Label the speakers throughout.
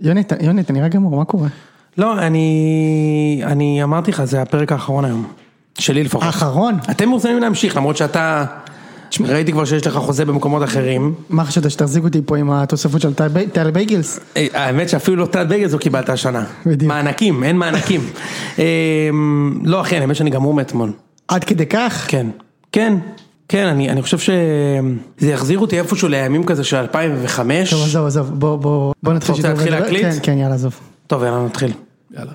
Speaker 1: יונית, יונית, נראה גמור, מה קורה?
Speaker 2: לא, אני, אני אמרתי לך, זה הפרק האחרון היום. שלי לפחות.
Speaker 1: האחרון?
Speaker 2: אתם מוזמנים להמשיך, למרות שאתה... ראיתי כבר שיש לך חוזה במקומות אחרים.
Speaker 1: מה חשבת שתחזיק אותי פה עם התוספות של טל בי- טל בייגלס?
Speaker 2: אה, האמת שאפילו לא תת בגד זו קיבלת השנה.
Speaker 1: בדיוק.
Speaker 2: מענקים, אין מענקים. אמ, לא אחי, האמת שאני גמור מאתמול.
Speaker 1: עד כדי כך?
Speaker 2: כן. כן. כן, אני, אני חושב שזה יחזיר אותי איפשהו לימים כזה של 2005.
Speaker 1: טוב, עזוב, עזוב, בוא, בוא, בוא נתחיל
Speaker 2: רוצה
Speaker 1: שידור
Speaker 2: להתחיל
Speaker 1: ולדבר.
Speaker 2: להקליט?
Speaker 1: כן, כן, יאללה, עזוב.
Speaker 2: טוב, יאללה, נתחיל. יאללה.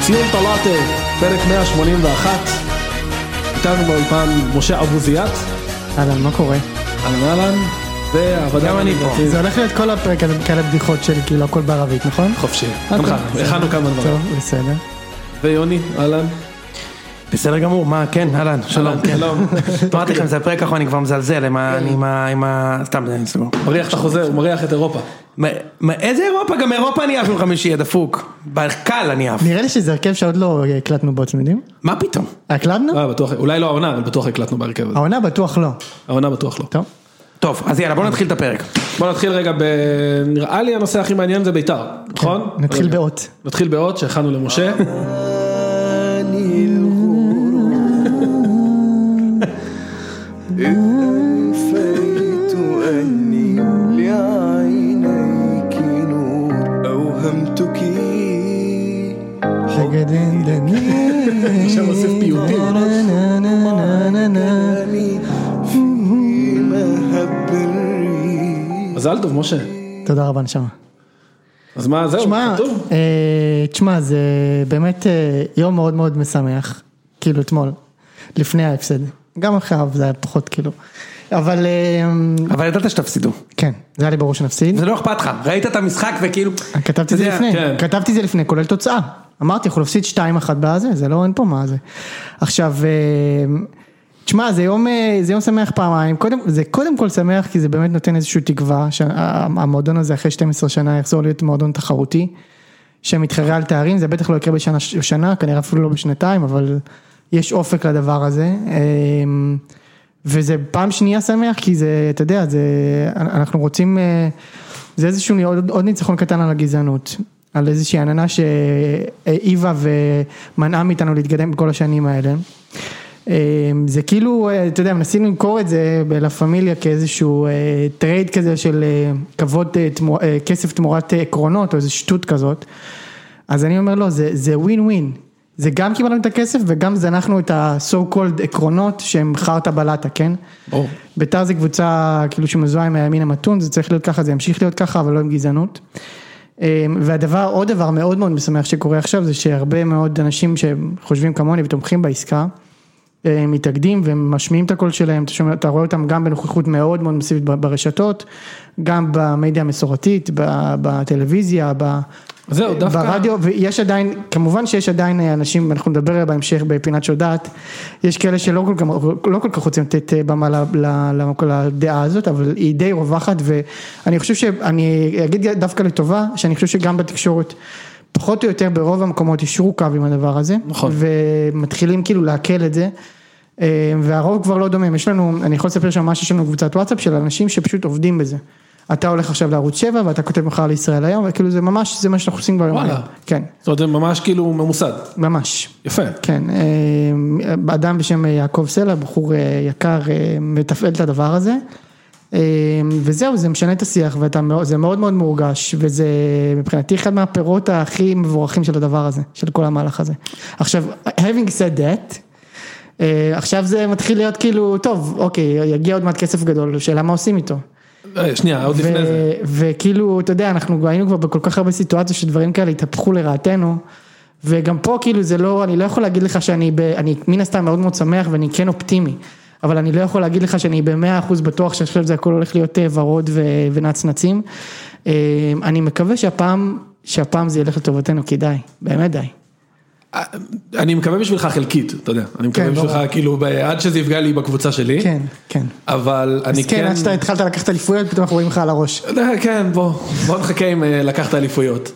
Speaker 3: ציון טלאטר, פרק 181, איתנו באולפן משה אבוזיאט,
Speaker 1: אהלן, מה קורה?
Speaker 3: אהלן אהלן, והעבודה
Speaker 2: גם אני פה.
Speaker 3: המרכזית.
Speaker 1: זה הולך להיות כל הפרק הזה, כאלה בדיחות שלי, כאילו הכל בערבית, נכון?
Speaker 3: חופשי,
Speaker 1: הכל
Speaker 3: ככה,
Speaker 1: בסדר.
Speaker 3: הכנו כמה דברים.
Speaker 1: טוב, בסדר.
Speaker 3: ויוני, אהלן,
Speaker 2: בסדר גמור, מה, כן, אהלן, שלום, כן.
Speaker 3: שלום.
Speaker 2: אמרתי לכם, זה הפרק האחרון, אני כבר מזלזל עם ה... אני עם ה... עם ה... סתם, זה סגור.
Speaker 3: מריח את החוזה, הוא מריח את אירופה.
Speaker 2: איזה אירופה? גם אירופה אני עף עם חמישי, הדפוק. בקל אני עף.
Speaker 1: נראה לי שזה הרכב שעוד לא הקלטנו בו, אתם יודעים?
Speaker 2: מה פתאום?
Speaker 1: הקלטנו?
Speaker 3: אה, בטוח, אולי לא העונה, אבל בטוח הקלטנו בהרכב הזה.
Speaker 1: העונה בטוח לא.
Speaker 2: אה.
Speaker 3: העונה בטוח לא.
Speaker 1: טוב.
Speaker 2: טוב, אז יאללה, בוא נתחיל את הפרק.
Speaker 3: בוא נתחיל רגע ב... נראה לי הנושא הכי מעניין זה בית"ר, נכון?
Speaker 1: כן, נתחיל
Speaker 3: רגע.
Speaker 1: באות.
Speaker 3: נתחיל באות שהכנו למשה.
Speaker 4: أفيت أني لعينيك نور أوهمتك
Speaker 1: שגד אין דני.
Speaker 3: עכשיו אוסף פיוטים.
Speaker 1: נה, נה, נה, נה, נה.
Speaker 4: أني في مهب الريح
Speaker 3: מזל טוב, משה.
Speaker 1: תודה רבה, נשמה.
Speaker 3: אז מה, זהו,
Speaker 1: תשמע,
Speaker 3: כתוב?
Speaker 1: אה, תשמע, זה באמת אה, יום מאוד מאוד משמח, כאילו אתמול, לפני ההפסד. גם אחריו זה היה פחות כאילו. אבל אה,
Speaker 2: אבל ידעת שתפסידו.
Speaker 1: כן, זה היה לי ברור שנפסיד.
Speaker 2: זה לא אכפת לך, ראית את המשחק וכאילו...
Speaker 1: כתבתי את זה
Speaker 2: אתה יודע,
Speaker 1: לפני,
Speaker 3: כן.
Speaker 1: כתבתי את זה לפני, כולל תוצאה. אמרתי, אנחנו נפסיד 2-1 בזה, זה לא, אין פה מה זה. עכשיו, אה, תשמע, זה יום, אה, זה יום שמח פעמיים, קודם, זה קודם כל שמח, כי זה באמת נותן איזושהי תקווה, שהמועדון הזה אחרי 12 שנה יחזור להיות מועדון תחרותי, שמתחרה על תארים, זה בטח לא יקרה בשנה, שנה, כנראה אפילו לא בשנתיים, אבל יש אופק לדבר הזה. אה, וזה פעם שנייה שמח, כי זה, אתה יודע, זה, אנחנו רוצים, אה, זה איזשהו עוד, עוד ניצחון קטן על הגזענות, על איזושהי עננה שהעיבה ומנעה מאיתנו להתקדם כל השנים האלה. אה, זה כאילו, אה, אתה יודע, מנסים למכור את זה בלה פמיליה כאיזשהו אה, טרייד כזה של אה, כבוד, אה, תמור, אה, כסף תמורת אה, עקרונות, או איזו שטות כזאת. אז אני אומר לו, זה- זה ווין ווין. זה גם קיבלנו את הכסף וגם זנחנו את ה-so called עקרונות שהם חרטה בלטה, כן?
Speaker 3: ברור.
Speaker 1: ביתר זה קבוצה כאילו שמזוהה עם הימין המתון, זה צריך להיות ככה, זה ימשיך להיות ככה, אבל לא עם גזענות. אמ, והדבר, עוד דבר מאוד מאוד משמח שקורה עכשיו, זה שהרבה מאוד אנשים שחושבים כמוני ותומכים בעסקה, אה, מתאגדים והם משמיעים את הקול שלהם, אתה, שומע, אתה רואה אותם גם בנוכחות מאוד מאוד מסיבית ב- ברשתות, גם במדיה המסורתית, ב- בטלוויזיה, ב-
Speaker 3: זהו, לא, דווקא-
Speaker 1: ברדיו, ויש עדיין, כמובן שיש עדיין אה, אנשים, אנחנו נדבר עליה בהמשך בפינת שודעת, יש כאלה שלא כל, כך- לא כל כך רוצים לתת אה, במה ל- ל- ל- לדעה הזאת, אבל היא די רווחת, ואני חושב שאני אגיד דווקא לטובה, שאני חושב שגם בתקשורת. פחות או יותר ברוב המקומות אישרו קו עם הדבר הזה,
Speaker 3: נכון.
Speaker 1: ומתחילים כאילו לעכל את זה, אה, והרוב כבר לא דומים, יש לנו, אני יכול לספר שם משהו, יש לנו קבוצת וואטסאפ של אנשים שפשוט עובדים בזה. אתה הולך עכשיו לערוץ 7 ואתה כותב מחר לישראל היום, וכאילו זה ממש, זה מה שאנחנו עושים כבר
Speaker 3: וואלה.
Speaker 1: היום. כן,
Speaker 3: זאת אומרת, זה ממש כאילו ממוסד.
Speaker 1: ממש.
Speaker 3: יפה.
Speaker 1: כן, אה, אדם בשם יעקב סלע, בחור אה, יקר, אה, מתפעל את הדבר הזה. אה, וזהו, זה משנה את השיח, וזה מאוד מאוד מורגש, וזה מבחינתי אחד מהפירות הכי מבורכים של הדבר הזה, של כל המהלך הזה. עכשיו, having said that, אה, עכשיו זה מתחיל להיות כאילו, טוב, אוקיי, יגיע עוד מעט כסף גדול, שאלה מה עושים איתו.
Speaker 3: אה, שנייה, עוד לפני זה.
Speaker 1: ו- וכאילו, אתה יודע, אנחנו היינו כבר בכל כך הרבה סיטואציות שדברים כאלה התהפכו לרעתנו, וגם פה כאילו זה לא, אני לא יכול להגיד לך שאני, ב, אני מן הסתם מאוד מאוד שמח ואני כן אופטימי, אבל אני לא יכול להגיד לך שאני במאה אחוז בטוח שעכשיו זה הכל הולך להיות אה, ורוד ו, ונצנצים. אה, אני מקווה שהפעם, שהפעם זה ילך לטובתנו, כי די, באמת די.
Speaker 3: אני מקווה בשבילך חלקית, אתה יודע, אני מקווה
Speaker 1: כן, ברור.
Speaker 3: בשבילך כאילו ב- עד שזה יפגע לי בקבוצה שלי,
Speaker 1: כן, כן.
Speaker 3: אבל אני
Speaker 1: אז כן,
Speaker 3: כן,
Speaker 1: עד שאתה התחלת לקחת אליפויות, פתאום אנחנו רואים לך על הראש.
Speaker 3: אה, כן, בוא, בוא נחכה עם אה, לקחת אליפויות.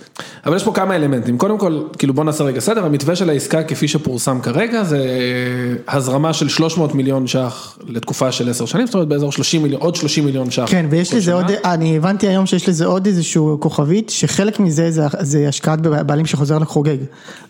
Speaker 3: אבל יש פה כמה אלמנטים. קודם כל, כאילו בוא נעשה רגע סדר, המתווה של העסקה כפי שפורסם כרגע זה אה, הזרמה של 300 מיליון ש"ח לתקופה של 10 שנים, זאת אומרת באזור 30 מיליון, עוד 30 מיליון ש"ח.
Speaker 1: כן, ויש
Speaker 3: כל
Speaker 1: לזה
Speaker 3: שנה.
Speaker 1: עוד, אני הבנתי היום שיש לזה עוד איזשהו כוכבית, שחלק מזה זה- זה השקעת בבעלים שחוזר לחוגג.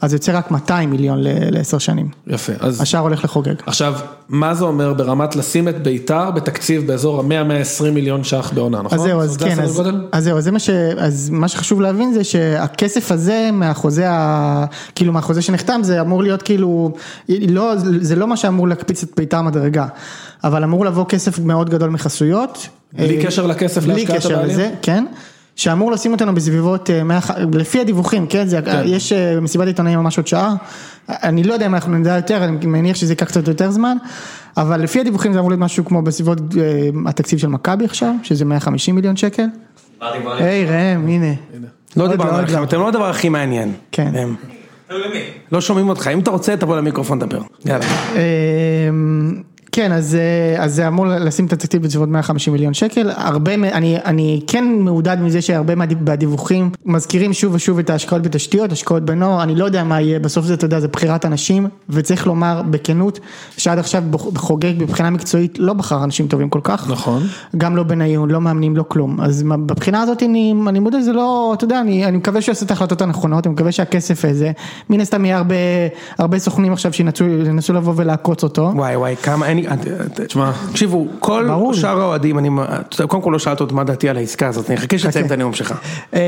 Speaker 1: אז יוצא רק 200 מיליון לעשר שנים.
Speaker 3: יפה, אז
Speaker 1: השאר הולך לחוגג.
Speaker 3: עכשיו, מה זה אומר ברמת לשים את ביתר בתקציב באזור ה-100-120 מיליון ש"ח בעונה, נכון?
Speaker 1: אז זהו, אז
Speaker 3: זה
Speaker 1: כן,
Speaker 3: הסדר
Speaker 1: אז,
Speaker 3: גודל?
Speaker 1: אז זהו, אז זה מה ש... אז מה שחשוב להבין זה שהכסף הזה מהחוזה ה... כאילו מהחוזה שנחתם זה אמור להיות כאילו, לא, זה לא מה שאמור להקפיץ את ביתר מדרגה, אבל אמור לבוא כסף מאוד גדול מחסויות.
Speaker 3: בלי
Speaker 1: אה,
Speaker 3: קשר לכסף
Speaker 1: בלי
Speaker 3: להשקעת
Speaker 1: קשר
Speaker 3: הבעלים?
Speaker 1: לזה, כן. שאמור לשים אותנו בסביבות, אה, מאה ח- לפי הדיווחים, כן, זה, יש אה, מסיבת עיתונאים ממש עוד שעה, אני לא יודע אם אנחנו נדע יותר, אני מניח שזה ייקח קצת יותר זמן, אבל לפי הדיווחים זה אמור להיות משהו כמו בסביבות אה, התקציב של מכבי עכשיו, שזה 150 מיליון שקל.
Speaker 5: דיברתי כבר על...
Speaker 1: היי ראם, הנה.
Speaker 2: לא
Speaker 1: עוד
Speaker 2: דיברנו
Speaker 1: עוד
Speaker 2: עליכם, אתם לא הדבר הכי מעניין.
Speaker 1: כן.
Speaker 2: הם
Speaker 5: תלוי למי.
Speaker 2: לא שומעים אותך, אם אתה רוצה תבוא למיקרופון לדבר. יאללה.
Speaker 1: אמ, כן, אז, אה, אז זה אמור לשים את התקציב בסביבות 150 מיליון שקל. הרבה, מ- אני, אני כן מעודד מזה שהרבה מהדיווחים מזכירים שוב ושוב את ההשקעות בתשתיות, השקעות בנוער, אני לא יודע מה יהיה, בסוף זה, אתה יודע, זה בחירת אנשים, וצריך לומר בכנות, שעד עכשיו בח- חוגג מבחינה מקצועית לא בחר אנשים טובים כל כך.
Speaker 3: נכון.
Speaker 1: גם לא בניון, לא מאמנים, לא כלום. אז מה- מבחינה הזאת אני, אני מודה, זה לא, אתה יודע, אני, אני מקווה שהוא יעשה את ההחלטות הנכונות, אני מקווה שהכסף הזה, מן הסתם יהיה הרבה, הרבה סוכנים עכשיו שינסו ינסו לבוא ולעקוץ אותו.
Speaker 2: וואי וואי כמה אין לי, תשמע, אה, תקשיבו, כל
Speaker 1: ברור לי.
Speaker 2: שאר האוהדים, אני, אתה יודע, קודם כל לא שאלת עוד מה דעתי על העסקה הזאת, אני אחכה שתסיים את הנאום שלך.
Speaker 1: אה,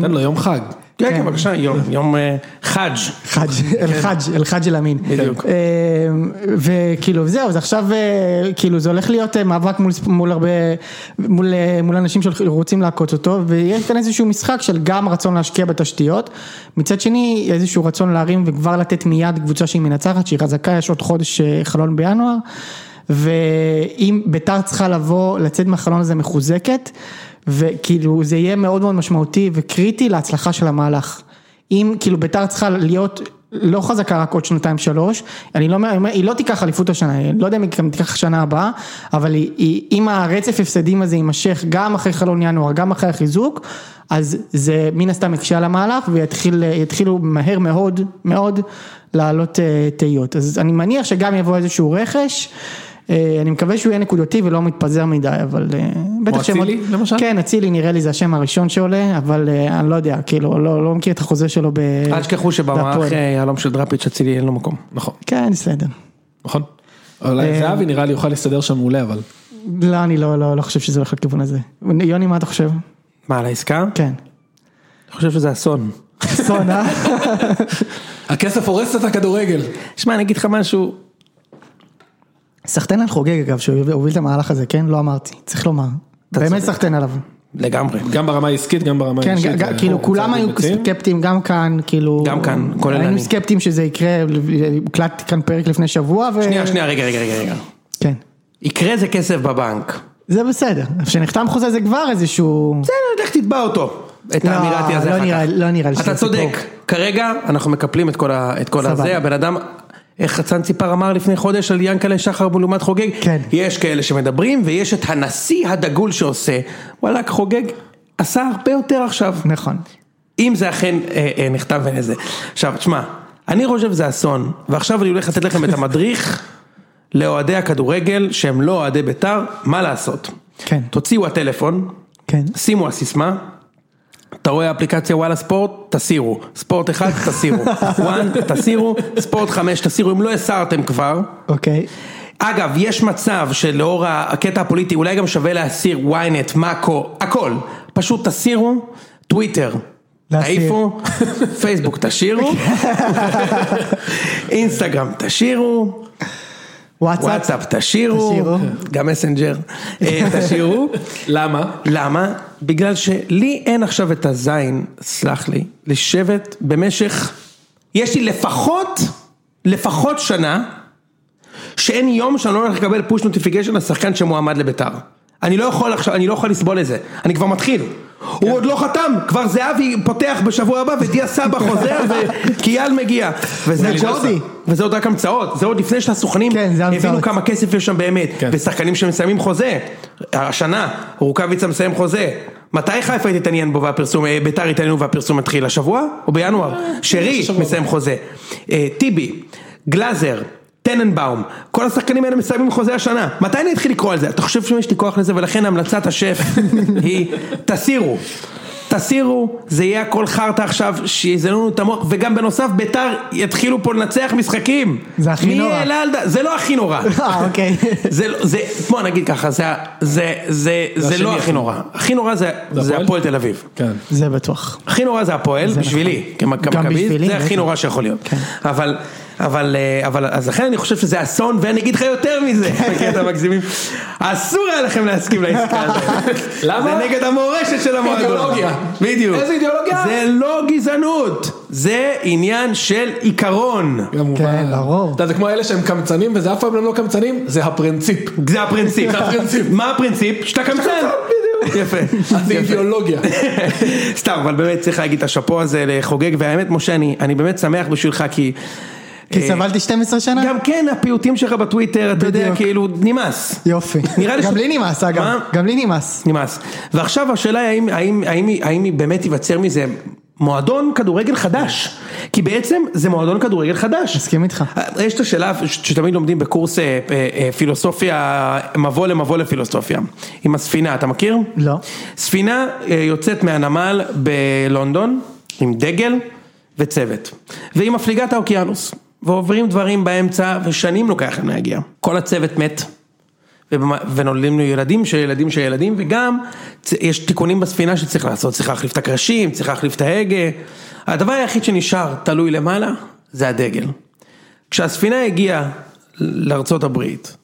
Speaker 3: תן לו יום חג.
Speaker 2: כן, כן, בבקשה, יום, יום אה, חאג'.
Speaker 1: חאג', אל-חאג', אל-חאג' אל-אמין.
Speaker 2: בדיוק.
Speaker 1: אה, וכאילו זהו, אז עכשיו אה, כאילו זה הולך להיות אה, מאבק מול- מול הרבה, מול אה, מול אנשים שרוצים לעקוץ אותו, ויש כאן איזשהו משחק של גם רצון להשקיע בתשתיות, מצד שני איזשהו רצון להרים וכבר לתת מיד קבוצה שהיא מנצחת, שהיא חזקה, יש עוד חודש אה, חלון בינואר. ואם ביתר צריכה לבוא, לצאת מהחלון הזה מחוזקת, וכאילו זה יהיה מאוד מאוד משמעותי וקריטי להצלחה של המהלך. אם כאילו ביתר צריכה להיות לא חזקה רק עוד שנתיים שלוש, אני לא אומר, אני אומר, היא לא תיקח אליפות השנה, אני לא יודע אם היא גם תיקח שנה הבאה, אבל היא, היא, אם הרצף הפסדים הזה יימשך גם אחרי חלון ינואר, גם אחרי החיזוק, אז זה מן הסתם יקשה על המהלך ויתחילו מהר מאוד מאוד להעלות אה, תהיות. אז אני מניח שגם יבוא איזשהו רכש. אה, אני מקווה שהוא יהיה נקודתי ולא מתפזר מדי, אבל אה, בטח שהם...
Speaker 3: אצילי,
Speaker 1: עוד-
Speaker 3: למשל?
Speaker 1: כן, אצילי נראה לי זה השם הראשון שעולה, אבל אה, אני לא יודע, כאילו, לא, לא מכיר את החוזה שלו ב...
Speaker 2: אל תשכחו שבמערך
Speaker 1: בהפועל.
Speaker 2: אה, יהלום של דראפיץ' אצילי אין לו מקום.
Speaker 3: נכון,
Speaker 1: כן, בסדר.
Speaker 3: נכון.
Speaker 1: אה,
Speaker 3: אולי זהבי נראה לי יוכל להסתדר שם מעולה, אבל...
Speaker 1: לא, אני לא, לא, לא חושב שזה הולך לכיוון הזה. יוני, מה אתה חושב?
Speaker 2: מה, על העסקה?
Speaker 1: כן.
Speaker 2: אני חושב שזה אסון.
Speaker 1: אסון, אה?
Speaker 3: הכסף הורס את הכדורגל.
Speaker 2: שמע, אני אגיד לך משהו,
Speaker 1: סחטיין על חוגג אגב, שהוא הוביל את המהלך הזה, כן? לא אמרתי, צריך לומר. באמת
Speaker 2: צודק.
Speaker 1: סחטיין עליו.
Speaker 2: לגמרי.
Speaker 3: גם ברמה העסקית, גם ברמה
Speaker 1: כן,
Speaker 3: האישית.
Speaker 1: ג- ג-
Speaker 3: אה,
Speaker 1: כאילו
Speaker 3: הוא
Speaker 1: כולם
Speaker 3: צעד
Speaker 1: היו
Speaker 3: מבצעים.
Speaker 1: סקפטיים גם כאן, כאילו...
Speaker 2: גם כאן, כולל
Speaker 1: היינו
Speaker 2: אני.
Speaker 1: סקפטיים שזה יקרה, הקלטתי כאן פרק לפני שבוע ו...
Speaker 2: שנייה, שנייה, רגע, רגע, רגע, רגע.
Speaker 1: כן.
Speaker 2: יקרה זה כסף בבנק.
Speaker 1: זה בסדר. כשנחתם חוזה זה כבר איזשהו...
Speaker 2: בסדר, לך תתבע אותו. את
Speaker 1: לא,
Speaker 2: האמירתי הזה
Speaker 1: לא
Speaker 2: אחר כך.
Speaker 1: נראה- לא נראה לי שזה
Speaker 2: אתה צודק. כרגע אנחנו מקפלים את כל ה- את כל
Speaker 1: סבבה.
Speaker 2: הזה, הבן אדם, איך חצן ציפר אמר לפני חודש על ינקלה שחר לעומת חוגג,
Speaker 1: כן.
Speaker 2: יש כאלה שמדברים ויש את הנשיא הדגול שעושה, וואלכ חוגג עשה הרבה יותר עכשיו.
Speaker 1: נכון.
Speaker 2: אם זה אכן אה, אה, נכתב ואין איזה. עכשיו, תשמע, אני חושב שזה אסון, ועכשיו אני הולך לתת לכם את המדריך לאוהדי הכדורגל, שהם לא אוהדי בית"ר, מה לעשות.
Speaker 1: כן.
Speaker 2: תוציאו הטלפון,
Speaker 1: כן.
Speaker 2: שימו הסיסמה. אתה רואה אפליקציה וואלה ספורט, תסירו, ספורט אחד, תסירו, וואן, תסירו, ספורט חמש, תסירו, אם לא הסרתם כבר.
Speaker 1: אוקיי.
Speaker 2: אגב, יש מצב שלאור הקטע הפוליטי, אולי גם שווה להסיר ynet, מאקו, הכל, פשוט תסירו, טוויטר,
Speaker 1: להסיר.
Speaker 2: תעיפו, פייסבוק תשאירו, אינסטגרם תשאירו,
Speaker 1: וואטסאפ.
Speaker 2: וואטסאפ תשאירו,
Speaker 1: תשאירו.
Speaker 2: גם מסנג'ר אה, תשאירו.
Speaker 3: למה?
Speaker 2: למה? בגלל שלי אין עכשיו את הזין, סלח לי, לשבת במשך, יש לי לפחות, לפחות שנה, שאין יום שאני לא הולך לקבל פוש נוטיפיקיישן לשחקן שמועמד לביתר. אני לא יכול עכשיו, אני לא יכול לסבול את זה, אני כבר מתחיל. הוא עוד לא חתם, כבר זהבי פותח בשבוע הבא ודיה סבא חוזר וקיאל מגיע. וזה
Speaker 1: וג'ורדי.
Speaker 2: עוד- וזה עוד רק המצאות, זה עוד לפני שהסוכנים
Speaker 1: לא כן, זה המצאות.
Speaker 2: הבינו כמה כסף יש שם באמת,
Speaker 1: כן.
Speaker 2: ושחקנים שמסיימים חוזה, השנה רוקאביצה מסיים חוזה. מתי חיפה תתעניין בו והפרסום, אה, ביתר יתעניינו והפרסום מתחיל, השבוע או בינואר?
Speaker 1: אה,
Speaker 2: שרי מסיים חוזה, אה, טיבי, גלאזר, טננבאום, כל השחקנים האלה מסיימים חוזה השנה, מתי אני אתחיל לקרוא על זה? אתה חושב שיש לי כוח לזה ולכן המלצת השף היא תסירו. תסירו, זה יהיה הכל חרטא עכשיו, שיזיינו לנו את המוח, וגם בנוסף ביתר יתחילו פה לנצח משחקים.
Speaker 1: זה הכי
Speaker 2: מי
Speaker 1: נורא.
Speaker 2: העלה על ד- זה לא הכי נורא.
Speaker 1: אה, אוקיי.
Speaker 2: זה, לא- זה, בוא נגיד ככה, זה, ה- זה, זה, זה
Speaker 3: השני
Speaker 2: לא הכי
Speaker 3: הכי
Speaker 2: נורא. הכי נורא זה,
Speaker 3: זה
Speaker 2: זה
Speaker 3: הפועל?
Speaker 2: הפועל תל אביב.
Speaker 3: כן.
Speaker 1: זה בטוח.
Speaker 2: הכי נורא זה הפועל, בשבילי, כמכביסט,
Speaker 1: נכון. בשבילי,
Speaker 2: זה הכי
Speaker 1: בטח. כן.
Speaker 2: נורא שיכול להיות. אבל, אבל, אה, אבל, אז לכן אני חושב שזה אסון, ואני אגיד לך יותר מזה,
Speaker 1: כן.
Speaker 2: בקטע המגזימים. אסור היה לכם להסכים לעסקה הזאת.
Speaker 3: למה?
Speaker 2: זה נגד המורשת של המועדון.
Speaker 3: אידיאולוגיה.
Speaker 2: בדיוק.
Speaker 3: איזה אידיאולוגיה?
Speaker 2: זה לא גזענות, זה עניין של עיקרון.
Speaker 3: כמובן.
Speaker 1: כן, ברור.
Speaker 3: אתה יודע, זה כמו אלה שהם קמצנים, וזה אף פעם הם לא קמצנים, זה הפרינציפ.
Speaker 2: זה הפרינציפ.
Speaker 3: זה הפרינציפ.
Speaker 2: מה הפרינציפ? שאתה קמצן. בדיוק. יפה.
Speaker 3: אז
Speaker 2: יפה.
Speaker 3: זה אידיאולוגיה.
Speaker 2: סתם, אבל באמת צריך להגיד את השאפו הזה לחוגג, והאמת, משה, אני אני באמת שמח בשבילך, כי...
Speaker 1: כי
Speaker 2: אה,
Speaker 1: סבלתי 12 שנה?
Speaker 2: גם כן, הפיוטים שלך בטוויטר, אתה יודע,
Speaker 1: בדיוק.
Speaker 2: כאילו, נמאס.
Speaker 1: יופי.
Speaker 2: נראה לי ש-
Speaker 1: גם לי נמאס אגב.
Speaker 2: מה?
Speaker 1: גם לי נמאס.
Speaker 2: נמאס. ועכשיו השאלה היא האם, האם, האם, האם היא באמת ייווצר מזה מועדון כדורגל חדש. כי בעצם זה מועדון כדורגל חדש. אה,
Speaker 1: מסכים איתך.
Speaker 2: יש את השאלה ש- שתמיד לומדים בקורס אה, אה, אה, פילוסופיה, מבוא למבוא לפילוסופיה. עם הספינה, אתה מכיר?
Speaker 1: לא.
Speaker 2: ספינה אה, יוצאת מהנמל בלונדון עם דגל וצוות. והיא מפליגה את האוקיינוס. ועוברים דברים באמצע, ושנים לוקח להם להגיע. כל הצוות מת. ובמה- ונולדים לו ילדים של ילדים של ילדים, וגם צ- יש תיקונים בספינה שצריך לעשות, צריך להחליף את הקרשים, צריך להחליף את ההגה. הדבר היחיד שנשאר תלוי למעלה, זה הדגל. כשהספינה הגיעה לארצות הברית,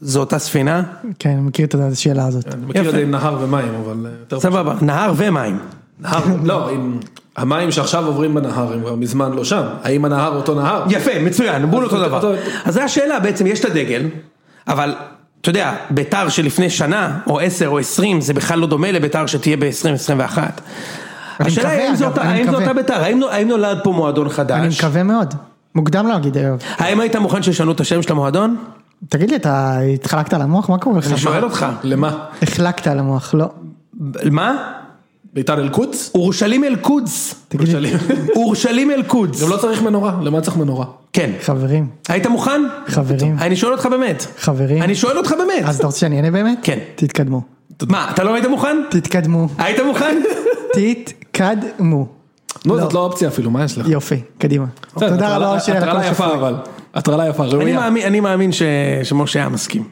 Speaker 2: זו אותה ספינה,
Speaker 1: כן, אני מכיר את השאלה הזאת.
Speaker 2: אה,
Speaker 3: אני מכיר את זה עם נהר ומים, אבל... אה, יותר
Speaker 2: סבבה, נהר ומים.
Speaker 3: נהר, לא, עם המים שעכשיו עוברים בנהר, הם כבר מזמן לא שם. האם הנהר אותו נהר?
Speaker 2: יפה, מצוין, בול
Speaker 3: אז
Speaker 2: אותו
Speaker 3: אותו-
Speaker 2: דבר.
Speaker 3: אותו-
Speaker 2: אז זו השאלה, בעצם יש את הדגל, אבל אתה יודע, ביתר שלפני שנה, או עשר או עשרים, זה בכלל לא דומה לביתר שתהיה ב-2021. השאלה
Speaker 1: מקווה,
Speaker 2: היא האם זו
Speaker 1: אגב,
Speaker 2: אותה-
Speaker 1: אני
Speaker 2: האם זו
Speaker 1: מקווה.
Speaker 2: אותה ביתר, האם נו- האם נולד פה מועדון
Speaker 1: אני
Speaker 2: חדש?
Speaker 1: מקווה מאוד. מוקדם להגיד היום.
Speaker 2: האם היית מוכן שישנו את השם של המועדון?
Speaker 1: תגיד לי, אתה התחלקת על המוח? מה קורה לך?
Speaker 2: אני שואל אותך.
Speaker 3: למה?
Speaker 1: החלקת על המוח, לא.
Speaker 2: ב- מה?
Speaker 3: ביתר אל-קודס?
Speaker 2: אורשלים אל-קודס.
Speaker 1: תגיד לי,
Speaker 2: אורשלים אל-קודס.
Speaker 3: גם לא צריך מנורה, למה צריך מנורה?
Speaker 2: כן.
Speaker 1: חברים,
Speaker 2: היית מוכן?
Speaker 1: חברים,
Speaker 2: אני שואל אותך באמת.
Speaker 1: חברים.
Speaker 2: אני שואל אותך באמת.
Speaker 1: אז אתה רוצה שאני אענה באמת?
Speaker 2: כן.
Speaker 1: תתקדמו.
Speaker 2: מה, אתה לא היית מוכן?
Speaker 1: תתקדמו.
Speaker 2: היית מוכן?
Speaker 1: תתקדמו.
Speaker 3: נו, זאת לא אופציה אפילו, מה יש לך?
Speaker 1: יופי, קדימה.
Speaker 3: בסדר,
Speaker 1: תודה
Speaker 3: הטרלה-
Speaker 1: רבה אושר על הכל
Speaker 3: הטרלה
Speaker 1: שפוי.
Speaker 3: יפה אבל. הטרלה יפה,
Speaker 2: אני
Speaker 3: ראויה.
Speaker 2: מאמין, אני מאמין ש, שמשה היה מסכים.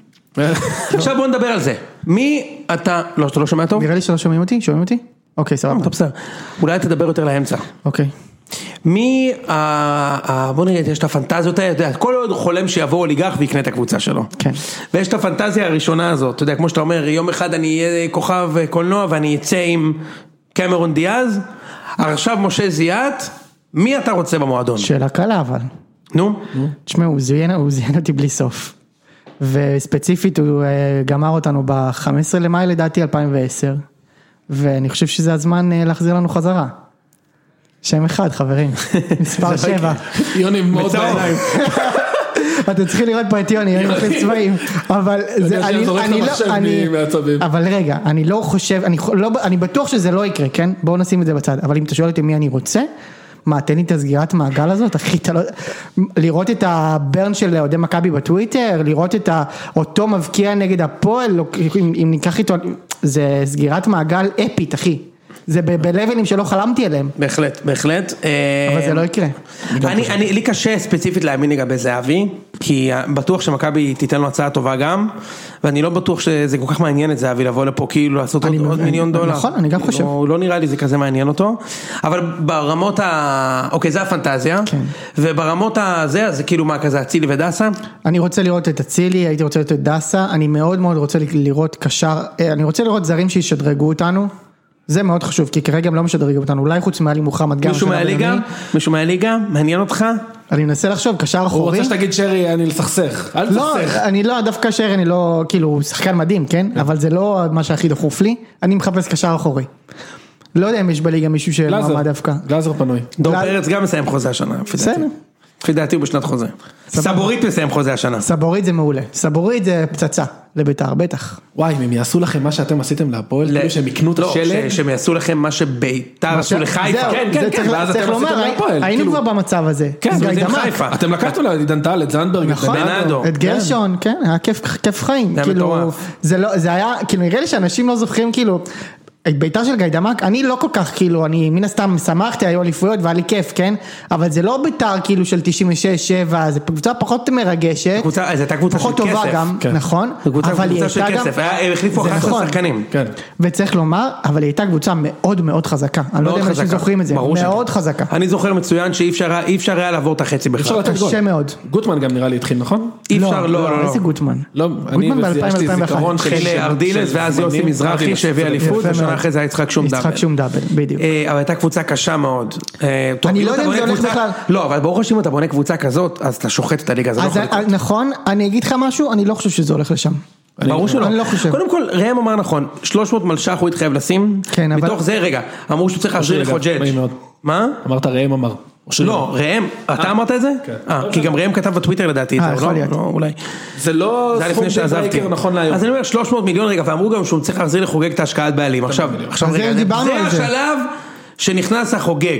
Speaker 2: עכשיו בוא נדבר על זה. מי אתה, לא, אתה לא שומע טוב?
Speaker 1: נראה לי שלא שומעים אותי? שומעים אותי? אוקיי, סבבה.
Speaker 2: אתה בסדר. אולי תדבר יותר לאמצע.
Speaker 1: אוקיי.
Speaker 2: מי, ה- ה- בוא נגיד, יש את הפנטזיות האלה, אתה יודע, כל עוד חולם שיבוא אוליגח ויקנה את הקבוצה שלו.
Speaker 1: כן.
Speaker 2: ויש את הפנטזיה הראשונה הזאת, אתה יודע, כמו שאתה אומר, יום אחד אני אהיה כוכב קולנוע ואני אצא עם קמרון דיאז, עכשיו משה זיאת, מי אתה רוצה במועדון?
Speaker 1: שאלה קלה אבל.
Speaker 2: נו,
Speaker 1: תשמעו, הוא זיין- הוא זיין אותי בלי סוף. וספציפית הוא אה, גמר אותנו ב-15 למאי לדעתי 2010. ואני חושב שזה הזמן אה, להחזיר לנו חזרה. שם אחד חברים, מספר שבע.
Speaker 3: יוני מאוד
Speaker 2: בצהוב.
Speaker 3: בעיניים.
Speaker 1: אתם צריכים לראות פה את יוני, יוני מחליף צבעים, אבל
Speaker 3: יודע
Speaker 1: זה,
Speaker 3: שאני
Speaker 1: אני,
Speaker 3: זורק את
Speaker 1: אני
Speaker 3: המחשב
Speaker 1: לא, אני,
Speaker 3: מ- מהעצבים.
Speaker 1: אבל רגע, אני לא חושב, אני, חו- לא, אני בטוח שזה לא יקרה, כן? בואו נשים את זה בצד, אבל אם אתה שואל אותי מי אני רוצה, מה, תן לי את הסגירת מעגל הזאת, אחי, אתה לא... לראות את הברן של אוהדי מכבי בטוויטר, לראות את ה- אותו מבקיע נגד הפועל, לא- אם, אם ניקח איתו, זה סגירת מעגל אפית, אחי. זה ב- בלבלים שלא חלמתי עליהם,
Speaker 2: בהחלט, בהחלט.
Speaker 1: אבל
Speaker 3: אמ,
Speaker 1: זה לא יקרה.
Speaker 2: אני, אני, לי קשה ספציפית להאמין לגבי זהבי, כי בטוח שמכבי תיתן לו הצעה טובה גם, ואני לא בטוח שזה כל כך מעניין את זהבי לבוא לפה כאילו לעשות עוד,
Speaker 1: אני
Speaker 2: עוד
Speaker 1: מבין.
Speaker 2: מיליון דולר.
Speaker 1: נכון, אני גם
Speaker 2: כאילו,
Speaker 1: חושב.
Speaker 2: לא נראה לי זה כזה מעניין אותו, אבל ברמות ה... אוקיי, זה הפנטזיה,
Speaker 1: כן.
Speaker 2: וברמות הזה, אז זה כאילו מה כזה, אצילי ודסה?
Speaker 1: אני רוצה לראות את אצילי, הייתי רוצה לראות את דסה, אני מאוד מאוד רוצה לראות קשר, אה, אני רוצה לראות זרים שישדרגו אותנו, זה מאוד חשוב, כי כרגע הם לא משדרגים אותנו, אולי חוץ מעלי מוחמד גם,
Speaker 2: מישהו
Speaker 1: שלא
Speaker 2: מהליגה?
Speaker 1: בינוני.
Speaker 2: מישהו מהליגה? מעניין אותך?
Speaker 1: אני מנסה לחשוב, קשר
Speaker 3: הוא
Speaker 1: אחורי,
Speaker 3: רוצה שתגיד שרי, אני לסכסך. אל
Speaker 1: לא,
Speaker 3: תסכסך.
Speaker 1: אני לא, דווקא שרי, אני לא, כאילו, הוא שחקן מדהים, כן? אבל זה לא מה שהכי דחוף לי, אני מחפש קשר אחורי. לא יודע אם יש בליגה מישהו של
Speaker 3: גלאזר,
Speaker 1: מעמד דווקא.
Speaker 3: גלאזר פנוי.
Speaker 2: דור
Speaker 1: גל-
Speaker 2: פרץ גם מסיים חוזה השנה, לפי דעתי.
Speaker 1: בסדר.
Speaker 2: לפי דעתי הוא בשנת חוזה. סבורית מסיים חוזה השנה.
Speaker 1: סבורית זה מעולה. סבורית זה פצצה לביתר, בטח.
Speaker 3: וואי, אם הם יעשו לכם מה שאתם עשיתם להפועל, כאילו שהם יקנו את
Speaker 2: לא,
Speaker 3: השלג.
Speaker 2: ש- שהם יעשו לכם מה שביתר עשו
Speaker 1: עכשיו-
Speaker 2: לחיפה.
Speaker 1: זהו,
Speaker 3: כן,
Speaker 1: זה
Speaker 3: כן,
Speaker 1: צריך-
Speaker 3: כן, ואז
Speaker 1: צריך
Speaker 3: אתם
Speaker 1: לומר,
Speaker 3: עשיתם
Speaker 1: הי-
Speaker 3: להפועל,
Speaker 1: היינו
Speaker 3: כאילו.
Speaker 1: כבר במצב הזה.
Speaker 2: כן,
Speaker 1: אז
Speaker 2: זה
Speaker 1: גיא
Speaker 2: עם
Speaker 1: דמק,
Speaker 2: חיפה.
Speaker 3: אתם לקחתם לה את עידן טל, את זנדברג, את
Speaker 1: נכון.
Speaker 3: בנאדו.
Speaker 2: בנאדו.
Speaker 1: את גרשון, כן, היה כיף, כיף חיים,
Speaker 2: זה היה
Speaker 1: כאילו,
Speaker 2: מטורף.
Speaker 1: זה לא, זה היה, כאילו נראה לי שאנשים לא זוכרים, כאילו, את ביתר של גיידמק, אני לא כל כך, כאילו, אני מן הסתם שמחתי, היו אליפויות והיה לי כיף, כן, אבל זה לא ביתר כאילו של 96-7, זו קבוצה פחות מרגשת,
Speaker 2: קבוצה- אה, זו הייתה קבוצה של
Speaker 1: אה, פחות טובה
Speaker 2: כסף.
Speaker 1: גם,
Speaker 3: כן.
Speaker 1: נכון,
Speaker 2: זו קבוצה
Speaker 1: אבל היא
Speaker 2: קבוצה של
Speaker 1: הייתה גם,
Speaker 2: כסף, היה- הם החליפו
Speaker 1: זה
Speaker 2: 11
Speaker 1: נכון.
Speaker 2: שחקנים.
Speaker 3: כן.
Speaker 1: וצריך לומר, אבל היא הייתה קבוצה מאוד מאוד חזקה, אני לא
Speaker 2: מאוד
Speaker 1: יודע אם אנשים
Speaker 2: חזקה.
Speaker 1: זוכרים את זה,
Speaker 2: ברור שכן.
Speaker 1: מאוד חזקה,
Speaker 2: אני זוכר מצוין שאי אפשר היה- אי אפשר היה לעבור את החצי
Speaker 3: אפשר
Speaker 2: בכלל.
Speaker 3: לתת גול.
Speaker 1: קשה מאוד.
Speaker 3: גוטמן גם נראה לי התחיל, נכון?
Speaker 2: אי אפשר, לא, לא, לא.
Speaker 1: איזה גוטמן,
Speaker 3: לא, אני,
Speaker 1: גוטמן
Speaker 3: וזה- יש לי
Speaker 1: ב-2000-2001,
Speaker 3: זיכרון של-
Speaker 2: התחיל ארדילס
Speaker 3: של
Speaker 2: ואז יוסי
Speaker 3: זמנים.
Speaker 2: מזרחי
Speaker 3: ארדילס,
Speaker 2: שהביא
Speaker 3: צודק.
Speaker 2: אליפות,
Speaker 1: יפה
Speaker 2: ושנה
Speaker 1: מאוד.
Speaker 2: אחרי זה היה יצחק שום דאבל.
Speaker 1: יצחק שום דאבל, בדיוק.
Speaker 2: אה, אבל הייתה קבוצה קשה מאוד. אה, טוב,
Speaker 1: אני
Speaker 2: אם
Speaker 1: לא
Speaker 2: אתה
Speaker 1: יודע אם
Speaker 2: בונה
Speaker 1: זה הולך
Speaker 2: קבוצה-
Speaker 1: בכלל.
Speaker 2: לא, אבל ברור שאם אתה בונה קבוצה כזאת, אז אתה שוחט את הליגה, זה לא
Speaker 1: אז
Speaker 2: יכול לקרות.
Speaker 1: אה, נכון, אני אגיד לך משהו, אני לא חושב שזה הולך לשם.
Speaker 2: ברור שלא.
Speaker 1: אני לא חושב.
Speaker 2: קודם כל, ראם אמר נכון, 300 מלש"ח הוא התחייב לשים.
Speaker 1: כן, אבל-
Speaker 2: מתוך זה, רגע, אמרו שהוא צריך להחזיר
Speaker 3: רגע,
Speaker 2: לחוג'ג'.
Speaker 3: נעים מאוד.
Speaker 2: מה?
Speaker 3: אמרת ראם אמר.
Speaker 2: לא, ראם, אתה אמרת את זה?
Speaker 3: כן.
Speaker 2: אה, כי גם ראם כתב בטוויטר לדעתי את
Speaker 1: אה,
Speaker 2: זה,
Speaker 1: יכול
Speaker 2: לא?
Speaker 1: להיות.
Speaker 2: לא, אולי.
Speaker 3: זה לא
Speaker 2: זה היה לפני שעזבתי.
Speaker 3: נכון להיום.
Speaker 2: אז אני אומר 300 מיליון רגע, ואמרו גם שהוא צריך להחזיר לחוגג את ההשקעת בעלים. עכשיו, עכשיו
Speaker 1: אז
Speaker 2: רגע,
Speaker 1: זה
Speaker 2: זה
Speaker 1: דיברנו
Speaker 2: זה
Speaker 1: על זה.
Speaker 2: השלב שנכנס החוגג.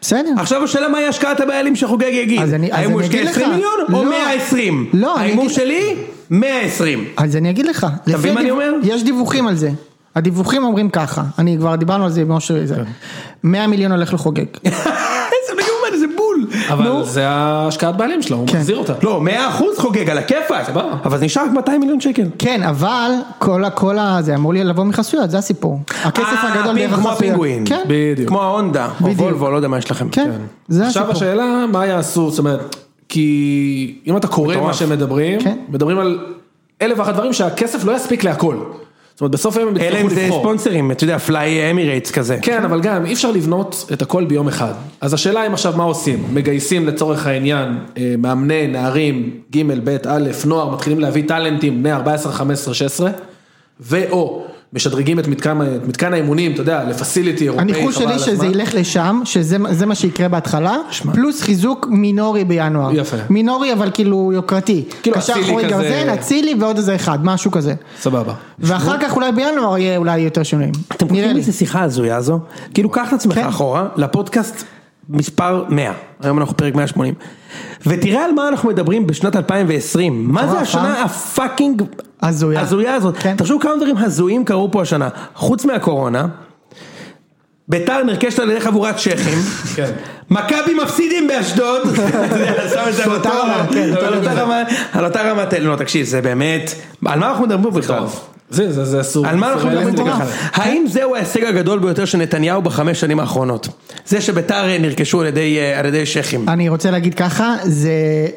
Speaker 1: בסדר.
Speaker 2: עכשיו השאלה מהי השקעת הבעלים שחוגג יגיד.
Speaker 1: אז אני- אז
Speaker 2: האם הוא
Speaker 1: אני
Speaker 2: ישקיע
Speaker 1: אגיד
Speaker 2: 20
Speaker 1: לך.
Speaker 2: מיליון או
Speaker 1: לא.
Speaker 2: 120?
Speaker 1: לא, אני
Speaker 2: ההימור
Speaker 1: אגיד-
Speaker 2: שלי, 120.
Speaker 1: אז אני אגיד לך. אתה
Speaker 2: מבין מה אני אומר?
Speaker 1: יש דיווחים על זה. הדיווחים אומרים ככה, אני כבר דיברנו על זה עם אושר, זה.
Speaker 2: כן.
Speaker 1: 100 מיליון הולך לחוגג.
Speaker 2: איזה מיומן, איזה בול.
Speaker 3: אבל זה ההשקעת בעלים שלו, הוא
Speaker 1: כן.
Speaker 3: מחזיר אותה.
Speaker 2: לא, 100% חוגג על הכיפאק.
Speaker 3: סבבה. אה,
Speaker 2: אבל זה נשאר רק 200 מיליון שקל.
Speaker 1: כן, אבל כל ה... כל ה... זה אמור לי לבוא מחסויות, זה הסיפור. הכסף
Speaker 2: אה,
Speaker 1: הגדול
Speaker 2: פינג-
Speaker 1: דרך
Speaker 2: כמו
Speaker 1: החסויות.
Speaker 2: הפינגווין.
Speaker 1: כן,
Speaker 3: בדיוק.
Speaker 2: כמו ההונדה, או
Speaker 1: בדיוק.
Speaker 2: וולבו, לא יודע מה יש לכם.
Speaker 1: כן, זה
Speaker 3: עכשיו
Speaker 1: הסיפור.
Speaker 3: השאלה, מה יעשו, זאת אומרת, כי אם אתה קורא
Speaker 2: מטורף.
Speaker 3: מה שהם מדברים,
Speaker 1: כן.
Speaker 3: מדברים על אלף ואחת דברים שהכסף לא יספיק להכל. זאת אומרת, בסוף היום הם
Speaker 2: אלא אם
Speaker 3: יצטרכו
Speaker 2: זה
Speaker 3: לבחור.
Speaker 2: ספונסרים, אתה יודע, פליי אמירייטס כזה.
Speaker 3: כן, אבל גם אי אפשר לבנות את הכל ביום אחד. אז השאלה היא עכשיו מה עושים? מגייסים לצורך העניין אה, מאמני, נערים, ג', ב', א', נוער, מתחילים להביא טאלנטים בני 14, 15, 16, ואו משדרגים את מתקן, את מתקן האימונים, אתה יודע, לפסיליטי אירופאי,
Speaker 1: הניחוש
Speaker 3: אוקיי, חבל
Speaker 1: שלי
Speaker 3: על
Speaker 1: שזה
Speaker 3: הזמן.
Speaker 1: ילך לשם, שזה זה מה שיקרה בהתחלה, פלוס חיזוק מינורי בינואר.
Speaker 3: יפה.
Speaker 1: מינורי אבל כאילו יוקרתי.
Speaker 3: כאילו
Speaker 1: קשר
Speaker 3: אצילי
Speaker 1: אחורי
Speaker 3: כזה.
Speaker 1: גרזן, אצילי ועוד איזה אחד, משהו כזה.
Speaker 3: סבבה.
Speaker 1: ואחר כך אולי בינואר יהיה אולי יותר שינויים.
Speaker 2: אתם
Speaker 1: נראה
Speaker 2: חושבים
Speaker 1: לי.
Speaker 2: איזה שיחה הזויה הזו? כאילו, קח את עצמך
Speaker 1: כן.
Speaker 2: אחורה, לפודקאסט מספר 100, היום אנחנו פרק 180, ותראה על מה אנחנו מדברים בשנת 2020, מה זה
Speaker 1: מטורף,
Speaker 2: השנה
Speaker 1: אה?
Speaker 2: הפאקינג
Speaker 1: הזויה.
Speaker 2: הזויה הזאת?
Speaker 1: כן.
Speaker 2: תחשבו כמה דברים הזויים קרו פה השנה, חוץ מהקורונה, ביתר נרכשת על ידי חבורת צ'כים,
Speaker 3: כן.
Speaker 2: מכבי מפסידים באשדוד, אתה יודע, שם את זה על
Speaker 1: באותה
Speaker 2: אותו-
Speaker 1: רמה, כן,
Speaker 2: על
Speaker 1: אותו
Speaker 2: אותה
Speaker 1: דבר.
Speaker 2: רמה- על אותה רמה, תל- לא תקשיב, זה באמת, על מה אנחנו מדברים פה בכלל?
Speaker 3: זה, זה, זה אסור.
Speaker 2: על מה אנחנו
Speaker 3: אסור
Speaker 2: מדברים
Speaker 3: להגיד
Speaker 2: כל
Speaker 3: את
Speaker 2: כך?
Speaker 3: זה
Speaker 2: האם זהו ההישג הגדול ביותר של נתניהו בחמש שנים האחרונות? זה שביתר אה, נרכשו על ידי, אה, על ידי שכים.
Speaker 1: אני רוצה להגיד ככה, זה,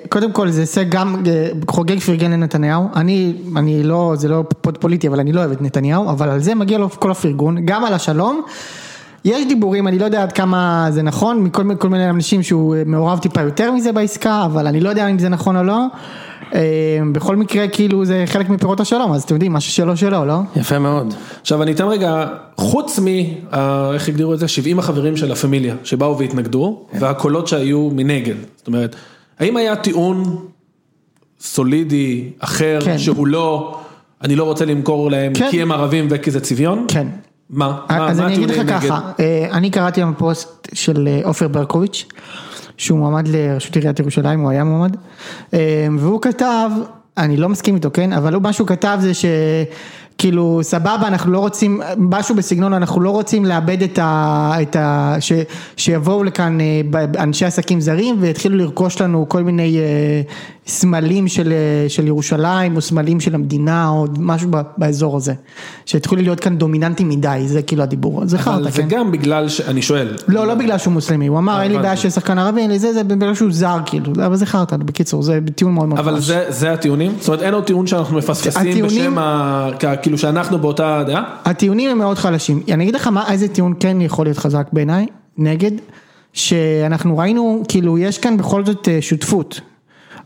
Speaker 1: קודם כל זה הישג גם, אה, חוגג פרגן לנתניהו, אני, אני לא, זה לא פוד פוליטי, אבל אני לא אוהב את נתניהו, אבל על זה מגיע לו כל הפרגון, גם על השלום. יש דיבורים, אני לא יודע עד כמה זה נכון, מכל מיני- כל מיני אנשים שהוא אה, מעורב טיפה יותר מזה בעסקה, אבל אני לא יודע אם זה נכון או לא. אה, בכל מקרה, כאילו, זה חלק מפירות השלום, אז אתם יודעים, משהו שלו שלו, לא?
Speaker 2: יפה מאוד.
Speaker 3: עכשיו אני אתן רגע, חוץ מ... אה, איך הגדירו את זה? 70 החברים של הפמיליה שבאו והתנגדו,
Speaker 1: כן.
Speaker 3: והקולות שהיו מנגד. זאת אומרת, האם היה טיעון סולידי, אחר,
Speaker 1: כן.
Speaker 3: שהוא לא, אני לא רוצה למכור להם
Speaker 1: כן.
Speaker 3: כי הם ערבים וכי זה צביון?
Speaker 1: כן.
Speaker 3: מה? מה-
Speaker 1: אז
Speaker 3: מה
Speaker 1: אני אגיד לך
Speaker 3: הטיעונים נגד?
Speaker 1: ככה, אה, אני קראתי היום פוסט של אה, עופר ברקוביץ', שהוא מועמד לראשות עיריית ירושלים, הוא היה מועמד, אה, והוא כתב, אני לא מסכים איתו, כן, אבל הוא מה שהוא כתב זה שכאילו סבבה, אנחנו לא רוצים, משהו בסגנון, אנחנו לא רוצים לאבד את ה... את ה ש, שיבואו לכאן אה, ב- אנשי עסקים זרים ויתחילו לרכוש לנו כל מיני אה, סמלים של, אה, של ירושלים או סמלים של המדינה או משהו ב- באזור הזה. שיתחילו להיות כאן דומיננטים מדי, זה כאילו הדיבור, זה
Speaker 3: אבל
Speaker 1: חרטא,
Speaker 3: זה
Speaker 1: כן.
Speaker 3: גם בגלל ש... אני שואל.
Speaker 1: לא, לא בגלל שהוא מוסלמי, הוא אמר אין לי
Speaker 3: הבנתי.
Speaker 1: בעיה שיהיה שחקן ערבי, אין לי זה, זה בגלל שהוא זר כאילו, אבל זה חרטא, בקיצור, זה טיעון מאוד מאוד
Speaker 3: אבל
Speaker 1: חלש.
Speaker 3: זה, זה הטיעונים? זאת אומרת, אין עוד טיעון שאנחנו מפספסים
Speaker 1: הטיעונים-
Speaker 3: בשם ה... כ- כאילו שאנחנו באותה דעה?
Speaker 1: הטיעונים הם מאוד חלשים. אני אגיד לך מה, איזה טיעון כן יכול להיות חזק בעיניי, נגד, שאנחנו ראינו, כאילו, יש כאן בכל זאת אה, שותפות.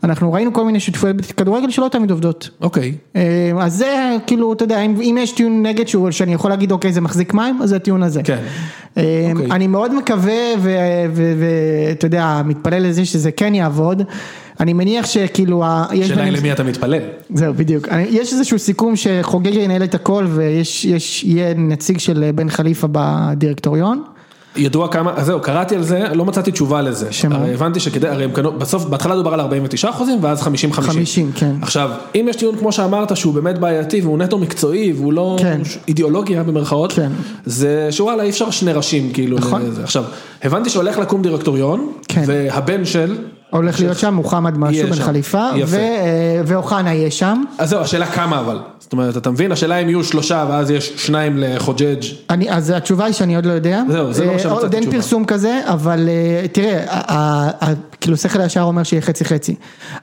Speaker 1: אנחנו ראינו כל מיני שותפויות כדורגל שלא תמיד עובדות.
Speaker 3: אוקיי.
Speaker 1: אה, אז זה כאילו, אתה יודע, אם, אם יש טיעון נגד שהוא, שאני יכול להגיד, אוקיי, זה מחזיק מים, אז זה הטיעון הזה.
Speaker 3: כן.
Speaker 1: אה,
Speaker 3: אוקיי.
Speaker 1: אני מאוד מקווה, ואתה יודע, מתפלל לזה שזה כן יעבוד. אני מניח שכאילו, ה- יש
Speaker 3: שאלה היא
Speaker 1: ביניהם-
Speaker 3: למי אתה מתפלל.
Speaker 1: זהו, בדיוק. אני- יש איזשהו סיכום שחוגג ינהל את הכל, ויש, יש, יהיה נציג של אה, בן חליפה בדירקטוריון.
Speaker 3: ידוע כמה, אז זהו, קראתי על זה, לא מצאתי תשובה לזה.
Speaker 1: שמה?
Speaker 3: הרי הבנתי שכדי, הרי הם קנו, בסוף, בהתחלה דובר על 49 אחוזים, ואז 50 50.
Speaker 1: 50, כן.
Speaker 3: עכשיו, אם יש טיעון, כמו שאמרת, שהוא באמת בעייתי, והוא נטו מקצועי, והוא לא
Speaker 1: כן.
Speaker 3: ש- אידיאולוגיה במרכאות,
Speaker 1: כן.
Speaker 3: זה שוואלה, אי אפשר שני ראשים, כאילו,
Speaker 1: נכון.
Speaker 3: לזה. עכשיו, הבנתי שהולך לקום דירקטוריון,
Speaker 1: כן.
Speaker 3: והבן של,
Speaker 1: הולך להיות שם מוחמד משהו,
Speaker 3: יהיה
Speaker 1: בן
Speaker 3: שם.
Speaker 1: חליפה,
Speaker 3: יפה.
Speaker 1: ו- אה, ואוחנה יהיה שם.
Speaker 3: אז זהו, השאלה כמה אבל. זאת אומרת, אתה מבין, השאלה אם יהיו שלושה, ואז יש שניים לחוג'ג'.
Speaker 1: אני, אז התשובה היא שאני עוד לא יודע.
Speaker 3: זהו, זה לא
Speaker 1: אה,
Speaker 3: מה שמצאתי
Speaker 1: עוד אין
Speaker 3: תשובה.
Speaker 1: פרסום כזה, אבל אה, תראה, ה- ה- ה- כאילו שכל הישר אומר שיהיה חצי חצי.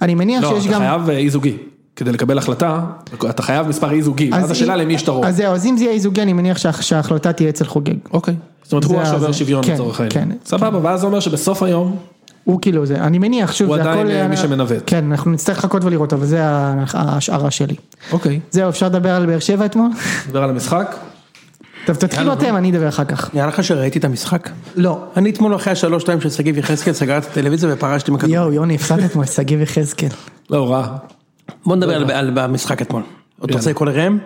Speaker 1: אני מניח
Speaker 3: לא,
Speaker 1: שיש
Speaker 3: אתה
Speaker 1: גם...
Speaker 3: חייב אה, אי זוגי. כדי לקבל החלטה, אתה חייב מספר אי זוגי,
Speaker 1: אז
Speaker 3: ואז השאלה
Speaker 1: אם-
Speaker 3: למי יש את הרוב.
Speaker 1: אז זהו, אז אם זה יהיה איזוגי, אני מניח שה- שההחלטה תהיה אצל חוגג.
Speaker 3: אוקיי. זאת אומרת, הוא
Speaker 1: זה-
Speaker 3: השובר
Speaker 1: זה-
Speaker 3: שוויון
Speaker 1: כן,
Speaker 3: לצורך העניין.
Speaker 1: כן,
Speaker 3: סבבה, ואז זה אומר שבסוף היום,
Speaker 1: הוא כאילו זה, אני מניח, שוב,
Speaker 3: הוא
Speaker 1: זה
Speaker 3: עדיין,
Speaker 1: הכל...
Speaker 3: אה, מי שמנווט.
Speaker 1: כן, אנחנו נצטרך לחכות ולראות, אבל זה ה- ההשערה שלי.
Speaker 3: אוקיי,
Speaker 1: זהו, אפשר לדבר על באר שבע אתמול?
Speaker 3: נדבר על המשחק.
Speaker 1: טוב, תתחילו אתם, אני אדבר אחר כך.
Speaker 2: נראה לך שראיתי את המשחק?
Speaker 1: לא.
Speaker 2: אני אתמול אחרי השלוש שתיים של שגיב יחזקאל סגרתי את הטלוויזיה ופרשתי מכדור.
Speaker 1: יואו, יוני, הפסדת את שגיב יחזקאל.
Speaker 3: לא, הוא רע.
Speaker 2: בוא נדבר על- על המשחק אתמול. עוד תרצה לקרוא לראם?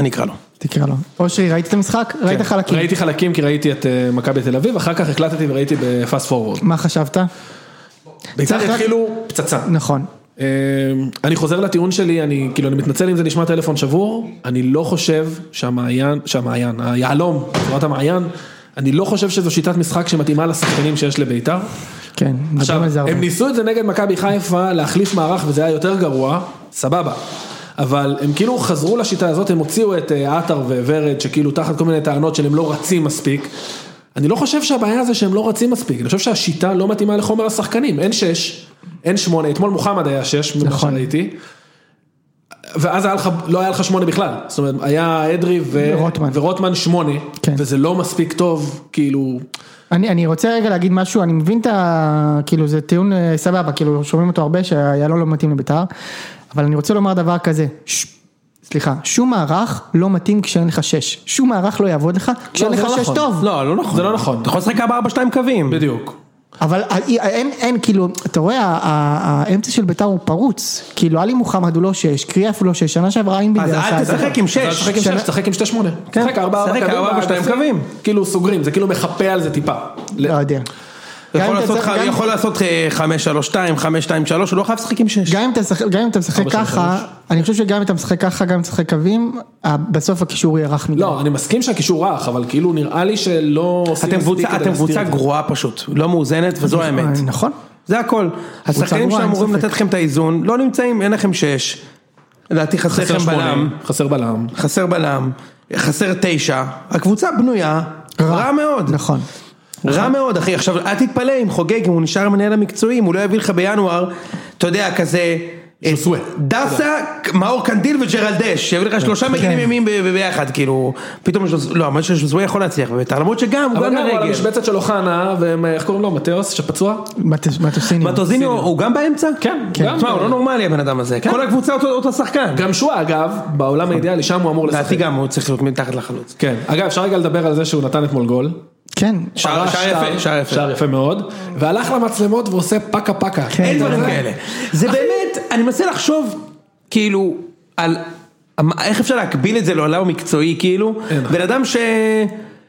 Speaker 2: אני אקרא לו.
Speaker 1: תקרא לו. אושרי, ראית את המשחק? ראית
Speaker 3: כן.
Speaker 1: חלקים.
Speaker 3: ראיתי חלקים כי ראיתי את אה, מכבי תל אביב, אחר כך החלטתי וראיתי בפאסט פורוורד.
Speaker 1: מה חשבת?
Speaker 3: בעיקר
Speaker 1: צריך רק-
Speaker 3: התחילו פצצה.
Speaker 1: נכון.
Speaker 3: אה, אני חוזר לטיעון שלי, אני כאילו, אני מתנצל אם זה נשמע טלפון שבור, אני לא חושב שהמעיין, שהמעיין, היהלום, תורת המעיין, אני לא חושב שזו שיטת משחק שמתאימה לשחקנים שיש לבית"ר.
Speaker 1: כן, מדברים
Speaker 3: עכשיו,
Speaker 1: על זה הרבה.
Speaker 3: הם ניסו את זה נגד מכבי חיפה, להחליף מערך וזה היה יותר גרוע, סבבה. אבל הם כאילו חזרו לשיטה הזאת, הם הוציאו את אה, עטר וורד, שכאילו תחת כל מיני טענות של הם לא רצים מספיק. אני לא חושב שהבעיה זה שהם לא רצים מספיק, אני חושב שהשיטה לא מתאימה לחומר השחקנים, אין שש, אין שמונה, אתמול מוחמד היה שש, ממה
Speaker 1: נכון.
Speaker 3: שראיתי. ואז היה לך, לא היה לך שמונה בכלל, זאת אומרת, היה אדרי ו...
Speaker 1: ורוטמן.
Speaker 3: ורוטמן שמונה,
Speaker 1: כן.
Speaker 3: וזה לא מספיק טוב, כאילו,
Speaker 1: אני, אני רוצה רגע להגיד משהו, אני מבין את ה... כאילו זה טיעון אה, סבבה, כאילו שומעים אותו הרבה שהיעלון לא מתאים לבית"ר, אבל אני רוצה לומר דבר כזה, ש... סליחה, שום מערך לא מתאים כשאין לך שש, שום מערך לא יעבוד לך כשאין
Speaker 2: לא, זה
Speaker 1: לך
Speaker 2: לא
Speaker 1: שש
Speaker 2: נכון.
Speaker 1: טוב,
Speaker 2: לא, לא נכון.
Speaker 3: זה לא נכון.
Speaker 2: אתה יכול לשחק 4-4-2 קווים.
Speaker 3: בדיוק.
Speaker 1: אבל ה- אין, אין, כאילו, אתה רואה, ה- ה- האמצע של בית"ר הוא פרוץ, כאילו עלי מוחמד הוא לא שש, קריאף הוא לא שש, שנה שעברה אינבינדר
Speaker 2: אז אל תשחק עם 6.
Speaker 3: תשחק עם שש, תשחק עם שתי שמונה.
Speaker 2: כן.
Speaker 3: תשחק ארבע ארבע
Speaker 2: שחק ארבע, ארבע, שתיים
Speaker 3: באגפים.
Speaker 2: קווים.
Speaker 3: כאילו סוגרים, זה כאילו מחפה על זה טיפה.
Speaker 1: לא יודע. גם אם
Speaker 2: יכול
Speaker 1: אתה
Speaker 2: לעשות,
Speaker 1: צריך-
Speaker 2: ח-
Speaker 1: גם-
Speaker 2: יכול לעשות אה, 5-3-2, 5-2-3, הוא לא חייב לשחק עם 6.
Speaker 1: גם אם אתה משחק- גם אם אתה משחק
Speaker 3: ארבע, שלוש,
Speaker 1: ככה, אני חושב שגם אם אתה משחק ככה, גם אם אתה משחק קווים, ה- בסוף הקישור יהיה רך מדי.
Speaker 3: לא, אני מסכים שהקישור רך, אבל כאילו נראה לי שלא עושים
Speaker 2: אתם
Speaker 3: מספיק
Speaker 2: קבוצה- אתם
Speaker 3: כדי להסתיר
Speaker 2: קבוצה
Speaker 3: את זה.
Speaker 2: גרועה פשוט, לא מאוזנת וזו האמת.
Speaker 1: אה, נכון.
Speaker 2: זה הכל. השחקנים
Speaker 1: גרועה, אין
Speaker 2: שאמורים
Speaker 1: ספק.
Speaker 2: לתת לכם את האיזון, לא נמצאים, אין לכם 6. לדעתי חסר
Speaker 3: חסר
Speaker 2: לכם בלם,
Speaker 3: שמונה, חסר בלם.
Speaker 2: חסר בלם, חסר 9. הקבוצה בנויה רע מאוד.
Speaker 1: נכון.
Speaker 2: רע מאוד אחי, עכשיו אל תתפלא אם חוגג, אם הוא נשאר המנהל המקצועי, אם הוא לא יביא לך בינואר, אתה יודע, כזה... אה,
Speaker 3: ז'וסווה. כן.
Speaker 2: דסה, מאור קנדיל וג'רלדש, שיביא לך שלושה מגנים ימים ב- ב- ביחד, כאילו, פתאום, ז'וס- לא, מה שז'וזווה יכול להצליח בביתר, למרות שגם, הוא
Speaker 3: אבל
Speaker 2: גם
Speaker 3: גם הוא על
Speaker 2: ברגל.
Speaker 3: המשבצת של אוחנה, והם, אה, איך קוראים לו, מטאוס שפצוע?
Speaker 1: מטוס- מטוסינים.
Speaker 2: מטוזיני הוא הוא גם באמצע?
Speaker 3: כן,
Speaker 2: גם.
Speaker 3: גם.
Speaker 2: תשמע, הוא לא נורמלי הבן אדם הזה, כל הקבוצה אותו- אותו שחקן.
Speaker 3: גם שואה אגב, בעולם האידיאלי, שם הוא אמור
Speaker 2: נכון. לדעתי
Speaker 3: לשחק.
Speaker 2: גם הוא צריך להיות מתחת לחלוץ.
Speaker 3: כן. אגב, אפשר רגע לדבר על זה שהוא נתן אתמול גול.
Speaker 1: כן.
Speaker 2: שער
Speaker 3: פרש
Speaker 2: שער יפה, שער יפה.
Speaker 3: שער יפה מאוד. והלך למצלמות ועושה פקה פקה.
Speaker 1: כן.
Speaker 2: אין דברים
Speaker 1: אה.
Speaker 2: כאלה. זה באמת, אני מנסה לחשוב, כאילו, על המ- איך אפשר להקביל את זה לעולם המקצועי, כאילו, בן אדם ש...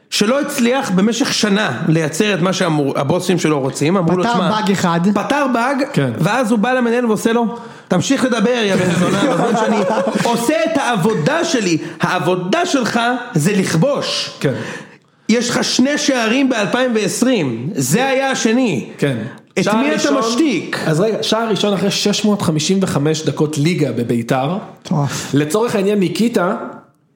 Speaker 2: שלא הצליח במשך שנה לייצר את מה שהבוסים שלו רוצים, אמרו לו,
Speaker 1: פתר
Speaker 2: שמע,
Speaker 1: באג אחד."
Speaker 2: פתר באג,
Speaker 3: כן.
Speaker 2: ואז הוא בא למנהל ועושה לו, תמשיך לדבר יא בן זונה, בזמן שאני עושה את העבודה שלי, העבודה שלך זה לכבוש.
Speaker 3: כן.
Speaker 2: יש לך שני שערים ב-2020, זה היה השני.
Speaker 3: כן.
Speaker 2: את
Speaker 3: שער
Speaker 2: מי אתה
Speaker 3: ראשון-
Speaker 2: משתיק?
Speaker 3: אז רגע, שער ראשון אחרי 655 דקות ליגה בביתר.
Speaker 1: מטורף.
Speaker 3: לצורך העניין ניקיטה,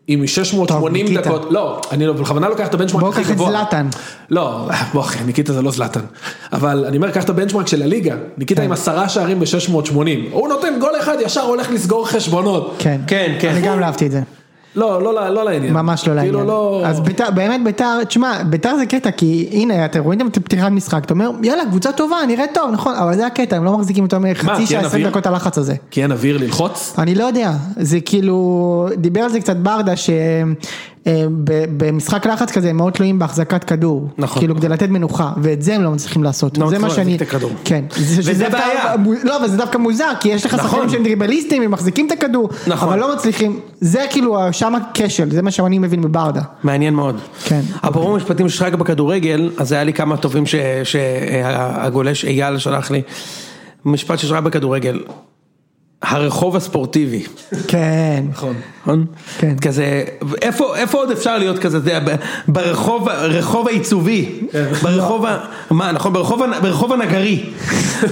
Speaker 3: עם 680
Speaker 1: טוב, ניקיטה.
Speaker 3: דקות, לא, אני לא- בכוונה לוקח את הבנצ'מרק
Speaker 1: בוא
Speaker 3: הכי
Speaker 1: קח את
Speaker 3: גבוה.
Speaker 1: זלאטן.
Speaker 3: לא, בוא אחי, ניקיטה זה לא זלאטן. אבל אני אומר, קח את הבנצ'מרק של הליגה, ניקיטה
Speaker 1: כן.
Speaker 3: עם עשרה שערים ב-680. הוא נותן גול אחד, ישר הולך לסגור חשבונות.
Speaker 1: כן.
Speaker 2: כן, כן.
Speaker 1: אני גם לא אהבתי את זה.
Speaker 3: לא, לא, לא, לא לעניין.
Speaker 1: ממש לא לעניין.
Speaker 3: כאילו לא...
Speaker 1: אז ביתר, באמת ביתר, תשמע, ביתר זה קטע, כי הנה, אתם רואים את פתיחת משחק, אתה אומר, יאללה, קבוצה טובה, נראית טוב, נכון, אבל זה הקטע, הם לא מחזיקים יותר
Speaker 3: כי
Speaker 1: מחצי
Speaker 3: אין
Speaker 1: שעה, 20
Speaker 3: אוויר?
Speaker 1: דקות הלחץ הזה.
Speaker 3: כי אין אוויר ללחוץ?
Speaker 1: אני לא יודע, זה כאילו, דיבר על זה קצת ברדה, שבמשחק לחץ כזה הם מאוד תלויים בהחזקת כדור.
Speaker 2: נכון.
Speaker 1: כאילו כדי לתת מנוחה, ואת זה הם לא מצליחים לעשות.
Speaker 2: לא
Speaker 1: זה מה
Speaker 2: מצליחים
Speaker 1: שאני...
Speaker 2: להחזיק את הכדור.
Speaker 1: כן. זה- שזה דווקא-
Speaker 2: בעיה.
Speaker 1: מו- לא, אבל זה דווקא מוזר, כי יש לך
Speaker 2: נכון.
Speaker 1: שחקנים שהם דריבליסטים, הם מחזיקים את הכדור,
Speaker 2: נכון.
Speaker 1: אבל לא מצליחים. זה כאילו, שם הכשל, זה מה שאני מבין מברדה.
Speaker 2: מעניין מאוד.
Speaker 1: כן.
Speaker 2: אפרופו משפטים שלך בכדורגל, אז היה לי כמה טובים שהגולש אייל שלח לי. משפט ששרה בכדורגל, הרחוב הספורטיבי,
Speaker 1: כן.
Speaker 3: נכון.
Speaker 2: נכון?
Speaker 1: כן.
Speaker 2: כזה, איפה, איפה עוד אפשר להיות כזה, אתה יודע, ב- ברחוב, רחוב העיצובי,
Speaker 1: כן.
Speaker 2: ברחוב, ה... מה, נכון, ברחוב, הנ- ברחוב הנגרי,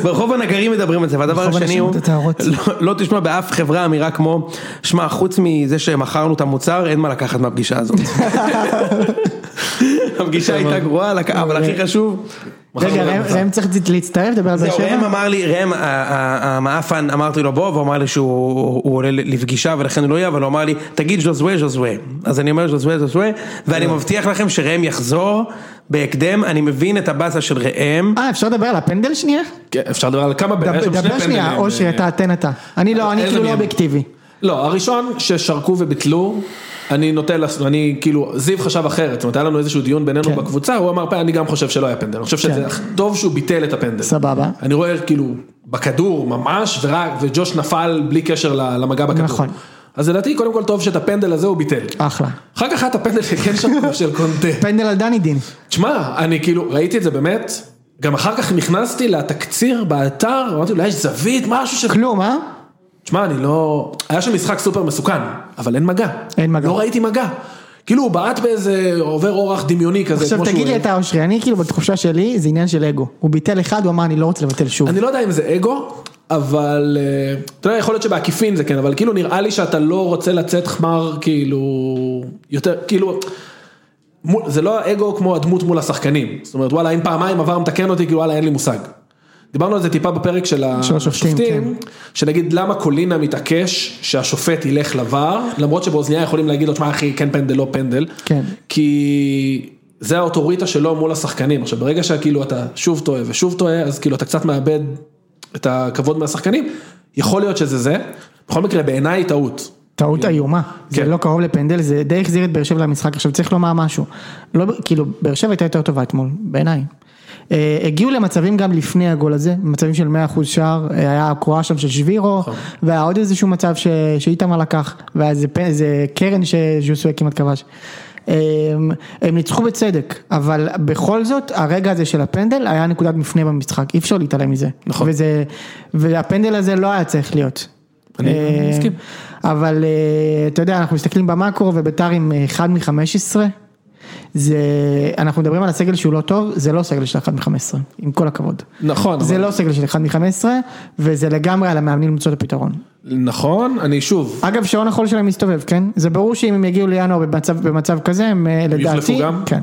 Speaker 2: ברחוב הנגרי מדברים על זה, והדבר
Speaker 1: ברחוב
Speaker 2: השני הוא,
Speaker 1: הנשמות הטהורות.
Speaker 2: לא, לא תשמע באף חברה אמירה כמו, שמע, חוץ מזה שמכרנו את המוצר, אין מה לקחת מהפגישה הזאת. הפגישה הייתה גרועה, לק- אבל הכי חשוב,
Speaker 1: רגע, ראם- ראם צריך להצטרף, לדבר על זה
Speaker 2: זהו, לא, ראם
Speaker 1: שבע?
Speaker 2: אמר לי, ראם, ה- ה- המאפן, אמרתי לו בוא, והוא אמר לי שהוא הוא עולה לפגישה ולכן הוא לא יהיה, אבל הוא אמר לי, תגיד ז'וזווה, ז'וזווה. אז אני אומר ז'וזווה, ז'וזווה, ואני מבטיח לכם שראם יחזור בהקדם, אני מבין את הבאסה של ראם.
Speaker 1: אה, אפשר לדבר על הפנדל שנייה?
Speaker 3: כן, אפשר לדבר על כמה...
Speaker 1: דבר-
Speaker 3: יש שם שני
Speaker 1: דבר שנייה,
Speaker 3: פנדלים,
Speaker 1: אושרי,
Speaker 3: אה,
Speaker 1: אתה, תן אתה. אני
Speaker 2: אה,
Speaker 1: לא, אני
Speaker 3: אין
Speaker 1: כאילו לא
Speaker 3: למי.
Speaker 1: אובייקטיבי.
Speaker 3: לא, הראשון ששרקו וביטלו, אני נוטה, לס- אני כאילו, זיו חשב אחרת, זאת אומרת, היה לנו איזשהו דיון בינינו
Speaker 1: כן.
Speaker 3: בקבוצה, הוא אמר, "פ- אני גם חושב שלא היה פנדל, אני חושב שזה טוב שהוא ביטל את הפנדל.
Speaker 1: סבבה.
Speaker 3: אני רואה כאילו, בכדור ממש, ורק- וג'וש נפל בלי קשר ל- למגע בכדור.
Speaker 1: נכון. אה.
Speaker 3: אז לדעתי, קודם כל טוב שאת הפנדל הזה הוא ביטל.
Speaker 1: אחלה.
Speaker 3: אחר כך היה את הפנדל שכן שרקו של קונטה.
Speaker 1: פנדל על דני דין.
Speaker 3: תשמע, אני כאילו, ראיתי את זה באמת, גם אחר כך נכנסתי לתקציר באתר, אמרתי, אולי יש זווית, משהו ש...
Speaker 1: כלום, אה?
Speaker 3: תשמע, אני לא... היה שם משחק סופר מסוכן, אבל אין מגע.
Speaker 1: אין מגע.
Speaker 3: לא ראיתי מגע. כאילו, הוא בעט באיזה עובר אורח דמיוני כזה,
Speaker 1: עכשיו
Speaker 3: כמו
Speaker 1: תגיד לי
Speaker 3: שהוא...
Speaker 1: אתה אושרי, אני כאילו בתחושה שלי זה עניין של אגו. הוא ביטל אחד, הוא אמר אני לא רוצה לבטל שוב.
Speaker 3: אני לא יודע אם זה אגו, אבל... אה, אתה יודע, יכול להיות שבעקיפין זה כן, אבל כאילו נראה לי שאתה לא רוצה לצאת חמר, כאילו... יותר, כאילו... מול- זה לא האגו כמו הדמות מול השחקנים. זאת אומרת, וואלה, אם פעמיים עבר מתקן אותי, כאילו, וואלה, אין לי מושג. דיברנו על זה טיפה בפרק של
Speaker 1: של השופטים, כן.
Speaker 3: השופטים, שנגיד למה קולינה מתעקש שהשופט ילך לבר, למרות שבאוזניה יכולים להגיד לו, תשמע אחי, כן פנדל, לא פנדל,
Speaker 1: כן.
Speaker 3: כי זה האוטוריטה שלו מול השחקנים. עכשיו, ברגע שכאילו אתה שוב טועה ושוב טועה, אז כאילו אתה קצת מאבד את הכבוד מהשחקנים, יכול להיות שזה זה, בכל מקרה בעיניי היא טעות.
Speaker 1: טעות איומה. זה
Speaker 3: כן.
Speaker 1: לא קרוב לפנדל, זה די החזיר את באר שבע למשחק. עכשיו צריך לומר משהו. לא, כאילו, באר שבע הייתה יותר טובה אתמול, בעיניי. אה, הגיעו למצבים גם לפני הגול הזה, מצבים של 100% שער, אה, היה הקרואה שם של שבירו,
Speaker 3: נכון.
Speaker 1: והיה עוד איזשהו מצב ש- שאיתמר לקח, והיה איזה פ- איזה קרן שז'וסווה כמעט כבש. הם, הם ניצחו בצדק, אבל בכל זאת הרגע הזה של הפנדל היה נקודת מפנה במשחק, אי אפשר להתעלם מזה. נכון. וזה, והפנדל הזה לא היה צריך להיות. אני מסכים. אה, אבל אה, אתה יודע, אנחנו מסתכלים במאקרו וביתר עם אה, 1 מ-15, זה, אנחנו מדברים על הסגל שהוא לא טוב, זה לא סגל של 1 מ-15, עם כל הכבוד.
Speaker 3: נכון.
Speaker 1: זה
Speaker 3: אבל-
Speaker 1: לא סגל של 1 מ-15, וזה לגמרי על המאמנים למצוא את הפתרון.
Speaker 3: נכון, אני שוב,
Speaker 1: אגב, שעון החול שלהם מסתובב, כן? זה ברור שאם הם יגיעו לינואר במצב, במצב כזה, הם אה, לדעתי...
Speaker 3: יוחלפו גם?
Speaker 1: כן.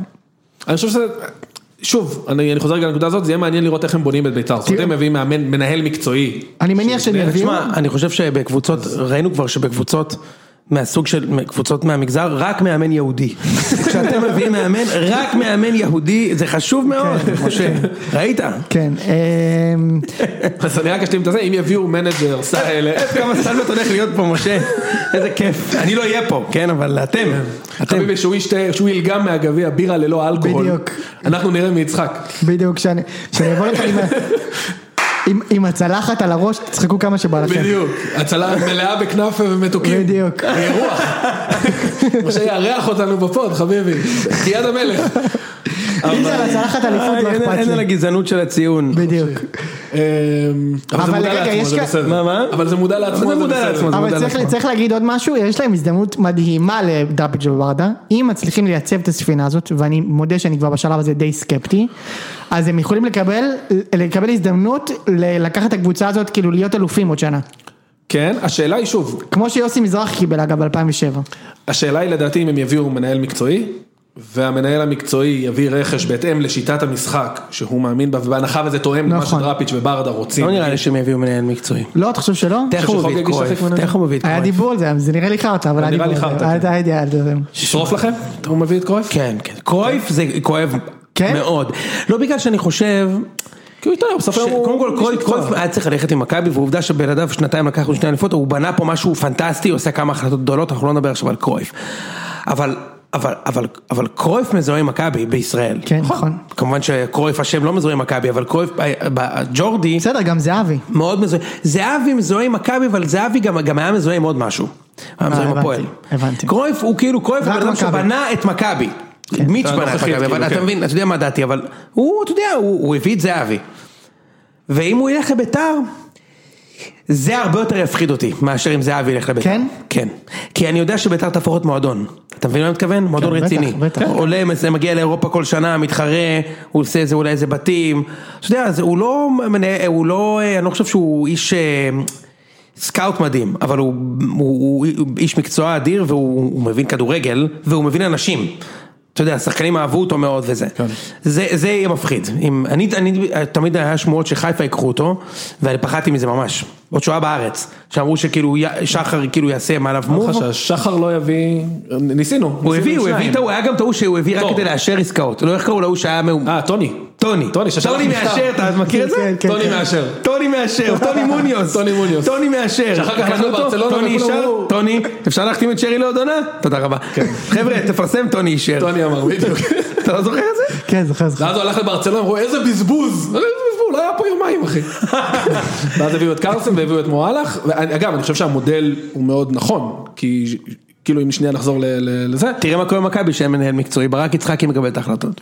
Speaker 3: אני חושב שזה, שוב, אני, אני חוזר רגע לנקודה הזאת, זה יהיה מעניין לראות איך הם בונים את בית"ר. זאת אומרת, הם מביאים מאמן, מנהל מקצועי.
Speaker 1: אני מניח שהם יביאו...
Speaker 2: תשמע, אני חושב שבקבוצות, ראינו כבר שבקבוצות מהסוג של קבוצות מהמגזר, רק מאמן יהודי. כשאתם מביאים מאמן, רק מאמן יהודי, זה חשוב מאוד, משה, ראית?
Speaker 1: כן. אה,
Speaker 3: אז אני רק אשלים את זה, אם יביאו מנג'ר, סייל,
Speaker 2: איזה כמה סלמט הולך להיות פה, משה, איזה כיף. אני לא אהיה פה, כן, אבל אתם, אתם.
Speaker 3: חביבי שהוא ישתה, שהוא ילגם מהגביע בירה ללא אלכוהול.
Speaker 1: בדיוק.
Speaker 3: אנחנו נראה מי יצחק.
Speaker 1: בדיוק, כשאני כשאני אבוא לכאן עם ה- עם- עם הצלחת על הראש, תצחקו כמה שבא לכם.
Speaker 3: בדיוק. הצלה מלאה בכנאפה ומתוקים.
Speaker 1: כן. בדיוק.
Speaker 3: רוח. משה יארח אותנו בפוד, חביבי. תהיית המלך. אמ,
Speaker 1: אם זה על הצלחת אליפות, לא
Speaker 2: אה, אין-
Speaker 1: אכפת
Speaker 2: אין על
Speaker 1: לי.
Speaker 2: הגזענות של הציון.
Speaker 1: בדיוק.
Speaker 3: אמ, אבל זה
Speaker 1: אבל
Speaker 3: מודע
Speaker 1: רגע,
Speaker 3: לעצמו,
Speaker 1: יש
Speaker 3: זה
Speaker 1: כאן-
Speaker 3: בסדר.
Speaker 2: מה, מה?
Speaker 3: אבל זה מודע לעצמו,
Speaker 2: זה מודע
Speaker 3: בסדר.
Speaker 2: לעצמו, זה מודע
Speaker 1: אבל צריך-
Speaker 2: לעצמו.
Speaker 1: צריך להגיד עוד משהו, יש להם הזדמנות מדהימה לדראפיג' וברדה, אם מצליחים לייצב את הספינה הזאת, ואני מודה שאני כבר בשלב הזה די סקפטי, אז הם יכולים לקבל, לקבל הזדמנות ל- לקחת את הקבוצה הזאת, כאילו להיות אלופים עוד שנה.
Speaker 3: כן, השאלה היא שוב,
Speaker 1: כמו שיוסי מזרחי קיבל אגב ב-2007.
Speaker 3: השאלה היא לדעתי אם הם יביאו מנהל מקצועי, והמנהל המקצועי יביא רכש בהתאם לשיטת המשחק שהוא מאמין בה, ובהנחה וזה תואם למה
Speaker 1: נכון.
Speaker 3: שדראפיץ' וברדה רוצים.
Speaker 2: לא נראה לי שהם יביאו מנהל מקצועי.
Speaker 1: לא, אתה חושב שלא?
Speaker 2: תכף הוא מביא את
Speaker 3: שחוגג ישחק
Speaker 2: קרויף,
Speaker 3: מנהל?
Speaker 2: תכף הוא מביא את
Speaker 1: היה
Speaker 2: קרויף.
Speaker 1: דיבור על זה, זה נראה לי חרטא, אבל היה
Speaker 3: נראה
Speaker 1: דיבור
Speaker 3: לי
Speaker 1: על זה.
Speaker 3: חרטא,
Speaker 1: היה-
Speaker 3: כן.
Speaker 1: היה אידיאל על זה.
Speaker 3: ישרוף לכם? הוא מביא את קרויף?
Speaker 2: כן, כן. קרויף זה כואב
Speaker 1: כן?
Speaker 2: מאוד. לא בגלל שאני חושב...
Speaker 3: כי הוא התערב, בסוף
Speaker 2: ש-
Speaker 3: היום הוא...
Speaker 2: קודם כל, קרויף- קרויף היה צריך ללכת עם מכבי, ועובדה שבלעדיו שנתיים לקח לו שני אליפות, הוא בנה פה משהו פנטסטי, הוא עושה כמה החלטות גדולות, אנחנו לא נדבר עכשיו על קרויף. אבל, אבל, אבל, אבל קרויף מזוהה עם מכבי בישראל.
Speaker 1: כן, נכון.
Speaker 2: כמובן שקרויף השם לא מזוהה עם מכבי, אבל קרויף, אה, ב- ג'ורדי,
Speaker 1: בסדר, גם זהבי.
Speaker 2: מאוד מזוהה. זהבי מזוהה עם מכבי, אבל זהבי גם, גם היה מזוהה עם עוד משהו. היה מזוהה עם
Speaker 1: אה, הבנתי,
Speaker 2: הפועל.
Speaker 1: הבנתי.
Speaker 2: קרויף הוא כאילו, קרויף הוא
Speaker 1: רק
Speaker 2: בן אדם
Speaker 1: מכבי. כן, לא,
Speaker 2: שבנה את מכבי. מיץ'
Speaker 3: אתה
Speaker 2: בנה את
Speaker 3: הנוכחית,
Speaker 2: מכבי, אבל
Speaker 3: כאילו,
Speaker 2: אתה
Speaker 3: כן.
Speaker 2: מבין, אתה יודע מה דעתי, אבל הוא, אתה יודע, הוא הוא הביא את זהבי. ואם הוא ילך לביתר, זה הרבה יותר יפחיד אותי, מאשר אם זהבי ילך לביתר.
Speaker 1: כן?
Speaker 2: כן. כי אני יודע שביתר תהפוך להיות מועדון. אתה מבין מה אני מתכוון? מועדון
Speaker 1: כן, בטח,
Speaker 2: רציני.
Speaker 1: בטח.
Speaker 2: עולה, מס- מגיע לאירופה כל שנה, מתחרה, הוא עושה איזה אולי איזה בתים. אתה יודע, זה- הוא לא, מנה- הוא לא, אה, אני לא חושב שהוא איש אה, סקאוט מדהים, אבל הוא, הוא, הוא, הוא איש מקצוע אדיר והוא הוא מבין כדורגל והוא מבין אנשים. אתה יודע, השחקנים אהבו אותו מאוד וזה. זה, זה יהיה מפחיד. אם, אני, אני, תמיד היה שמועות שחיפה ייקחו אותו, ואני פחדתי מזה ממש. עוד שהוא היה בארץ, שאמרו שכאילו י- שחר כאילו יעשה מעליו מוב.
Speaker 3: חשש, שחר לא יביא... ניסינו.
Speaker 2: הוא
Speaker 3: ניסינו
Speaker 2: הביא, הוא
Speaker 3: שניים.
Speaker 2: הביא, את ההוא, היה גם טעות שהוא הביא רק
Speaker 3: טוב.
Speaker 2: כדי לאשר עסקאות, לא איך קראו להוא שהיה מאום...
Speaker 3: אה, טוני.
Speaker 2: לא. טוני,
Speaker 3: טוני, ששלח
Speaker 2: טוני
Speaker 3: מכתב.
Speaker 2: מאשר, אתה מכיר את
Speaker 1: כן,
Speaker 2: זה?
Speaker 1: כן,
Speaker 3: טוני
Speaker 1: כן.
Speaker 3: מאשר.
Speaker 2: טוני מאשר, טוני מוניוס,
Speaker 3: טוני מוניוס.
Speaker 2: טוני מאשר,
Speaker 3: שאחר כך
Speaker 2: קנו
Speaker 3: הלך
Speaker 2: אותו,
Speaker 3: לברצלונה
Speaker 2: טוני
Speaker 3: וכולם
Speaker 2: אישר,
Speaker 3: אמרו-
Speaker 2: טוני, אפשר להחתים את שרי לעוד עונה? תודה רבה, חבר'ה תפרסם כן. טוני אישר,
Speaker 3: טוני אמר, בדיוק.
Speaker 2: אתה לא זוכר את זה?
Speaker 1: כן, זוכר, זוכר.
Speaker 3: ואז הוא הלך לברצלונה, אמרו, איזה בזבוז. איזה בזבוז, לא היה פה יומיים, אחי. ואז הביאו את קרסם והביאו את מועלך. אגב, אני חושב שהמודל הוא מאוד נכון, כי כאילו אם שנייה נחזור ל- ל- לזה,
Speaker 2: תראה מה קורה במכבי שאין מנהל מקצועי, ברק יצחקי מקבל את ההחלטות,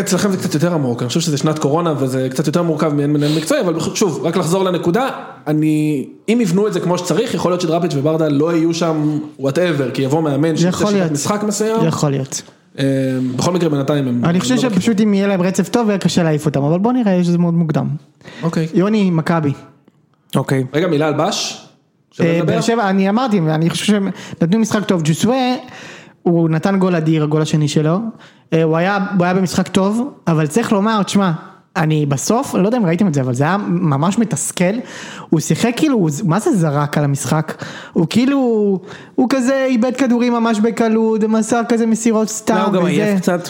Speaker 3: אצלכם זה קצת יותר עמוק, אני חושב שזה שנת קורונה וזה קצת יותר מורכב מעין מנהל מקצועי, אבל שוב, רק לחזור לנקודה, אני, אם יבנו את זה כמו שצריך, יכול להיות שדראפיץ' וברדה לא יהיו שם וואטאבר, כי יבוא מאמן שירצה
Speaker 1: יכול להיות.
Speaker 3: שיטת משחק מסוים,
Speaker 1: יכול להיות.
Speaker 3: אה, בכל מקרה בינתיים הם...
Speaker 1: אני חושב
Speaker 3: לא בכיוון.
Speaker 1: שפשוט אם יהיה להם רצף טוב, יהיה קשה להעיף אותם, אבל בוא נראה, יש זה מאוד מוקדם.
Speaker 3: אוקיי.
Speaker 1: יוני, מכבי.
Speaker 2: אוקיי,
Speaker 3: רגע, מילה על בש? שווה
Speaker 1: אה,
Speaker 3: לדבר?
Speaker 1: באר שבע, אני אמרתי, אני חושב שהם נתנו משחק טוב, ג'וסווה, הוא נתן גול אדיר, הגול השני שלו, אה, הוא היה, הוא היה במשחק טוב, אבל צריך לומר, תשמע, אני בסוף, לא יודע אם ראיתם את זה, אבל זה היה ממש מתסכל, הוא שיחק כאילו, הוא- מה זה זרק על המשחק? הוא כאילו, הוא כזה איבד כדורים ממש בקלות, מסר כזה מסירות סתם,
Speaker 2: לא, הוא גם
Speaker 1: וזה.
Speaker 2: עייף קצת,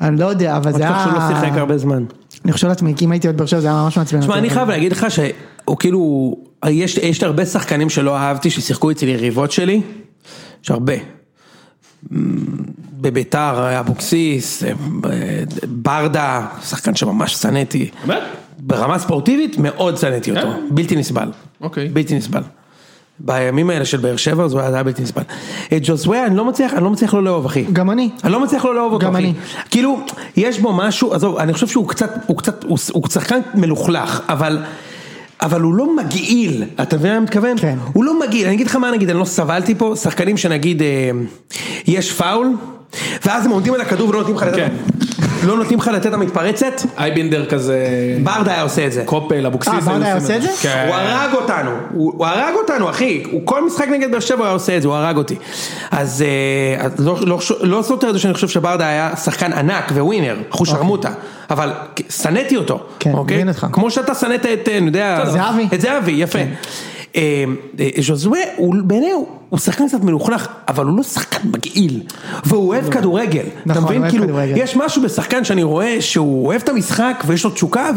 Speaker 1: אני לא יודע, אבל זה
Speaker 2: אני חושב
Speaker 1: היה...
Speaker 2: שהוא לא שיחק הרבה זמן,
Speaker 1: אני חושב לעצמי, כי אם הייתי עוד באר שבע זה היה ממש מעצבן.
Speaker 2: תשמע
Speaker 1: אותי.
Speaker 2: אני חייב להגיד לך שהוא כאילו, יש, יש הרבה שחקנים שלא אהבתי ששיחקו אצל יריבות שלי, יש הרבה. בביתר, אבוקסיס, אה, ברדה, שחקן שממש שנאתי.
Speaker 3: באמת?
Speaker 2: ברמה ספורטיבית מאוד שנאתי אותו,
Speaker 3: כן?
Speaker 2: בלתי נסבל.
Speaker 3: אוקיי.
Speaker 2: בלתי נסבל. בימים האלה של באר שבע אז הוא היה בלתי נסבל. את ג'וסווה אני לא מצליח, אני לא מצליח לא לאהוב אחי.
Speaker 1: גם אני.
Speaker 2: אני לא מצליח לא לאהוב אותו,
Speaker 1: גם
Speaker 2: אחי.
Speaker 1: אני.
Speaker 2: כאילו, יש בו משהו, עזוב, אני חושב שהוא קצת, הוא קצת, הוא, הוא שחקן מלוכלך, אבל... אבל הוא לא מגעיל, אתה מבין מה אני מתכוון?
Speaker 1: כן.
Speaker 2: הוא לא מגעיל, אני אגיד לך מה נגיד, אני לא סבלתי פה, שחקנים שנגיד אה, יש פאול, ואז הם עומדים על הכדור ולא נותנים לך לתת,
Speaker 3: כן.
Speaker 2: לא נותנים לך לתת המתפרצת,
Speaker 3: אייבינדר כזה,
Speaker 2: ברדה היה עושה את זה.
Speaker 3: קופל, אבוקסיס.
Speaker 1: אה, ברדה
Speaker 3: היו
Speaker 1: היה
Speaker 3: עושים
Speaker 1: עושה את זה?
Speaker 3: כן.
Speaker 2: הוא הרג אותנו, הוא, הוא הרג אותנו אחי, הוא כל משחק נגד באר שבע היה עושה את זה, הוא הרג אותי. אז אה, אז לא, לא, חש- לא סותר את זה שאני חושב שברדה היה שחקן ענק וווינר, חושרמוטה, אבל כ- שנאתי אותו,
Speaker 1: אוקיי. כן,
Speaker 2: אוקיי?
Speaker 1: מבין אותך.
Speaker 2: כמו שאתה שנאת את, אה, אני יודע,
Speaker 1: בסדר. זהבי. כן.
Speaker 2: את זהבי, יפה. אה, אה, ז'וזווה, הוא- בעיניי הוא- הוא שחקן קצת מלוכלך, אבל הוא לא שחקן מגעיל, והוא אוהב כדורגל. אתה
Speaker 1: נכון,
Speaker 2: מבין?
Speaker 1: אוהב
Speaker 2: כאילו,
Speaker 1: כדורגל.
Speaker 2: יש משהו בשחקן שאני רואה שהוא אוהב את המשחק ויש לו תשוקה,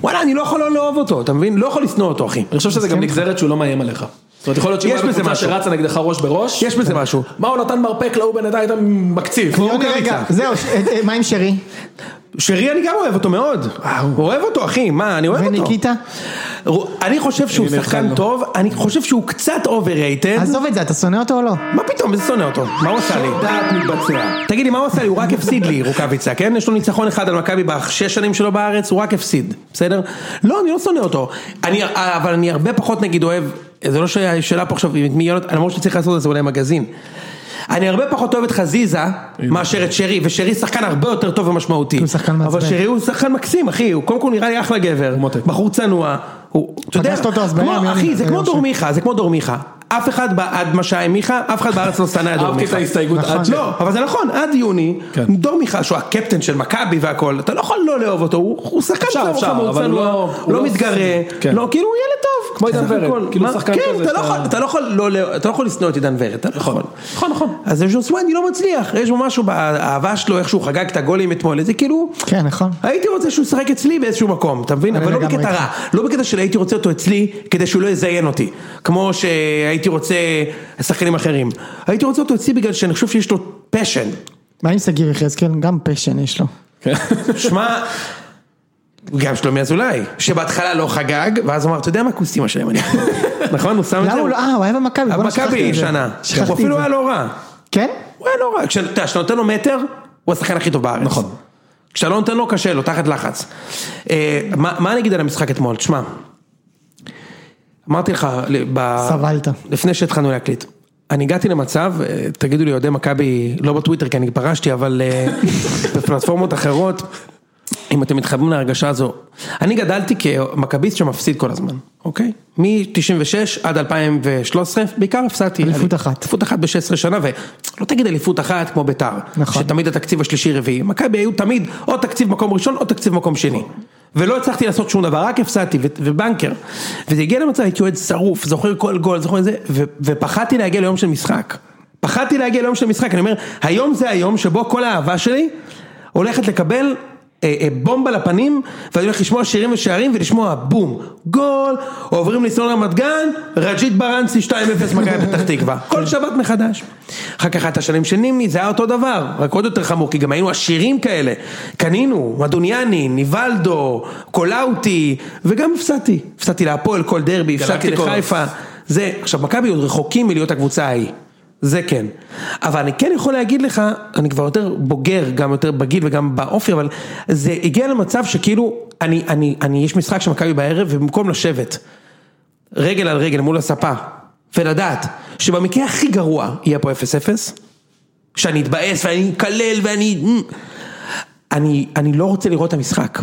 Speaker 2: ווואלה, אני לא יכול לא לאהוב אותו, אתה מבין? לא יכול לשנוא אותו, אחי.
Speaker 3: אני חושב שזה גם נגזרת שהוא לא מאיים עליך. זאת אומרת, יכול להיות שהוא
Speaker 2: יש
Speaker 3: היה
Speaker 2: בזה
Speaker 3: בקבוצה
Speaker 2: משהו.
Speaker 3: שרצה נגדך ראש בראש.
Speaker 2: יש בזה משהו.
Speaker 3: מה הוא נתן מרפק להוא בן עדה, היית מקציב.
Speaker 1: יוני,
Speaker 2: אוקיי,
Speaker 1: רגע, זהו, ש- אה, אה, מה עם שרי?
Speaker 2: שרי אני גם אוהב אותו מאוד. הוא אוהב אותו, אחי, מה, אני אוהב אותו.
Speaker 1: וניקיטה?
Speaker 2: הוא- אני חושב שהוא
Speaker 3: נלחם
Speaker 2: שחקן
Speaker 3: לו.
Speaker 2: טוב, אני חושב שהוא קצת overrated.
Speaker 1: עזוב את זה, אתה שונא אותו או לא?
Speaker 2: מה פתאום, איזה שונא אותו? מה הוא עשה לי?
Speaker 4: דעת מתבצע.
Speaker 2: תגיד לי, מה הוא עשה לי? הוא רק הפסיד לי, רוקאביצה, כן? יש לו ניצחון אחד על מכבי בשש שנים שלו בארץ, הוא רק הפסיד, בסדר? לא, אני לא שונא אותו. אני, אה, אבל אני הרבה פחות נגיד אוהב, זה לא שהשאלה פה עכשיו, את מי יונת, למרות שצריך לעשות את זה אולי מגזין. אני הרבה פחות אוהב את חזיזה מאשר את שרי, ושרי שחקן הרבה יותר טוב ומשמעותי.
Speaker 1: הוא שחקן מעצבן.
Speaker 2: אבל שרי הוא שחקן מקסים, אחי, הוא קודם כל נראה לי אחלה גבר,
Speaker 3: מותק.
Speaker 2: בחור צנוע. הוא, אתה יודע,
Speaker 1: פגשת אותו אז לא
Speaker 2: כמו-
Speaker 1: בים, יוני,
Speaker 2: אחי, זה
Speaker 1: זה
Speaker 2: כמו
Speaker 1: יום
Speaker 2: דורמיכה, זה כמו דורמיכה. אף אחד, ב- עד מה שהיה עם מיכה, אף אחד בארץ לא שנא את דור
Speaker 3: אהבתי את
Speaker 2: מיכה.
Speaker 3: ההסתייגות אה,
Speaker 1: נכון.
Speaker 3: עד ש...
Speaker 2: לא, אבל זה נכון, עד יוני,
Speaker 3: כן.
Speaker 2: דור מיכה, שהוא הקפטן של מכבי והכל, אתה לא יכול לא לאהוב אותו, הוא הוא שחקן
Speaker 3: אפשר,
Speaker 2: צהוב
Speaker 3: אפשר,
Speaker 2: חמוד,
Speaker 3: אבל הוא
Speaker 2: צנוע,
Speaker 3: לא-
Speaker 2: הוא לא
Speaker 3: הוא לא
Speaker 2: מתגרה,
Speaker 3: סיסי. כן.
Speaker 2: לא, כאילו הוא ילד טוב,
Speaker 3: כמו עידן
Speaker 2: בסך
Speaker 3: ורד,
Speaker 2: הכל.
Speaker 3: כאילו
Speaker 2: מה-
Speaker 3: שחקן
Speaker 2: כן,
Speaker 3: כזה
Speaker 2: אתה לא
Speaker 3: שאתה-
Speaker 2: יכול- אתה לא יכול לא לאהוב- אתה לא יכול לשנוא את עידן ורד, אתה לא יכול.
Speaker 3: נכון, נכון.
Speaker 2: אז ז'וסואן אני לא מצליח, יש בו משהו באהבה שלו, איך שהוא חגג את הגולים אתמול, זה כאילו...
Speaker 1: כן, נכון.
Speaker 2: הייתי רוצה שהוא ישחק אצלי באיזשהו מקום, אתה מבין?
Speaker 1: אני
Speaker 2: אבל לא
Speaker 1: לגמרי
Speaker 2: בקטע
Speaker 1: איתך.
Speaker 2: רע, לא בקטע של הייתי רוצה אותו אצלי, כדי שהוא לא יזיין אותי, כמו שהייתי רוצה שחקנים אחרים. הייתי רוצה אותו אצלי בגלל שאני חושב שיש לו פשן.
Speaker 1: מה עם שגיב יחזקאל? גם פשן יש לו.
Speaker 2: שמע, גם שלומי אזולאי, שבהתחלה לא חגג, ואז אמר, אתה יודע מה כוס אימא שלהם, אני אוכל." נכון? הוא שם את זה?
Speaker 1: למה הוא לא... אה, הוא היה במכבי. בוא'נה, שכחתי
Speaker 2: מכבי
Speaker 1: את זה.
Speaker 2: שנה,
Speaker 1: שכחתי
Speaker 2: הוא
Speaker 1: את
Speaker 2: אפילו
Speaker 1: זה.
Speaker 2: היה לא רע.
Speaker 1: כן?
Speaker 2: הוא היה לא רע, כשאתה יודע, כשאתה נותן לו מטר, הוא השחקן הכי טוב בארץ. נכון. כשאתה לא נותן לו, קשה לו, תחת לחץ. אה, מה מה אני אגיד על המשחק אתמול? תשמע, אמרתי לך, ל- ב-
Speaker 1: סבלת.
Speaker 2: לפני שהתחלנו להקליט. אני הגעתי למצב, אה, תגידו לי אוהדי מכבי, לא בטוויטר כי אני פרשתי, אבל אה, בפלטפורמות אחרות, אם אתם מתחברים להרגשה הזו, אני גדלתי כמכביסט שמפסיד כל הזמן, אוקיי? מ-96 עד 2013, בעיקר הפסדתי.
Speaker 1: אליפות
Speaker 2: אני-
Speaker 1: אחת.
Speaker 2: אליפות אחת ב-16 שנה, ולא תגיד אליפות אחת כמו ביתר.
Speaker 1: נכון.
Speaker 2: שתמיד התקציב השלישי-רביעי. מכבי היו תמיד או תקציב מקום ראשון או תקציב מקום שני. ולא הצלחתי לעשות שום דבר, רק הפסדתי, ו- ובנקר. וזה הגיע למצב, הייתי אוהד שרוף, זוכר כל גול, זוכר את זה, ו- ופחדתי להגיע ליום של משחק. פחדתי להגיע ליום של משחק, אני אומר, היום זה היום שבו כל האהבה שלי הולכת לקבל אה, אה, בומבה לפנים, ואני הולך לשמוע שירים ושערים ולשמוע בום, גול, עוברים לסלול רמת גן, רג'ית ברנסי 2-0 מכבי פתח תקווה. כל שבת מחדש. אחר כך היה את השנים של נימני, זה היה אותו דבר, רק עוד יותר חמור, כי גם היינו עשירים כאלה. קנינו, מדוניאני, ניבלדו, קולאוטי, וגם הפסדתי. הפסדתי להפועל כל דרבי, הפסדתי
Speaker 3: גלקטיקוס.
Speaker 2: לחיפה. זה, עכשיו מכבי עוד רחוקים מלהיות הקבוצה ההיא. זה כן. אבל אני כן יכול להגיד לך, אני כבר יותר בוגר, גם יותר בגיל וגם באופי, אבל זה הגיע למצב שכאילו, אני, אני, אני, יש משחק של מכבי בערב, ובמקום לשבת רגל על רגל מול הספה, ולדעת שבמקרה הכי גרוע יהיה פה 0-0, שאני אתבאס ואני אקלל ואני... mm, אני, אני לא רוצה לראות את המשחק.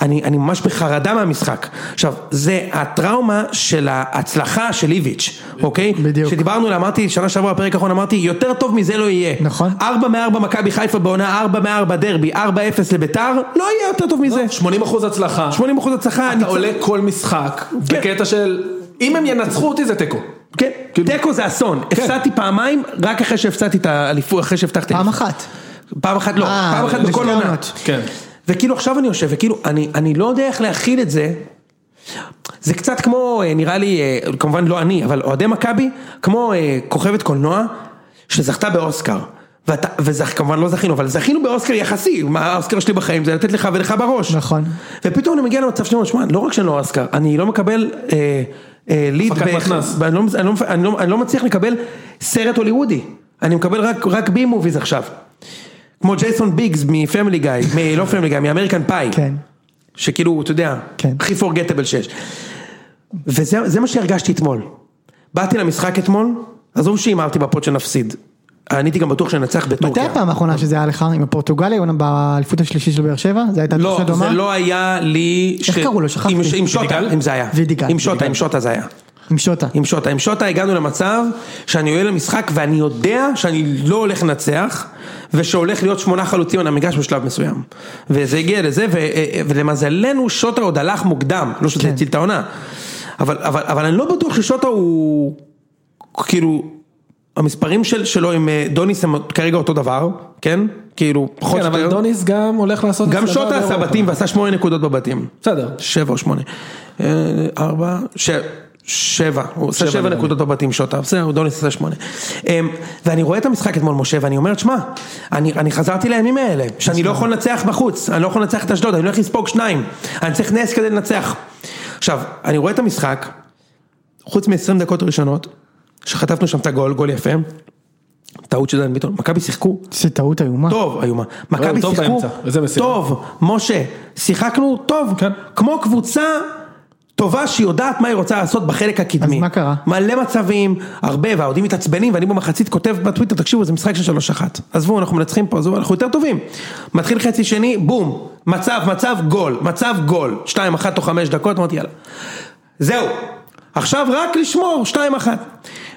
Speaker 2: אני, אני ממש בחרדה מהמשחק. עכשיו, זה הטראומה של ההצלחה של איביץ', אוקיי?
Speaker 1: בדיוק.
Speaker 2: שדיברנו, עליה, אמרתי, שנה שעברה בפרק האחרון אמרתי, יותר טוב מזה לא יהיה.
Speaker 1: נכון.
Speaker 2: 4 מ-4 מכבי חיפה בעונה 4 מ-4 דרבי, 4-0 לביתר, לא יהיה יותר טוב מזה.
Speaker 3: 80 אחוז הצלחה.
Speaker 2: 80% הצלחה,
Speaker 3: אתה
Speaker 2: ניצחון.
Speaker 3: עולה כל משחק,
Speaker 2: כן.
Speaker 3: בקטע של אם הם ינצחו אותי זה תיקו.
Speaker 2: כן,
Speaker 1: כאילו-
Speaker 2: תיקו זה אסון,
Speaker 1: כן.
Speaker 2: הפסדתי פעמיים רק אחרי שהפסדתי את האליפות, אחרי שהבטחתי.
Speaker 1: פעם אחת.
Speaker 2: פעם אחת לא,
Speaker 1: אה,
Speaker 2: פעם אחת
Speaker 1: בשתי
Speaker 2: בכל עונה.
Speaker 1: עונות.
Speaker 3: כן.
Speaker 2: וכאילו עכשיו אני יושב, וכאילו, אני, אני לא יודע איך להכיל את זה. זה קצת כמו, אה, נראה לי, אה, כמובן לא אני, אבל אוהדי מכבי, כמו אה, כוכבת קולנוע, שזכתה באוסקר. ואתה, וזה כמובן לא זכינו, אבל זכינו באוסקר יחסי, מה האוסקר שלי בחיים זה לתת לך ולך בראש.
Speaker 1: נכון.
Speaker 2: ופתאום אני מגיע למצב שאני אומר, שמע, לא רק שאני לא אוסקר, אני לא מקבל אה, אה, ליד,
Speaker 3: הפקת
Speaker 2: ב-
Speaker 3: מתנ"ס.
Speaker 2: ואני לא, אני, לא, מפ- אני, לא, אני לא מצליח לקבל סרט הוליוודי, אני מקבל רק, רק בי מוביז עכשיו. כמו ג'ייסון ביגס מפמילי גיא, מ- לא פמילי גיא, מאמריקן פאי.
Speaker 1: כן.
Speaker 2: שכאילו, אתה יודע,
Speaker 1: כן.
Speaker 2: הכי פורגטבל שיש. וזה זה מה שהרגשתי אתמול. באתי למשחק אתמול, עזוב שהימרתי בפוד שנפסיד. אני הייתי גם בטוח שננצח
Speaker 1: מתי
Speaker 2: בטורקיה.
Speaker 1: הפעם האחרונה שזה היה לך? עם הפורטוגלי, עונה באליפות השלישית של באר שבע? זה הייתה
Speaker 2: לא,
Speaker 1: תחושה דומה?
Speaker 2: זה לא היה לי...
Speaker 1: איך קראו לו? שכחתי.
Speaker 2: עם- עם שוטה,
Speaker 3: וידיגל?
Speaker 2: אם זה היה.
Speaker 1: וידיגל.
Speaker 2: עם שוטה,
Speaker 1: וידיגל.
Speaker 2: עם שוטה זה היה.
Speaker 1: עם שוטה.
Speaker 2: עם שוטה. עם שוטה הגענו למצב שאני עולה למשחק ואני יודע שאני לא הולך לנצח ושהולך להיות שמונה חלוצים על המגרש בשלב מסוים. וזה הגיע לזה ו, ולמזלנו שוטה עוד הלך מוקדם, לא שזה
Speaker 1: כן.
Speaker 2: הציל את העונה. אבל, אבל, אבל אני לא בטוח ששוטה הוא כאילו המספרים של, שלו עם אה, דוניס הם כרגע אותו דבר, כן? כאילו פחות
Speaker 3: כן,
Speaker 2: או
Speaker 3: אבל
Speaker 2: יותר.
Speaker 3: דוניס גם הולך לעשות...
Speaker 2: גם
Speaker 3: הצלבה
Speaker 2: שוטה עשה
Speaker 3: באירופה.
Speaker 2: בתים ועשה שמונה נקודות בבתים.
Speaker 3: בסדר.
Speaker 2: שבע או שמונה. אה, ארבע, ש- שבע, הוא עושה
Speaker 3: שבע
Speaker 2: שבע
Speaker 3: נראה לי.
Speaker 2: נקודות בבתים שוטה, בסדר, הוא דוניס עושה שמונה. אמ, ואני רואה את המשחק אתמול, משה, ואני אומר, שמע, אני אני חזרתי לימים האלה, שאני לא יכול לנצח בחוץ, אני לא יכול לנצח את אשדוד, אני הולך לספוג שניים, אני צריך נס כדי לנצח. עכשיו, אני רואה את המשחק, חוץ מ-20 דקות ראשונות, שחטפנו שם את הגול, גול יפה, טעות של דן ביטון, מכבי שיחקו
Speaker 1: זה טעות איומה.
Speaker 2: טוב, איומה.
Speaker 3: הוא
Speaker 2: מכבי
Speaker 3: טוב
Speaker 2: שיחקו,
Speaker 3: באמצע, איזה מסירה.
Speaker 2: טוב, משה, שיחקנו טוב,
Speaker 3: כן.
Speaker 2: כמו קבוצה טובה שיודעת מה היא רוצה לעשות בחלק הקדמי.
Speaker 1: אז מה קרה?
Speaker 2: מלא מצבים, הרבה, והאוהדים מתעצבנים, ואני במחצית כותב בטוויטר, תקשיבו, זה משחק של שלוש אחת. עזבו, אנחנו מנצחים פה, עזבו, אנחנו יותר טובים. מתחיל חצי שני, בום, מצב, מצב, גול, מצב, גול. שתיים, אחת, תוך חמש דקות, אמרתי יאללה. זהו, עכשיו רק לשמור 2-1.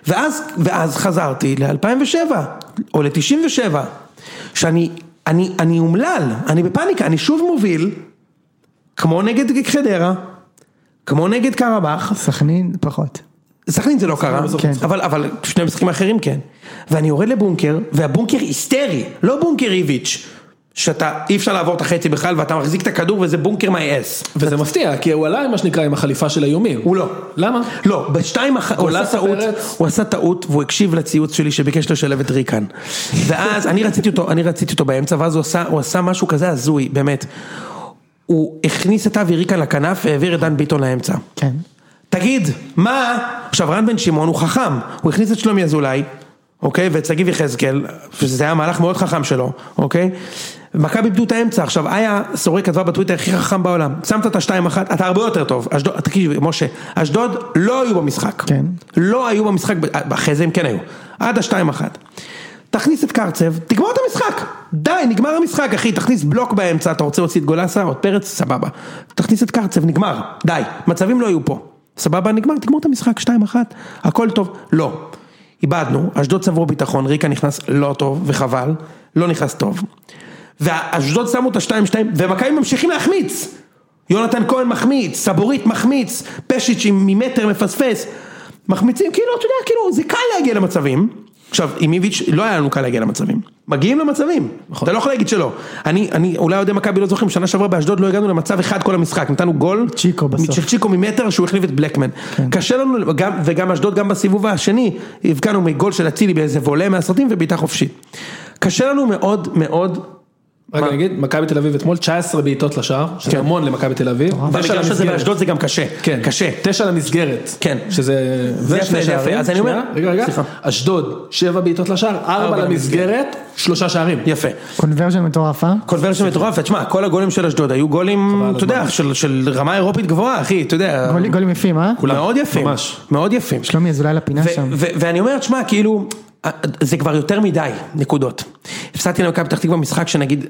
Speaker 2: ואז, ואז חזרתי ל-2007, או ל-97, שאני אני, אני אומלל, אני בפאניקה, אני שוב מוביל, כמו נגד חדרה, כמו נגד קרבח,
Speaker 1: סכנין פחות.
Speaker 2: סכנין זה לא קרה,
Speaker 1: כן.
Speaker 2: אבל, אבל שני המשחקים האחרים כן. ואני יורד לבונקר, והבונקר היסטרי, לא בונקר איביץ', שאתה, אי אפשר לעבור את החצי בכלל, ואתה מחזיק את הכדור וזה בונקר מהאס.
Speaker 3: וזה מפתיע, כי הוא עלה, מה שנקרא, עם החליפה של האיומים.
Speaker 2: הוא לא.
Speaker 3: למה?
Speaker 2: לא, בשתיים אחת, הוא עשה
Speaker 3: קולאסה
Speaker 2: טעות,
Speaker 3: פרץ.
Speaker 2: הוא עשה טעות והוא הקשיב לציוץ שלי שביקש לשלב את ריקן. ואז אני רציתי אותו, אני רציתי אותו באמצע, ואז הוא עשה, הוא עשה משהו כזה הזוי, באמת. הוא הכניס את אבי ריקן לכנף והעביר את דן ביטון לאמצע.
Speaker 1: כן.
Speaker 2: תגיד, מה? עכשיו רן בן שמעון הוא חכם, הוא הכניס את שלומי אזולאי, אוקיי? ואת שגיב יחזקאל, שזה היה מהלך מאוד חכם שלו, אוקיי? מכבי איבדו את האמצע, עכשיו איה סורי כתבה בטוויטר הכי חכם בעולם, שמת את השתיים אחת, אתה הרבה יותר טוב, אשדוד, תקשיב משה, אשדוד לא היו במשחק,
Speaker 1: כן.
Speaker 2: לא היו במשחק, אחרי זה הם כן היו, עד השתיים אחת. תכניס את קרצב, תגמור את המשחק, די, נגמר המשחק אחי, תכניס בלוק באמצע, אתה רוצה להוציא את גולסה או את פרץ, סבבה. תכניס את קרצב, נגמר, די, מצבים לא יהיו פה. סבבה, נגמר, תגמור את המשחק, 2-1, הכל טוב, לא. איבדנו, אשדוד צברו ביטחון, ריקה נכנס לא טוב וחבל, לא נכנס טוב. ואשדוד שמו את ה-2-2, ומכבי ממשיכים להחמיץ. יונתן כהן מחמיץ, סבורית מחמיץ, פשיץ' עם ממטר מפספס. מחמיצים, כאילו, אתה יודע, כאילו, זה קל להגיע למצבים. עכשיו, עם איביץ' לא היה לנו קל להגיע למצבים. מגיעים למצבים,
Speaker 1: נכון.
Speaker 2: אתה לא יכול להגיד שלא. אני, אני, אולי אוהדי מכבי לא זוכרים, שנה שעברה באשדוד לא הגענו למצב אחד כל המשחק, נתנו גול.
Speaker 1: צ'יקו בסוף. כן.
Speaker 2: של צ'יקו ממטר שהוא החליף את בלקמן. קשה לנו, גם, וגם אשדוד, גם בסיבוב השני, הבקענו מגול של אצילי באיזה וולה מהסרטים ובעיטה חופשית. קשה לנו מאוד מאוד
Speaker 3: רגע
Speaker 2: מה?
Speaker 3: נגיד, מכבי תל אביב אתמול 19 בעיטות לשער, שזה
Speaker 2: כן.
Speaker 3: המון למכבי תל אביב. תשע
Speaker 2: במגרש הזה
Speaker 3: למסגרת.
Speaker 2: באשדוד זה גם קשה,
Speaker 3: כן,
Speaker 2: קשה.
Speaker 3: תשע למסגרת.
Speaker 2: כן.
Speaker 3: שזה... זה
Speaker 2: יפה,
Speaker 3: שני
Speaker 2: זה
Speaker 3: שערים.
Speaker 2: יפה. אז אני
Speaker 3: שנייה,
Speaker 2: אומר-
Speaker 3: רגע, רגע.
Speaker 2: סליחה.
Speaker 3: אשדוד, שבע בעיטות לשער, ארבע למסגרת, שלושה שערים.
Speaker 2: יפה.
Speaker 1: קונברז'ן מטורף, אה?
Speaker 2: קונברשן מטורף, ותשמע, כל הגולים של אשדוד היו גולים, אתה יודע, של- של רמה אירופית גבוהה, אחי, אתה יודע,
Speaker 1: גולים- גולים יפים, אה?
Speaker 2: כולם, מאוד יפים,
Speaker 3: ממש.
Speaker 2: מאוד יפים.
Speaker 1: שלומי אזולאי לפינה
Speaker 2: ו-
Speaker 1: שם.
Speaker 2: ו- ואני אומר, תשמע, כאילו, זה כבר יותר מדי נקודות. הפסדתי למכבי פתח תקווה משחק שנגיד,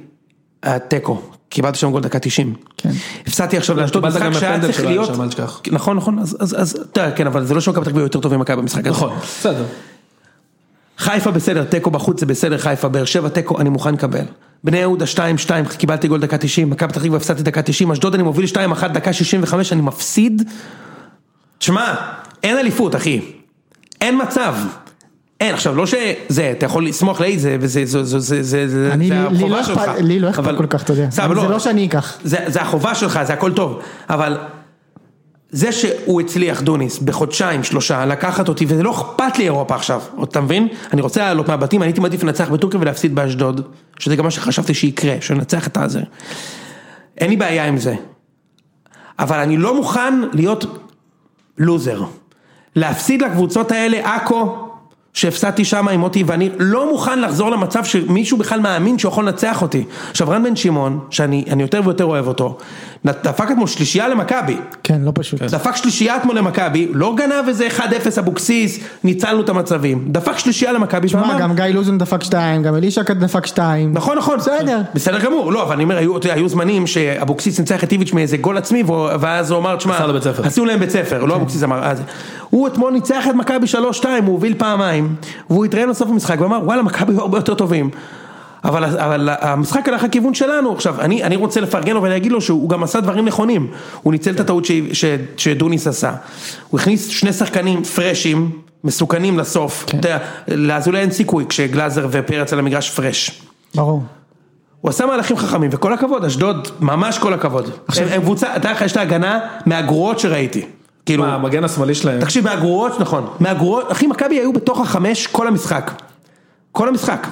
Speaker 2: היה תיקו, קיבלתי שם גול דקה 90.
Speaker 1: כן.
Speaker 2: הפסדתי עכשיו לאשדוד
Speaker 3: קיבלת
Speaker 2: משחק
Speaker 3: גם
Speaker 2: שהיה
Speaker 3: מהפנדל
Speaker 2: צריך
Speaker 3: שלו,
Speaker 2: להיות,
Speaker 3: שם, אל תשכח.
Speaker 2: נכון, נכון, אז- אז, אז, אתה יודע, כן, אבל זה לא שמכבי פתח תקווה יותר טוב ממכבי במשחק הזה.
Speaker 3: נכון, בסדר.
Speaker 2: חיפה בסדר, תיקו בחוץ זה בסדר, חיפה, באר שבע תיקו, אני מוכן לקבל. בני יהודה 2-2, קיבלתי גול דקה 90, מכבי פתח תקווה הפסדתי דקה 90, אשדוד אני מוביל 2-1, דקה 65, אני מפסיד. תשמע, אין אליפות, אחי. אין מצב. אין, עכשיו, לא שזה, אתה יכול לשמוח לאיד, זה, וזה, זה, זה, זה, זה, זה,
Speaker 1: אני-
Speaker 2: זה
Speaker 1: לי- לי לא אכפת- לי לא אכפת
Speaker 2: אבל-
Speaker 1: כל כך, אתה יודע.
Speaker 2: סבבה,
Speaker 1: אבל זה לא שאני אקח.
Speaker 2: זה, זה החובה שלך, זה הכל טוב, אבל זה שהוא הצליח, דוניס, בחודשיים, שלושה, לקחת אותי, וזה לא אכפת לי אירופה עכשיו, אתה מבין? אני רוצה לעלות מהבתים, אני הייתי מעדיף לנצח בטורקיה ולהפסיד באשדוד, שזה גם מה שחשבתי שיקרה, שננצח את הזה. אין לי בעיה עם זה, אבל אני לא מוכן להיות לוזר. להפסיד לקבוצות האלה, עכו, שהפסדתי שם עם מוטי ואני, לא מוכן לחזור למצב שמישהו בכלל מאמין שהוא יכול לנצח אותי. עכשיו רן בן שמעון, שאני אני יותר ויותר אוהב אותו, נ- דפק אתמול שלישייה למכבי.
Speaker 1: כן, לא פשוט.
Speaker 2: דפק שלישייה אתמול למכבי, לא גנב איזה 1-0 אבוקסיס, ניצלנו את המצבים. דפק שלישייה למכבי,
Speaker 1: תשמע,
Speaker 2: ואמר,
Speaker 1: גם גיא לוזון דפק שתיים, גם אלישע קד דפק שתיים.
Speaker 2: נכון נכון,
Speaker 1: בסדר.
Speaker 2: בסדר גמור, לא אבל אני אומר, היו, אתה יודע, היו זמנים שאבוקסיס ניצח את איביץ' מאיזה גול עצמי והוא- ואז הוא אמר, תשמע,
Speaker 3: עשה לו בית ספר." כן.
Speaker 2: עשו להם בית ספר, לא אבוקסיס אמר, אז, הוא אתמול ניצח את מכבי 3-2, הוא הוביל פעמיים, והוא התראיין לסוף המשחק ואמר, וואלה מכבי היו הרבה יותר טובים. אבל, אבל המשחק הלך לכיוון שלנו, עכשיו אני, אני רוצה לפרגן לו ולהגיד לו שהוא גם עשה דברים נכונים, הוא ניצל את הטעות ש, ש, שדוניס עשה, הוא הכניס שני שחקנים פרשים, מסוכנים לסוף,
Speaker 3: כן.
Speaker 2: אתה יודע, לאזולאי אין סיכוי כשגלאזר ופרץ על המגרש פרש.
Speaker 1: ברור.
Speaker 2: הוא עשה מהלכים חכמים, וכל הכבוד, אשדוד, ממש כל הכבוד. הם הם קבוצה, אתה יודע לך, יש את ההגנה מהגרועות שראיתי. כאילו,
Speaker 3: מה, המגן השמאלי שלהם.
Speaker 2: תקשיב, מהגרועות, נכון, מהגרועות, אחי, מכבי היו בתוך החמש כל המשחק. כל המשחק,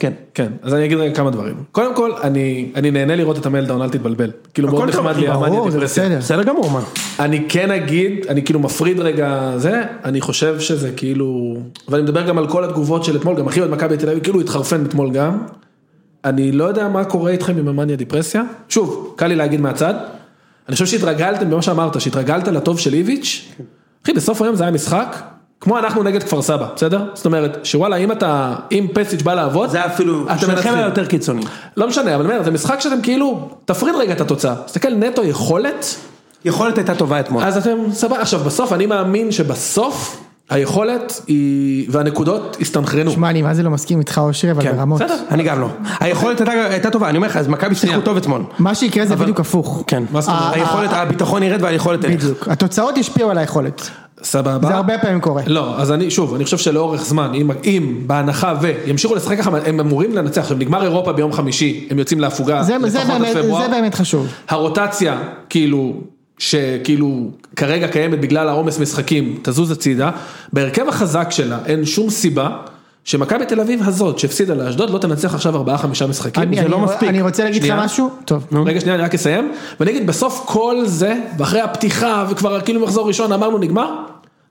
Speaker 2: כן.
Speaker 3: כן, אז אני אגיד רגע כמה דברים. קודם כל, אני אני נהנה לראות את המלדאון, אל תתבלבל. כאילו, מאוד
Speaker 2: הכל טוב,
Speaker 3: נחמד לי המאניה
Speaker 1: ברור, זה
Speaker 3: דיפרסיה.
Speaker 1: בסדר.
Speaker 2: בסדר גמור, מה?
Speaker 3: אני כן אגיד, אני כאילו מפריד רגע זה, אני חושב שזה כאילו, ואני מדבר גם על כל התגובות של אתמול, גם אחי עוד מכבי תל אביב, כאילו התחרפן אתמול גם. אני לא יודע מה קורה איתכם עם המאניה דיפרסיה. שוב, קל לי להגיד מהצד. אני חושב שהתרגלתם במה שאמרת, שהתרגלת לטוב של איביץ'. אחי, בסוף היום זה היה משחק, כמו אנחנו נגד כפר סבא, בסדר? זאת אומרת, שוואלה, אם אתה, אם פסיץ' בא לעבוד,
Speaker 2: זה היה אפילו,
Speaker 3: אתם
Speaker 2: שניכם
Speaker 3: מנצחים.
Speaker 2: היה יותר קיצוני.
Speaker 3: לא משנה, אבל אני אומר, זה משחק שאתם כאילו, תפריד רגע את התוצאה. תסתכל נטו יכולת,
Speaker 2: יכולת הייתה טובה אתמול.
Speaker 3: אז אתם סבבה. עכשיו בסוף אני מאמין שבסוף היכולת היא, והנקודות הסתנכרנו.
Speaker 1: שמע, אני מה זה לא מסכים איתך אושרי, אבל
Speaker 2: כן,
Speaker 1: ברמות.
Speaker 2: בסדר, אני גם לא. היכולת הייתה- הייתה טובה, אני אומר לך, אז מכבי שיחקו טוב אתמול.
Speaker 1: מה שיקרה זה בדיוק הפוך.
Speaker 2: כן.
Speaker 3: מה זאת אומרת?
Speaker 2: היכולת, הביטחון ירד והיכולת תלך.
Speaker 1: בדיוק. התוצאות ישפיעו על היכולת.
Speaker 3: סבבה.
Speaker 1: זה הרבה פעמים קורה.
Speaker 3: לא, אז אני, שוב, אני חושב שלאורך זמן, אם, אם בהנחה וימשיכו לשחק ככה, הם אמורים לנצח. עכשיו, נגמר אירופה ביום חמישי, הם יוצאים להפוגה,
Speaker 1: זה-
Speaker 3: לפחות
Speaker 1: זה
Speaker 3: עד
Speaker 1: באמת-
Speaker 3: פברואר.
Speaker 1: זה באמת חשוב.
Speaker 3: כן, הרוטציה, כאילו, שכאילו כרגע קיימת בגלל העומס משחקים, תזוז הצידה. בהרכב החזק שלה אין שום סיבה שמכבי תל אביב הזאת, שהפסידה לאשדוד, לא תנצח עכשיו ארבעה חמישה משחקים.
Speaker 1: אני-
Speaker 3: זה
Speaker 1: אני
Speaker 3: לא
Speaker 1: רוא-
Speaker 3: מספיק.
Speaker 1: אני רוצה להגיד לך
Speaker 3: שנייה.
Speaker 1: משהו? טוב.
Speaker 3: רגע שנייה, אני רק אסיים, ואני אגיד בסוף כל זה, ואחרי הפתיחה, וכבר כאילו מחזור ראשון אמרנו נגמר,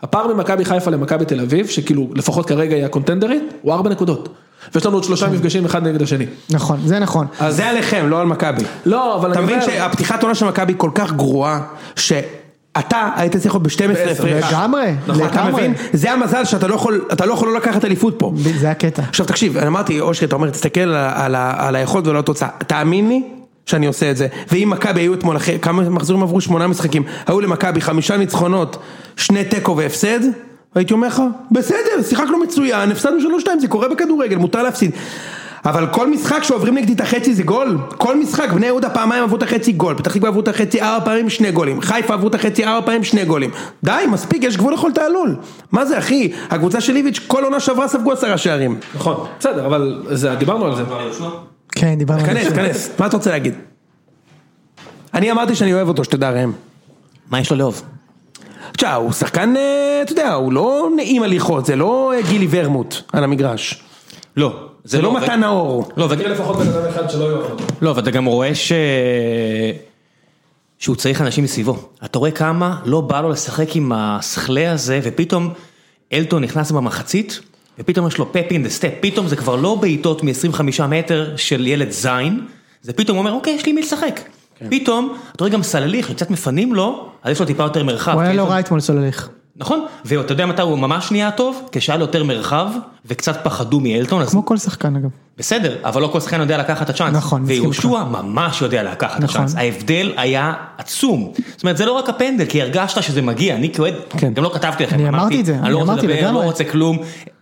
Speaker 3: הפער ממכבי חיפה למכבי תל אביב, שכאילו לפחות כרגע היא הקונטנדרית, הוא ארבע נקודות. ויש לנו עוד שלושה מפגשים אחד נגד השני.
Speaker 1: נכון, זה נכון.
Speaker 2: אז זה עליכם, לא על מכבי.
Speaker 3: לא, אבל
Speaker 2: אתה
Speaker 3: אני
Speaker 2: מבין
Speaker 3: אומר-
Speaker 2: שהפתיחת עונה של מכבי כל כך גרועה, שאתה היית צריך להיות ב-12
Speaker 3: בעשר,
Speaker 2: הפרש.
Speaker 1: לגמרי,
Speaker 2: נכון, אתה
Speaker 1: לגמרי.
Speaker 2: מבין? זה המזל שאתה לא יכול, אתה לא יכול לא לקחת אליפות פה.
Speaker 1: זה הקטע.
Speaker 2: עכשיו תקשיב, אני אמרתי, אושרי, אתה אומר, תסתכל על, ה- על, ה- על היכולת ולא התוצאה. תאמין לי שאני עושה את זה. ואם מכבי היו אתמול, אחרי, כמה מחזורים עברו? שמונה משחקים. היו למכבי חמישה ניצחונות, שני תיקו והפסד. הייתי אומר לך, בסדר, שיחקנו מצוין, הפסדנו שלוש שתיים, זה קורה בכדורגל, מותר להפסיד. אבל כל משחק שעוברים נגדי את החצי זה גול, כל משחק, בני יהודה פעמיים עברו את החצי גול, פתח תקווה עברו את החצי ארבע פעמים שני גולים, חיפה עברו את החצי ארבע פעמים שני גולים, די מספיק יש גבול לכל תעלול, מה זה אחי, הקבוצה של איביץ' כל עונה שעברה ספגו עשרה שערים,
Speaker 3: נכון, בסדר, אבל זה, דיברנו על זה.
Speaker 5: כבר יהושע?
Speaker 1: כן, דיברנו על
Speaker 2: כנס,
Speaker 1: זה.
Speaker 6: אוקיי.
Speaker 2: כנס, מה אתה רוצה להגיד? אני אמרתי שאני אוהב אותו, שתדע ראם.
Speaker 6: מה יש לו לאהוב?
Speaker 2: תשמע, הוא שחקן, אה, אתה יודע, הוא לא נעים הליכות, זה לא אה, גילי ורמוט על המגרש.
Speaker 6: לא.
Speaker 2: זה לא מתן האור.
Speaker 6: לא, ו-
Speaker 3: תהיה לפחות בן אדם אחד שלא יאהב אותו.
Speaker 6: לא, ואתה גם רואה ש... שהוא צריך אנשים מסביבו. אתה רואה כמה לא בא לו לשחק עם הסכלה הזה, ופתאום אלטון נכנס במחצית, ופתאום יש לו פאפ אין דה סטפ, פתאום זה כבר לא בעיטות מ-25 מטר של ילד זין, זה פתאום אומר, אוקיי, יש לי מי לשחק.
Speaker 2: כן.
Speaker 6: פתאום, אתה רואה גם סלליך, שקצת מפנים לו, אז יש לו טיפה יותר מרחב.
Speaker 1: הוא היה
Speaker 6: כי
Speaker 1: לא
Speaker 6: יש לו-
Speaker 1: רע אתמול סולליך.
Speaker 6: נכון, ואתה יודע מתי הוא ממש נהיה טוב? כשהיה לו יותר מרחב, וקצת פחדו מאלטון, אז
Speaker 1: כמו כל שחקן אגב.
Speaker 6: בסדר, אבל לא כל שחקן יודע לקחת את הצ'אנס.
Speaker 1: נכון, מסכים
Speaker 6: ויהושע ממש יודע לקחת את
Speaker 1: נכון.
Speaker 6: הצ'אנס. ההבדל היה עצום. זאת אומרת, זה לא רק הפנדל, כי הרגשת שזה מגיע, אני כאוהד,
Speaker 1: כן.
Speaker 6: גם לא כתבתי לכם,
Speaker 1: אני אמרתי את זה,
Speaker 6: אני לא
Speaker 1: אני
Speaker 6: רוצה
Speaker 1: אמרתי
Speaker 6: לדבר, אני לא
Speaker 1: לגמרי."
Speaker 6: רוצה כלום.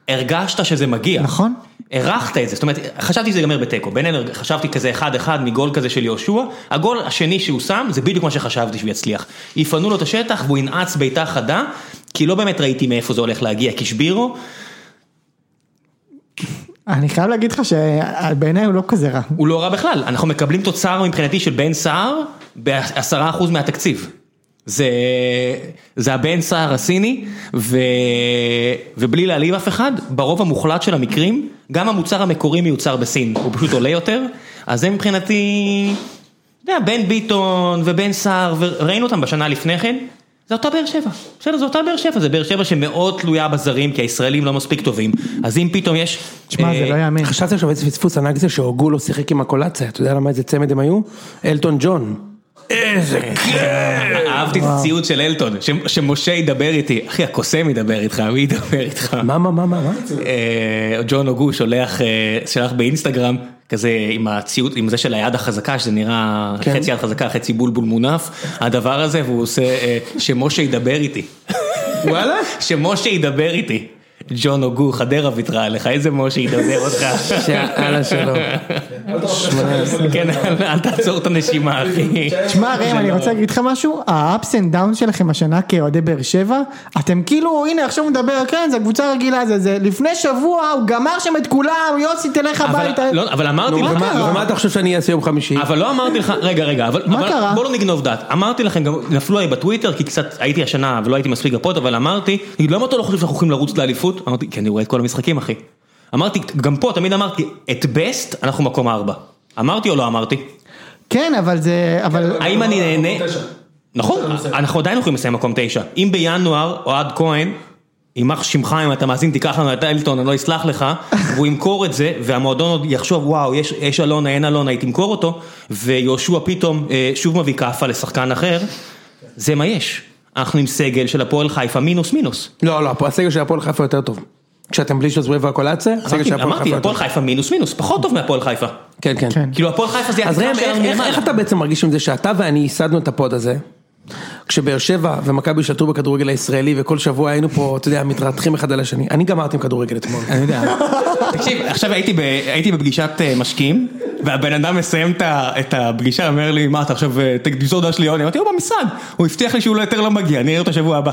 Speaker 6: הרגשת שזה מגיע.
Speaker 1: נכון.
Speaker 6: הרחת את זה, זאת אומרת, חשבתי שזה ייגמר בתיקו, בין אלה חשבתי כזה 1-1 מגול כזה של יהושע, הגול השני שהוא שם, זה בדיוק מה שחשבתי שהוא יצליח. יפנו לו את השטח והוא ינעץ בעיטה חדה, כי לא באמת ראיתי מאיפה זה הולך להגיע, כי שבירו,
Speaker 1: אני חייב להגיד לך שבעיניי הוא לא כזה רע.
Speaker 6: הוא לא רע בכלל, אנחנו מקבלים תוצר מבחינתי של בן סער בעשרה אחוז מהתקציב. זה, זה הבן סער הסיני, ו, ובלי להעליב אף אחד, ברוב המוחלט של המקרים, גם המוצר המקורי מיוצר בסין, הוא פשוט עולה יותר, אז זה מבחינתי, אתה יודע, בן ביטון ובן סער, וראינו אותם בשנה לפני כן, זה אותה באר שבע, בסדר, זה אותה באר שבע, זה באר שבע שמאוד תלויה בזרים, כי הישראלים לא מספיק טובים, אז אם פתאום יש...
Speaker 1: תשמע, זה
Speaker 6: אה,
Speaker 1: לא יאמן.
Speaker 2: חשבתי עכשיו איזה פספוס ענק זה שהוגולו שיחק עם הקולציה, אתה יודע למה איזה צמד הם היו? אלטון ג'ון.
Speaker 6: אהבתי את הציוד של אלטון, ש- שמשה ידבר איתי, אחי הקוסם ידבר איתך, מי ידבר איתך?
Speaker 2: מה, מה, מה, מה, מה?
Speaker 6: אה, ג'ון הוגו שולח, אה, שלח באינסטגרם, כזה עם הציוד, עם זה של היד החזקה, שזה נראה
Speaker 2: כן.
Speaker 6: חצי יד חזקה, חצי בולבול מונף, הדבר הזה, והוא עושה, אה, שמשה ידבר איתי.
Speaker 2: וואלה?
Speaker 6: שמשה ידבר איתי. ג'ון הוגו, חדרה ויתרה עליך, איזה משה ידבר אותך.
Speaker 2: שאלה שלו.
Speaker 6: כן, אל- אל תעצור את הנשימה, אחי.
Speaker 1: תשמע ראם, אני רוצה להגיד לך משהו, ה-ups and downs שלכם השנה כאוהדי באר שבע, אתם כאילו, הנה עכשיו הוא מדבר, כן, זה קבוצה רגילה, זה זה, לפני שבוע הוא גמר שם את כולם, יוסי תלך
Speaker 6: אבל-
Speaker 1: הביתה.
Speaker 6: לא, אבל אמרתי לך,
Speaker 1: מה קרה?
Speaker 2: ומה אתה חושב שאני אעשה יום חמישי?
Speaker 6: אבל לא אמרתי לך, רגע רגע, אבל,
Speaker 1: מה
Speaker 6: אבל
Speaker 1: קרה?
Speaker 6: בוא לא נגנוב דעת, אמרתי לכם גם, נפלו עליי בטוויטר, כי קצת הייתי השנה ולא הייתי מספיק בפוד, אבל אמרתי, "תגיד, למה אתה לא חושב שאנחנו הולכים לרוץ לאליפות? אמרתי, כי אני רואה את כל המשחקים אחי. אמרתי, גם פה תמיד אמרתי, את בסט אנחנו מקום ארבע. אמרתי או לא אמרתי?
Speaker 1: כן, אבל זה, אבל,
Speaker 6: האם אני נהנה?
Speaker 3: תשע.
Speaker 6: נכון, אנחנו עדיין יכולים לסיים מקום תשע. אם בינואר אוהד כהן, יימח שמך אם אתה מאזין, תיקח לנו את אלטון, אני לא אסלח לך, והוא ימכור את זה, והמועדון עוד יחשוב, וואו, יש, יש אלונה, אין אלונה, היא תמכור אותו, ויהושע פתאום אה, שוב מביא כאפה לשחקן אחר, זה מה יש. אנחנו עם סגל של הפועל חיפה מינוס מינוס.
Speaker 2: לא, לא, הסגל של הפועל חיפה יותר טוב. כשאתם בלי שזווי והקולציה, הסגל
Speaker 6: אמרתי,
Speaker 2: של הפועל חיפה
Speaker 6: אמרתי,
Speaker 2: יותר
Speaker 6: הפועל
Speaker 2: טוב.
Speaker 6: חיפה מינוס מינוס, פחות טוב מהפועל חיפה.
Speaker 2: כן, כן.
Speaker 1: כן.
Speaker 6: כאילו הפועל חיפה זה
Speaker 2: אז
Speaker 6: הקבוצה
Speaker 2: ראם,
Speaker 6: שלנו
Speaker 2: איך- איך-
Speaker 6: מלמעלה.
Speaker 2: איך אתה בעצם מרגיש עם זה שאתה ואני ייסדנו את הפוד הזה? כשבאר שבע ומכבי שלטו בכדורגל הישראלי וכל שבוע היינו פה, אתה יודע, מתרתחים אחד על השני. אני גמרתי עם כדורגל אתמול.
Speaker 6: אני יודע. תקשיב, עכשיו הייתי, ב, הייתי בפגישת אה, משקיעים, והבן אדם מסיים את, ה- את הפגישה, אומר לי, מה אתה עכשיו, אה, ת- תמסור דעה שלי, יוני, אמרתי, הוא במשרד, הוא הבטיח לי שהוא לא יותר לא מגיע, אני אראה אותו שבוע הבא.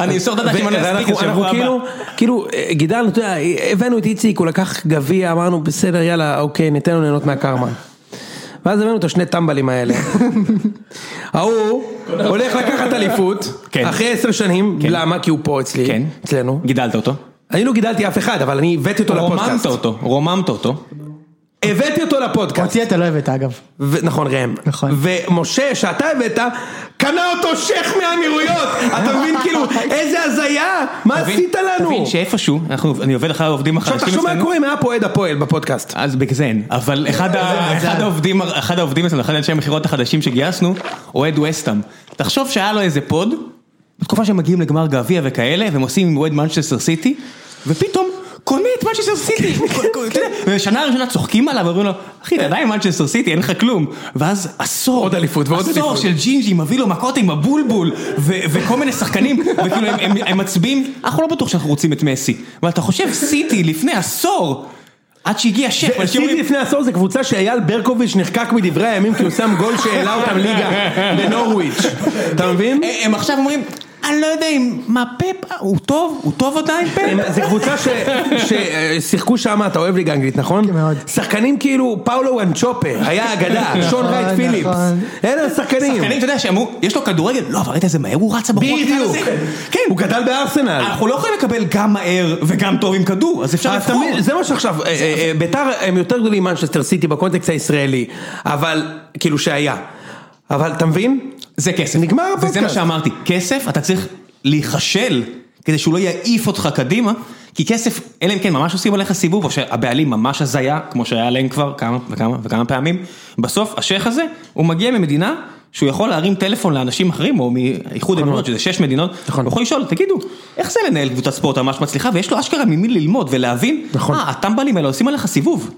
Speaker 6: אני אמסור את הדעה אם אני אספיק
Speaker 2: ואנחנו אנחנו
Speaker 6: אז שבוע הבא.
Speaker 2: כאילו, כאילו, אה, גידלנו, אתה יודע, הבאנו את איציק, הוא לקח גביע, אמרנו, בסדר, יאללה, אוקיי, ניתן לו ליהנות מהקרמה. ואז הבאנו את השני טמבלים האלה. ההוא הולך לקחת אליפות,
Speaker 6: כן.
Speaker 2: אחרי עשר שנים, למה? כי הוא פה אצלי,
Speaker 6: כן.
Speaker 2: אצלנו.
Speaker 6: גידלת אותו,
Speaker 2: אני לא גידלתי אף אחד, אבל אני הבאתי אותו
Speaker 6: רוממת
Speaker 2: לפודקאסט.
Speaker 6: אותו, רוממת אותו,
Speaker 2: הבאתי אותו לפודקאסט.
Speaker 1: אותי אתה לא הבאת אגב.
Speaker 2: ו- נכון ראם,
Speaker 1: נכון.
Speaker 2: ומשה שאתה הבאת, קנה אותו שייח מהאמירויות, אתה מבין כאילו איזה הזיה, מה
Speaker 6: תבין-
Speaker 2: עשית לנו?
Speaker 6: תבין שאיפשהו, אנחנו- אני עובד אחרי העובדים החדשים
Speaker 2: עכשיו תחשוב מה
Speaker 6: אצלנו.
Speaker 2: קורה אם היה פה אוהד הפועל בפודקאסט.
Speaker 6: אז בגלל זה אין, אבל אחד, ה... אחד העובדים, אחד העובדים אצלנו, אחד האנשי המכירות החדשים שגייסנו, אוהד וסטאם. תחשוב שהיה לו איזה פוד, בתקופה שהם מגיעים לגמר גביע וכאלה, והם עושים עם אוהד מנצ'סטר סיטי, ופתאום קונה את מנצ'סטר סיטי. אתה
Speaker 2: כן.
Speaker 6: יודע, ובשנה הראשונה צוחקים עליו, ואומרים לו, אחי, אתה עדיין מנצ'סטר סיטי, אין לך כלום. ואז עשור,
Speaker 2: עוד אליפות ועוד
Speaker 6: עשור
Speaker 2: אליפות.
Speaker 6: של ג'ינג'י מביא לו מכות עם הבולבול, ו- וכל מיני שחקנים, וכאילו הם- הם- הם מצביעים, אנחנו לא בטוח שאנחנו רוצים את מסי, אבל אתה חושב סיטי לפני עשור. עד שהגיע שף, אה, אנשים
Speaker 2: סיטי
Speaker 6: אומרים,
Speaker 2: לפני עשור זה קבוצה שאייל ברקוביץ' נחקק מדברי הימים כי הוא שם גול שהעלה אותם ליגה לנורוויץ', אתה מבין?
Speaker 6: הם עכשיו אומרים, אני לא יודע אם, מה פפ, אה, הוא טוב, הוא טוב עדיין פפ?
Speaker 2: זו קבוצה
Speaker 6: אה,
Speaker 2: ששיחקו שם, אתה אוהב ליגה אנגלית, נכון?
Speaker 1: כן, מאוד.
Speaker 2: שחקנים כאילו פאולו אנצ'ופה, היה אגדה, שון רייט
Speaker 1: נכון,
Speaker 2: פיליפס,
Speaker 1: נכון.
Speaker 2: אלה השחקנים.
Speaker 6: שחקנים, כן, אתה יודע, שאמרו, יש לו כדורגל, לא, אבל ראית איזה מהר הוא רץ הבחור הקטן
Speaker 2: בדיוק.
Speaker 6: הזה? כן,
Speaker 2: הוא גדל בארסנל.
Speaker 6: אנחנו לא יכולים לקבל גם מהר וגם טוב עם כדור, אז אפשר
Speaker 2: אז
Speaker 6: לבחור.
Speaker 2: אה, תמיד- זה מה שעכשיו, אה, אה, אה, ביתר הם יותר גדולים ממנצ'סטר סיטי בקונטקסט הישראלי, אבל, כאילו שהיה. אבל אתה מבין?
Speaker 6: זה כסף.
Speaker 2: נגמר
Speaker 6: וזה מה
Speaker 2: הפודקאסט.
Speaker 6: שאמרתי, כסף, אתה צריך להיכשל, כדי שהוא לא יעיף אותך קדימה, כי כסף, אלא אם כן ממש עושים עליך סיבוב, או שהבעלים ממש הזיה, כמו שהיה להם כבר כמה וכמה וכמה פעמים, בסוף השייח הזה, הוא מגיע ממדינה שהוא יכול להרים טלפון לאנשים אחרים, או
Speaker 2: נכון
Speaker 6: מאיחוד המדינות, שזה שש מדינות, הוא יכול לשאול, תגידו, איך זה לנהל קבוצת ספורט ממש מצליחה, ויש לו אשכרה ממי ללמוד ולהבין,
Speaker 2: נכון.
Speaker 6: אה, הטמבלים האלה עושים עליך סיבוב,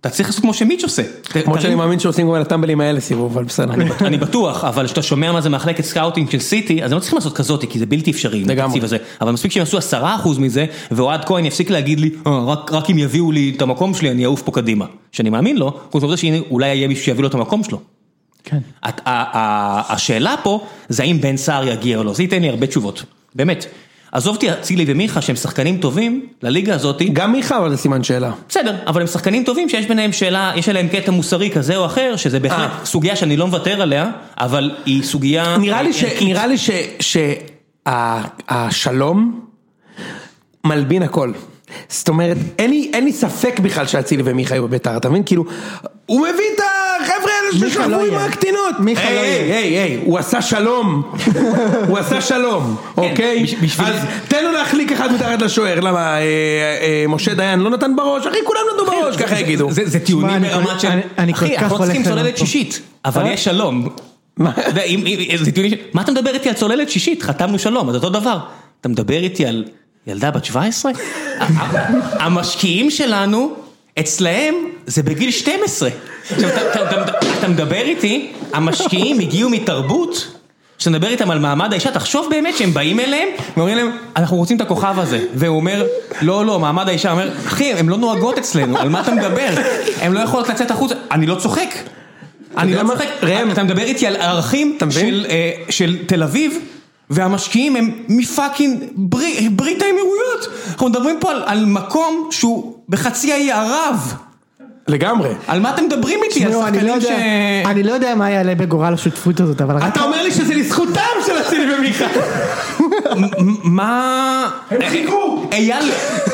Speaker 6: אתה צריך לעשות כמו שמיץ' עושה. ת-
Speaker 2: למרות שאני
Speaker 6: תרים-
Speaker 2: מאמין שעושים גם על הטמבלים האלה סיבוב, אבל בסדר.
Speaker 6: אני בטוח, אבל כשאתה שומע מה זה מחלקת סקאוטינג של סיטי, אז הם לא צריכים לעשות כזאת, כי זה בלתי אפשרי, עם
Speaker 2: לגמרי.
Speaker 6: התקציב הזה. אבל מספיק שהם יעשו עשרה אחוז מזה, ואוהד כהן יפסיק להגיד לי, "אה, רק- רק אם יביאו לי את המקום שלי, אני אעוף פה קדימה. שאני מאמין לו, חוץ מזה שאולי יהיה מישהו שיביא לו את המקום שלו.
Speaker 1: כן.
Speaker 6: הת- ה- ה- השאלה פה, זה האם בן סער יגיע או לא, זה ייתן לי הרבה תשובות, באמת. עזוב אותי אצילי ומיכה שהם שחקנים טובים לליגה הזאתי,
Speaker 2: גם מיכה אבל זה סימן שאלה.
Speaker 6: בסדר, אבל הם שחקנים טובים שיש ביניהם שאלה, יש עליהם קטע מוסרי כזה או אחר, שזה בהחלט
Speaker 2: אה.
Speaker 6: סוגיה שאני לא מוותר עליה, אבל היא סוגיה...
Speaker 2: נראה לי ש-
Speaker 6: ערכית.
Speaker 2: נראה לי שהשלום מלבין הכל. זאת אומרת, אין לי, אין לי ספק בכלל שאצילי ומיכה היו בביתר, אתה מבין? כאילו, הוא מביא את החבר'ה האלה
Speaker 1: מיכה לא
Speaker 2: ששכבו עם
Speaker 1: יהיה.
Speaker 2: הקטינות.
Speaker 1: מיכה לא
Speaker 2: היי, היי,
Speaker 1: יהיה.
Speaker 2: היי, היי, הוא עשה שלום. הוא עשה שלום, אוקיי?
Speaker 6: בש- בשביל-
Speaker 2: אז תן לו להחליק אחד מתחת לשוער, למה אה, אה, משה דיין לא נתן בראש? אחי, כולם נתנו בראש, לא, ככה יגידו.
Speaker 6: זה, זה טיעונים
Speaker 1: שמע, אני-
Speaker 6: ברמת של,
Speaker 1: אני- אני כל
Speaker 6: אחי,
Speaker 1: כך
Speaker 6: אנחנו לא צריכים
Speaker 1: הולך
Speaker 6: צוללת
Speaker 1: לראות פה.
Speaker 6: שישית, אבל יש שלום. אתה יודע, אם- אם- אם- זה טיעונים ש- מה אתה מדבר איתי על צוללת שישית? חתמנו שלום, אז אותו דבר. אתה מדבר איתי על ילדה בת 17? המשקיעים שלנו, אצלהם זה בגיל 12. עכשיו, אתה- אתה- אתה- אתה מדבר איתי, המשקיעים הגיעו מתרבות? כשאתה מדבר איתם על מעמד האישה, תחשוב באמת שהם באים אליהם ואומרים להם, אנחנו רוצים את הכוכב הזה. והוא אומר, לא, לא, מעמד האישה אומר, אחי, הן לא נוהגות אצלנו, על מה אתה מדבר? הן לא יכולות לצאת החוצה, אני לא צוחק. אני
Speaker 2: יודע
Speaker 6: לא
Speaker 2: מה?
Speaker 6: צוחק.
Speaker 2: ראם.
Speaker 6: אתה מדבר איתי על ערכים
Speaker 2: אתה מבין?
Speaker 6: של, אה, של תל אביב, והמשקיעים הם מפאקינג ברי- ברית האמירויות. אנחנו מדברים פה על, על מקום שהוא בחצי האי ערב.
Speaker 2: לגמרי.
Speaker 6: על מה אתם מדברים איתי? על
Speaker 1: תשמעו, אני לא
Speaker 6: שחקנים ש...
Speaker 1: יודע- אני לא יודע מה יעלה בגורל השותפות הזאת, אבל רק...
Speaker 2: אתה אומר לי שזה לזכותם של אצילי ומיכה.
Speaker 6: מ- מה... הם חיכו! אייל...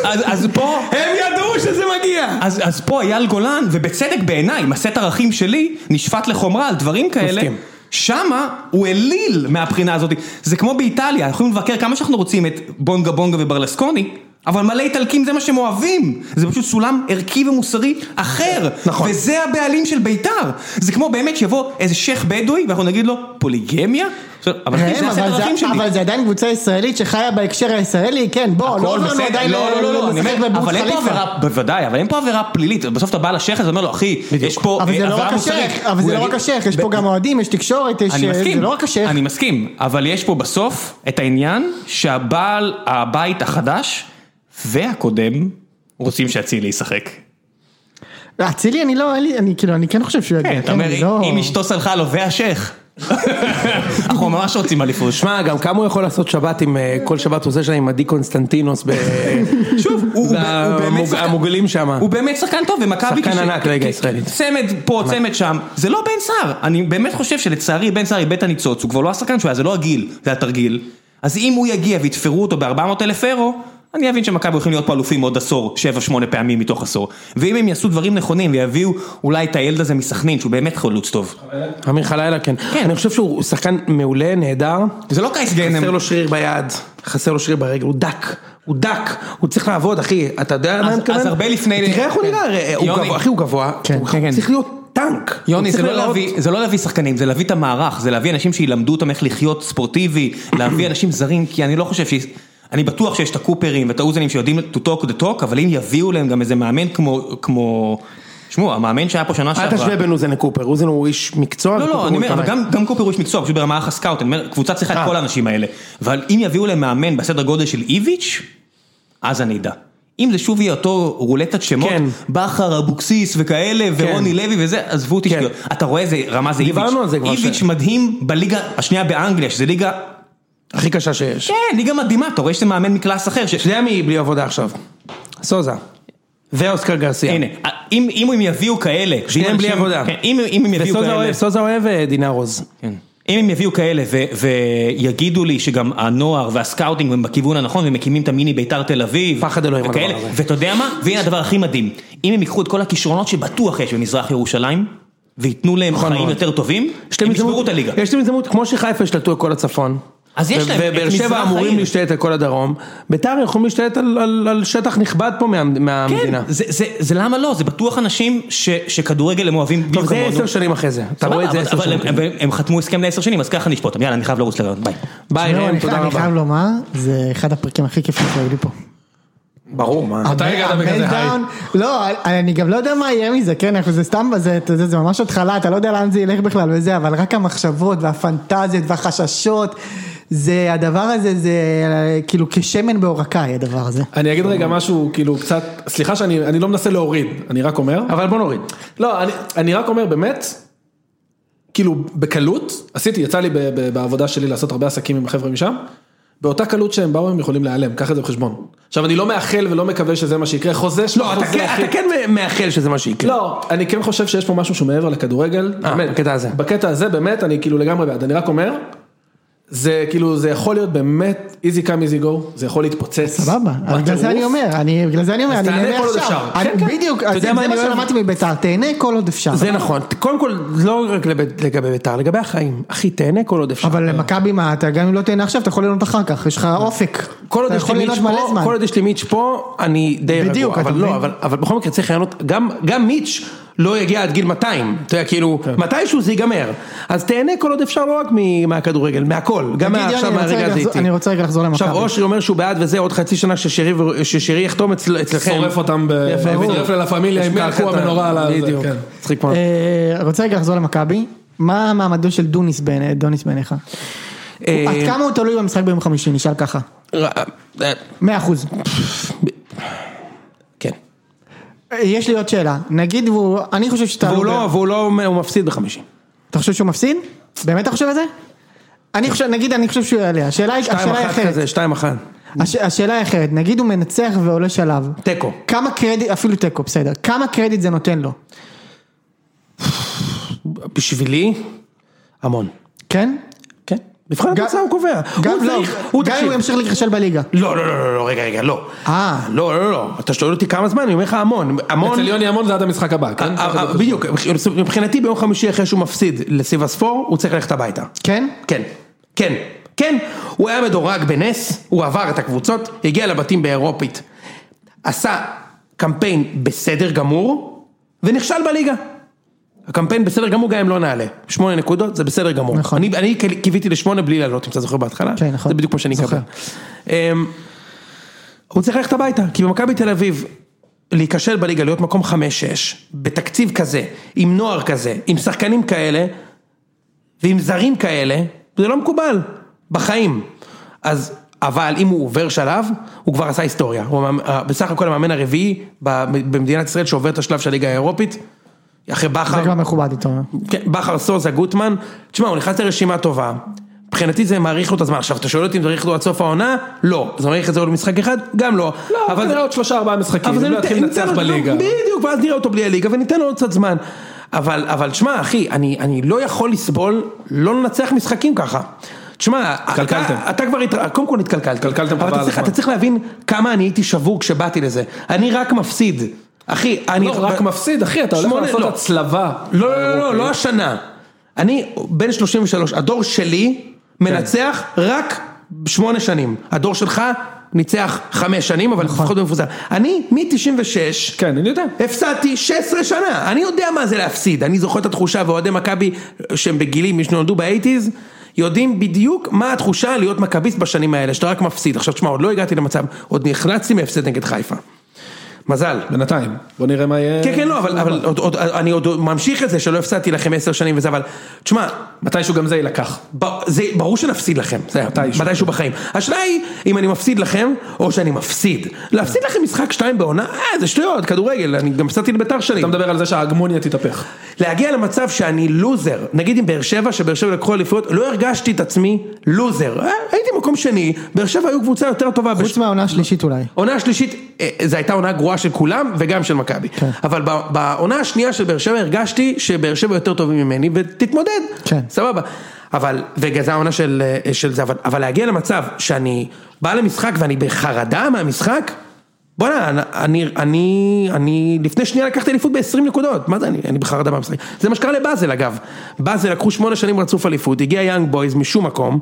Speaker 6: אז- אז פה...
Speaker 2: הם ידעו שזה מגיע.
Speaker 6: אז, אז פה אייל גולן, ובצדק בעיניי, עם הסט ערכים שלי, נשפט לחומרה על דברים כאלה.
Speaker 2: מסכים.
Speaker 6: שמה הוא אליל מהבחינה הזאת. זה כמו באיטליה, אנחנו יכולים לבקר כמה שאנחנו רוצים את בונגה בונגה וברלסקוני, אבל מלא איטלקים זה מה שהם אוהבים, זה פשוט סולם ערכי ומוסרי אחר.
Speaker 2: נכון.
Speaker 6: וזה הבעלים של בית"ר. זה כמו באמת שיבוא איזה שייח' בדואי ואנחנו נגיד לו פוליגמיה? עכשיו, אבל אחי,
Speaker 1: הם,
Speaker 6: זה הסט
Speaker 1: אבל
Speaker 6: הערכים
Speaker 1: זה-
Speaker 6: שלי.
Speaker 1: אבל זה עדיין קבוצה ישראלית שחיה בהקשר הישראלי, כן, בוא, לא
Speaker 6: הכל
Speaker 1: עברנו
Speaker 6: בסדר.
Speaker 1: עדיין
Speaker 6: לא, לא, לא, לא, אני
Speaker 1: למשחק
Speaker 6: אומר,
Speaker 1: בבורס
Speaker 7: אבל אין פה
Speaker 1: חליפה.
Speaker 7: עבירה, בוודאי, אבל אין פה עבירה פלילית, בסוף אתה בא לשייח הזה ואומר לו, אחי, יש פה
Speaker 1: אבל זה
Speaker 7: אה,
Speaker 1: לא
Speaker 7: עבירה
Speaker 1: רק
Speaker 7: מוסרית.
Speaker 1: השייח, אבל
Speaker 7: הוא
Speaker 1: זה לא
Speaker 7: יגיד-
Speaker 1: רק השייח, יש
Speaker 7: ב-
Speaker 1: פה גם אוהדים, יש תקשורת, יש...
Speaker 7: אני מסכים,
Speaker 1: זה לא רק השייח.
Speaker 7: אני מסכים, אבל יש פה בסוף את העניין שהבעל הבית החדש והקודם רוצים שאצילי ישחק.
Speaker 1: אצילי אני לא, אין לי- אני כאילו, אני כן חושב שהוא יגיע,
Speaker 7: כן, אתה
Speaker 1: כן, אני
Speaker 7: אומר,
Speaker 1: לא...
Speaker 7: אם אשתו סלחה לו והשייח. אנחנו ממש רוצים אליפות. שמע,
Speaker 2: שמע, גם כמה הוא יכול לעשות שבת עם, אה, כל שבת הוא עושה שם עם עדי קונסטנטינוס, ב-
Speaker 6: שוב, הוא- הוא הוא באמת
Speaker 2: המוג-
Speaker 6: שחקן-
Speaker 2: המוגלים שם.
Speaker 6: הוא באמת שחקן טוב, ומכבי...
Speaker 2: שחקן
Speaker 6: כש-
Speaker 2: ענק
Speaker 6: כ-
Speaker 2: ליגה
Speaker 6: כ-
Speaker 2: הישראלית.
Speaker 6: צמד פה, צמד שם, זה לא בן סער. אני באמת חושב שלצערי בן סער איבד את הניצוץ, הוא כבר לא השחקן שהוא היה, זה לא הגיל, זה התרגיל. אז אם הוא יגיע ויתפרו אותו ב-400 אלף אירו, אני אבין שמכבי הולכים להיות פה אלופים עוד עשור, 7-8 פעמים מתוך עשור. ואם הם יעשו דברים נכונים ויביאו אולי את הילד הזה מסכנין, שהוא באמת חלוץ טוב.
Speaker 2: אמיר חלילה, כן. אני חושב שהוא שחקן מעולה, נהדר.
Speaker 6: זה לא קייס גנם.
Speaker 2: חסר לו שריר ביד, חסר לו שריר ברגל, הוא דק, הוא דק, הוא צריך לעבוד, אחי, אתה יודע למה
Speaker 6: אז-
Speaker 2: אני מתכוון?
Speaker 6: אז הרבה לפני- כן.
Speaker 2: תראה איך הוא נראה, הרי הוא
Speaker 6: יוני.
Speaker 2: גבוה, אחי הוא גבוה,
Speaker 1: כן,
Speaker 2: הוא
Speaker 1: כן, כן.
Speaker 2: צריך להיות טנק.
Speaker 6: יוני,
Speaker 2: הוא
Speaker 6: זה
Speaker 2: צריך
Speaker 6: לא,
Speaker 2: להיראות-
Speaker 6: להביא, זה לא להביא שחקנים, זה להביא את המערך, זה להביא אנשים שילמדו אותם איך לחיות ספורטיבי, להביא אנשים זרים, כי אני לא חושב ש... אני בטוח שיש את הקופרים ואת האוזנים שיודעים to talk the talk, אבל אם יביאו להם גם איזה מאמן כמו... כמו... שמעו, המאמן שהיה פה שנה
Speaker 2: אל
Speaker 6: שעברה...
Speaker 2: תשווה בין אוזן לקופר, אוזן הוא איש מקצוע.
Speaker 6: לא,
Speaker 2: וקופר
Speaker 6: לא,
Speaker 2: הוא
Speaker 6: אני אומר, אבל
Speaker 2: עיתונאי.
Speaker 6: גם, גם קופר הוא איש מקצוע, פשוט ברמה הסקאוט, אני אומר, קבוצה צריכה
Speaker 2: אה.
Speaker 6: את כל האנשים האלה. אבל אם יביאו להם מאמן בסדר גודל של איביץ', אז אני אדע. אם זה שוב יהיה אותו רולטת שמות,
Speaker 2: כן.
Speaker 6: בכר, אבוקסיס וכאלה, ורוני לוי וזה, עזבו אותי
Speaker 2: כן.
Speaker 6: שטויות. אתה רואה איזה רמה זה איביץ'.
Speaker 2: דיברנו על זה כבר
Speaker 6: איביץ'
Speaker 2: ש-
Speaker 6: מדהים בליגה השנייה באנגליה, שזה ליגה,
Speaker 2: הכי קשה שיש.
Speaker 6: כן, ליגה מדהימה, אתה רואה שזה מאמן מקלאס אחר. ש...
Speaker 2: אתה יודע מי בלי עבודה עכשיו? סוזה. ואוסקר גרסיה.
Speaker 6: הנה, אם, אם הם יביאו כאלה,
Speaker 2: שניהם בלי
Speaker 6: אנשים-
Speaker 2: עבודה.
Speaker 6: כן, אם, אם הם יביאו
Speaker 2: וסוזה
Speaker 6: כאלה,
Speaker 2: אוהב- סוזה אוהב אה, דינארוז.
Speaker 6: כן. אם הם יביאו כאלה ו- ויגידו לי שגם הנוער והסקאוטינג הם בכיוון הנכון ומקימים את המיני ביתר תל אביב.
Speaker 2: פחד אלוהים
Speaker 6: וכאלה.
Speaker 2: הדבר הזה.
Speaker 6: ואתה יודע מה? והנה הדבר הכי מדהים. אם הם ייקחו את כל הכישרונות שבטוח יש במזרח ירושלים, וייתנו להם
Speaker 2: נכון
Speaker 6: חיים
Speaker 2: מאוד.
Speaker 6: יותר טובים,
Speaker 2: יש להם
Speaker 6: הם
Speaker 2: הזדמנות-
Speaker 6: ישברו את הליגה.
Speaker 2: יש להם הזדמנות, כמו שחיפה השתלטו על כל הצפון.
Speaker 6: אז יש
Speaker 2: ו-
Speaker 6: להם את
Speaker 2: ובאר
Speaker 6: מזרח
Speaker 2: שבע אמורים
Speaker 6: העיר.
Speaker 2: להשתלט על כל הדרום. ביתר יכולים להשתלט על- על על שטח נכבד פה מה-
Speaker 6: כן,
Speaker 2: מהמדינה.
Speaker 6: זה- זה- זה למה לא? זה בטוח אנשים ש- שכדורגל הם אוהבים בדיוק
Speaker 2: טוב, זה
Speaker 6: כמונו.
Speaker 2: עשר שנים אחרי זה. אתה
Speaker 6: לא- סבבה,
Speaker 2: רואה את זה
Speaker 6: אבל-
Speaker 2: עשר
Speaker 6: אבל
Speaker 2: שנים.
Speaker 6: הם- הם- הם חתמו הסכם לעשר שנים, אז ככה נשפוט אותם. יאללה, אני חייב לרוץ לרעיון, ביי.
Speaker 2: ביי,
Speaker 1: לא,
Speaker 2: ראם,
Speaker 1: אני חי-
Speaker 2: תודה
Speaker 1: אני
Speaker 2: רבה.
Speaker 1: חייב לומר, זה אחד הפרקים הכי כיפים שהיו לי פה.
Speaker 2: ברור, מה.
Speaker 3: אתה הגעת בכזה היי.
Speaker 1: המלדאון- לא, אני גם לא יודע מה יהיה מזה, כן, אנחנו זה סתם, זה, אתה יודע, זה ממש התחלה, אתה לא יודע לאן זה ילך בכלל וזה, אבל רק המחשבות והפנטזיות והחששות, זה, הדבר הזה, זה כאילו כשמן בעורקיי הדבר הזה.
Speaker 3: אני אגיד רגע משהו, כאילו קצת, סליחה שאני אני לא מנסה להוריד, אני רק אומר.
Speaker 2: אבל בוא נוריד.
Speaker 3: לא, אני, אני רק אומר באמת, כאילו בקלות, עשיתי, יצא לי ב, ב, בעבודה שלי לעשות הרבה עסקים עם החבר'ה משם, באותה קלות שהם באו הם יכולים להיעלם, קח את זה בחשבון. עכשיו אני לא מאחל ולא מקווה שזה מה שיקרה, חוזה שלך,
Speaker 2: לא, אתה
Speaker 3: חוזה
Speaker 2: כן-
Speaker 3: אחי.
Speaker 2: אתה כן מאחל שזה מה שיקרה.
Speaker 3: לא, אני כן חושב שיש פה משהו שהוא מעבר לכדורגל,
Speaker 2: אה,
Speaker 3: באמת,
Speaker 2: בקטע הזה.
Speaker 3: בקטע הזה באמת, אני כאילו לגמרי בעד, אני רק אומר, זה כאילו, זה יכול להיות באמת easy come easy go, זה יכול להתפוצץ.
Speaker 1: סבבה, אז בגלל זה
Speaker 3: בטירוף.
Speaker 1: אני אומר, אני, בגלל זה אני אומר,
Speaker 3: אז
Speaker 1: אני
Speaker 3: תענה
Speaker 1: נהנה
Speaker 3: כל עוד
Speaker 1: עכשיו.
Speaker 3: אפשר.
Speaker 1: אני-
Speaker 3: כן, כן.
Speaker 1: בדיוק,
Speaker 2: אתה
Speaker 1: אז
Speaker 2: יודע
Speaker 1: זה
Speaker 2: מה
Speaker 1: זה
Speaker 2: אני
Speaker 1: מה
Speaker 2: אוהב?
Speaker 1: שלמדתי מביתר, תהנה כל עוד אפשר.
Speaker 2: זה נכון, קודם כל, לא רק לב- לגבי ביתר, לגבי החיים, אחי, תהנה כל עוד אפשר.
Speaker 1: אבל למכבי מה, אתה גם אם לא תהנה עכשיו, אתה יכול ליהנות אחר כך, יש לך אופק.
Speaker 2: כל עוד
Speaker 1: אתה
Speaker 2: יש לי
Speaker 1: יכול
Speaker 2: מיץ'
Speaker 1: ליהנות מלא
Speaker 2: פה,
Speaker 1: זמן.
Speaker 2: כל עוד יש לי מיץ' פה, אני די רגוע.
Speaker 1: בדיוק, אתה
Speaker 2: אבל לא,
Speaker 1: מבין?
Speaker 2: אבל, אבל בכל מקרה צריך לענות, גם, גם מיץ' לא יגיע עד גיל 200, אתה יודע, כאילו,
Speaker 1: כן.
Speaker 2: מתישהו זה ייגמר. אז תהנה כל עוד אפשר לא רק מ- מהכדורגל, מהכל, גם
Speaker 1: תגיד,
Speaker 2: עכשיו
Speaker 1: יוני, אני רוצה
Speaker 2: מהרגע
Speaker 1: רגע
Speaker 2: הזה
Speaker 1: לחזור-
Speaker 2: איתי.
Speaker 1: אני רוצה רגע לחזור
Speaker 2: עכשיו
Speaker 1: למכבי. אה,
Speaker 2: אושרי אומר שהוא בעד וזה, עוד חצי שנה ששירי, ו- ששירי יחתום אצל, אצלכם.
Speaker 3: שורף אותם ב-
Speaker 2: יפה,
Speaker 3: מצטרף
Speaker 2: בדיוק.
Speaker 3: ללה פמיליה, הם
Speaker 2: יש
Speaker 3: יעקו
Speaker 2: קרקע,
Speaker 3: המנורה על הזה,
Speaker 2: בדיוק,
Speaker 3: כן.
Speaker 2: מצחיק מאוד.
Speaker 1: אה, רוצה רגע לחזור למכבי, מה מעמדו של דוניס בעיני- דוניס בעיניך?
Speaker 2: אה,
Speaker 1: עד כמה הוא תלוי במשחק ביום חמישי, נשאל ככה.
Speaker 2: אה,
Speaker 1: מאה אחוז.
Speaker 2: כן.
Speaker 1: אה, יש לי עוד שאלה, נגיד והוא, אני חושב שאתה...
Speaker 2: והוא לא, והוא לא, הוא מפסיד בחמישי.
Speaker 1: אתה חושב שהוא מפסיד? באמת אתה חושב את זה? אני חושב, נגיד אני חושב שהוא יעלה, השאלה היא
Speaker 2: שתיים
Speaker 1: השאלה היא
Speaker 2: אחת
Speaker 1: אחרת,
Speaker 2: כזה, שתיים אחת.
Speaker 1: הש- השאלה היא אחרת, נגיד הוא מנצח ועולה שלב,
Speaker 2: תיקו.
Speaker 1: כמה קרדיט, אפילו תיקו, בסדר, כמה קרדיט זה נותן לו,
Speaker 2: בשבילי, המון.
Speaker 1: כן?
Speaker 2: כן. מבחן
Speaker 1: גם-
Speaker 2: התוצאה הוא קובע.
Speaker 1: גם
Speaker 2: הוא
Speaker 1: לא,
Speaker 2: צריך, הוא
Speaker 1: גם אם הוא
Speaker 2: תקשיב.
Speaker 1: ימשיך להיכשל בליגה.
Speaker 2: לא, לא, לא, לא, לא, רגע, רגע, לא.
Speaker 1: אה.
Speaker 2: לא, לא, לא, אתה שואל אותי כמה זמן, אני אומר לך המון, המון.
Speaker 3: אצל יוני המון זה עד המשחק הבא,
Speaker 2: אה,
Speaker 3: כן?
Speaker 2: אה, אה, בדיוק, מבחינתי ביום חמישי אחרי שהוא מפסיד לסיבספור, הוא צריך ללכת הביתה.
Speaker 1: כן?
Speaker 2: כן, כן, כן. הוא היה מדורג בנס, הוא עבר את הקבוצות, הגיע לבתים באירופית. עשה קמפיין בסדר גמור, ונכשל בליגה. הקמפיין בסדר גמור גם אם לא נעלה. שמונה נקודות זה בסדר גמור.
Speaker 1: נכון.
Speaker 2: אני, אני קיל- קיוויתי לשמונה בלי לעלות, אם אתה זוכר בהתחלה.
Speaker 1: כן, נכון.
Speaker 2: זה בדיוק מה שאני
Speaker 1: זוכר.
Speaker 2: אקבל. אמ, הוא צריך ללכת הביתה, כי במכבי תל אביב, להיכשל בליגה, להיות מקום 5-6, בתקציב כזה, עם נוער כזה, עם שחקנים כאלה, ועם זרים כאלה, זה לא מקובל, בחיים. אז, אבל אם הוא עובר שלב, הוא כבר עשה היסטוריה. הוא המאמ- ה- בסך הכל המאמן הרביעי ב- במדינת ישראל שעובר את השלב של הליגה האירופית,
Speaker 1: זה
Speaker 2: אחרי בכר,
Speaker 1: כבר מכובד איתו.
Speaker 2: כן, בכר סוזה, גוטמן, תשמע, הוא נכנס לרשימה טובה. מבחינתי זה מאריך לו את הזמן. עכשיו, אתה שואל אותי אם זה מאריך לו עד סוף העונה? לא. זה מאריך את זה עוד משחק אחד? גם לא.
Speaker 3: לא, אבל זה עוד שלושה ארבעה משחקים,
Speaker 2: אבל
Speaker 3: אם
Speaker 2: זה
Speaker 3: לא יתחיל
Speaker 2: ניתן-
Speaker 3: לנצח
Speaker 2: ניתן לו-
Speaker 3: בליגה.
Speaker 2: בדיוק, ואז נראה אותו בלי הליגה וניתן לו עוד קצת זמן. אבל, אבל תשמע, אחי, אני, אני לא יכול לסבול לא לנצח משחקים ככה. תשמע,
Speaker 3: התקלקלתם.
Speaker 2: אתה, אתה כבר, התר... קודם כל התקלקלת.
Speaker 3: התקלקלתם
Speaker 2: אבל
Speaker 3: חבל
Speaker 2: אתה
Speaker 3: על
Speaker 2: צריך,
Speaker 3: הזמן.
Speaker 2: אתה צריך להבין כמה אני הייתי שבור כשבאתי לזה. אני רק מפסיד. אחי, אני...
Speaker 3: לא, רק מפסיד, אוקיי. אחי, אתה הולך
Speaker 2: שמונה-
Speaker 3: לעשות
Speaker 2: לא.
Speaker 3: הצלבה.
Speaker 2: לא, לא, לא, לא, לא השנה. אני בן 33, הדור שלי
Speaker 3: כן.
Speaker 2: מנצח רק שמונה שנים. הדור שלך ניצח חמש שנים, אבל לפחות במפוזר. אני מ-96,
Speaker 3: נכון. כן, אני יודע.
Speaker 2: הפסדתי 16 שנה, אני יודע מה זה להפסיד, אני זוכר את התחושה, ואוהדי מכבי שהם בגילים, מי שנולדו באייטיז, יודעים בדיוק מה התחושה להיות מכביסט בשנים האלה, שאתה רק מפסיד. עכשיו תשמע, עוד לא הגעתי למצב, עוד נחלצתי מהפסד נגד חיפה. מזל.
Speaker 3: בינתיים, בוא נראה מה יהיה.
Speaker 2: כן, כן, לא, אבל, אבל עוד, עוד, אני עוד ממשיך את זה שלא הפסדתי לכם עשר שנים וזה, אבל תשמע,
Speaker 3: מתישהו גם זה יילקח.
Speaker 2: ב- זה, ברור שנפסיד לכם, זה
Speaker 3: מתישהו.
Speaker 2: מתישהו. מתישהו בחיים. השאלה היא אם אני מפסיד לכם, או שאני מפסיד.
Speaker 3: כן.
Speaker 2: להפסיד לכם משחק שתיים בעונה, אה, זה שטויות, כדורגל, אני גם הפסדתי לביתר שנים.
Speaker 3: אתה מדבר על זה שההגמוניה תתהפך.
Speaker 2: להגיע למצב שאני לוזר, נגיד עם באר שבע, שבאר שבע לקחו אליפויות, לא הרגשתי את עצמי לוזר. אה, הייתי מקום שני, באר שבע היו קבוצה יותר טובה. בש-
Speaker 1: חוץ מהעונה השלישית אולי.
Speaker 2: עונה השלישית, אה, זו הייתה עונה גרועה של כולם וגם של מכבי. כן. אבל ב- בעונה השנייה של באר שבע הרגשתי שבאר שבע יותר טובים ממני ותתמודד.
Speaker 1: כן.
Speaker 2: סבבה. אבל, וגם זו העונה של, אה, של זה, אבל, אבל להגיע למצב שאני בא למשחק ואני בחרדה מהמשחק, בוא'נה, אני, אני, אני, אני לפני שנייה לקחתי אליפות ב-20 נקודות, מה זה אני, אני בחרדה מהמשחק. זה מה שקרה לבאזל אגב. באזל לקחו שמונה שנים רצוף אליפות, הגיע יאנג בויז משום מקום,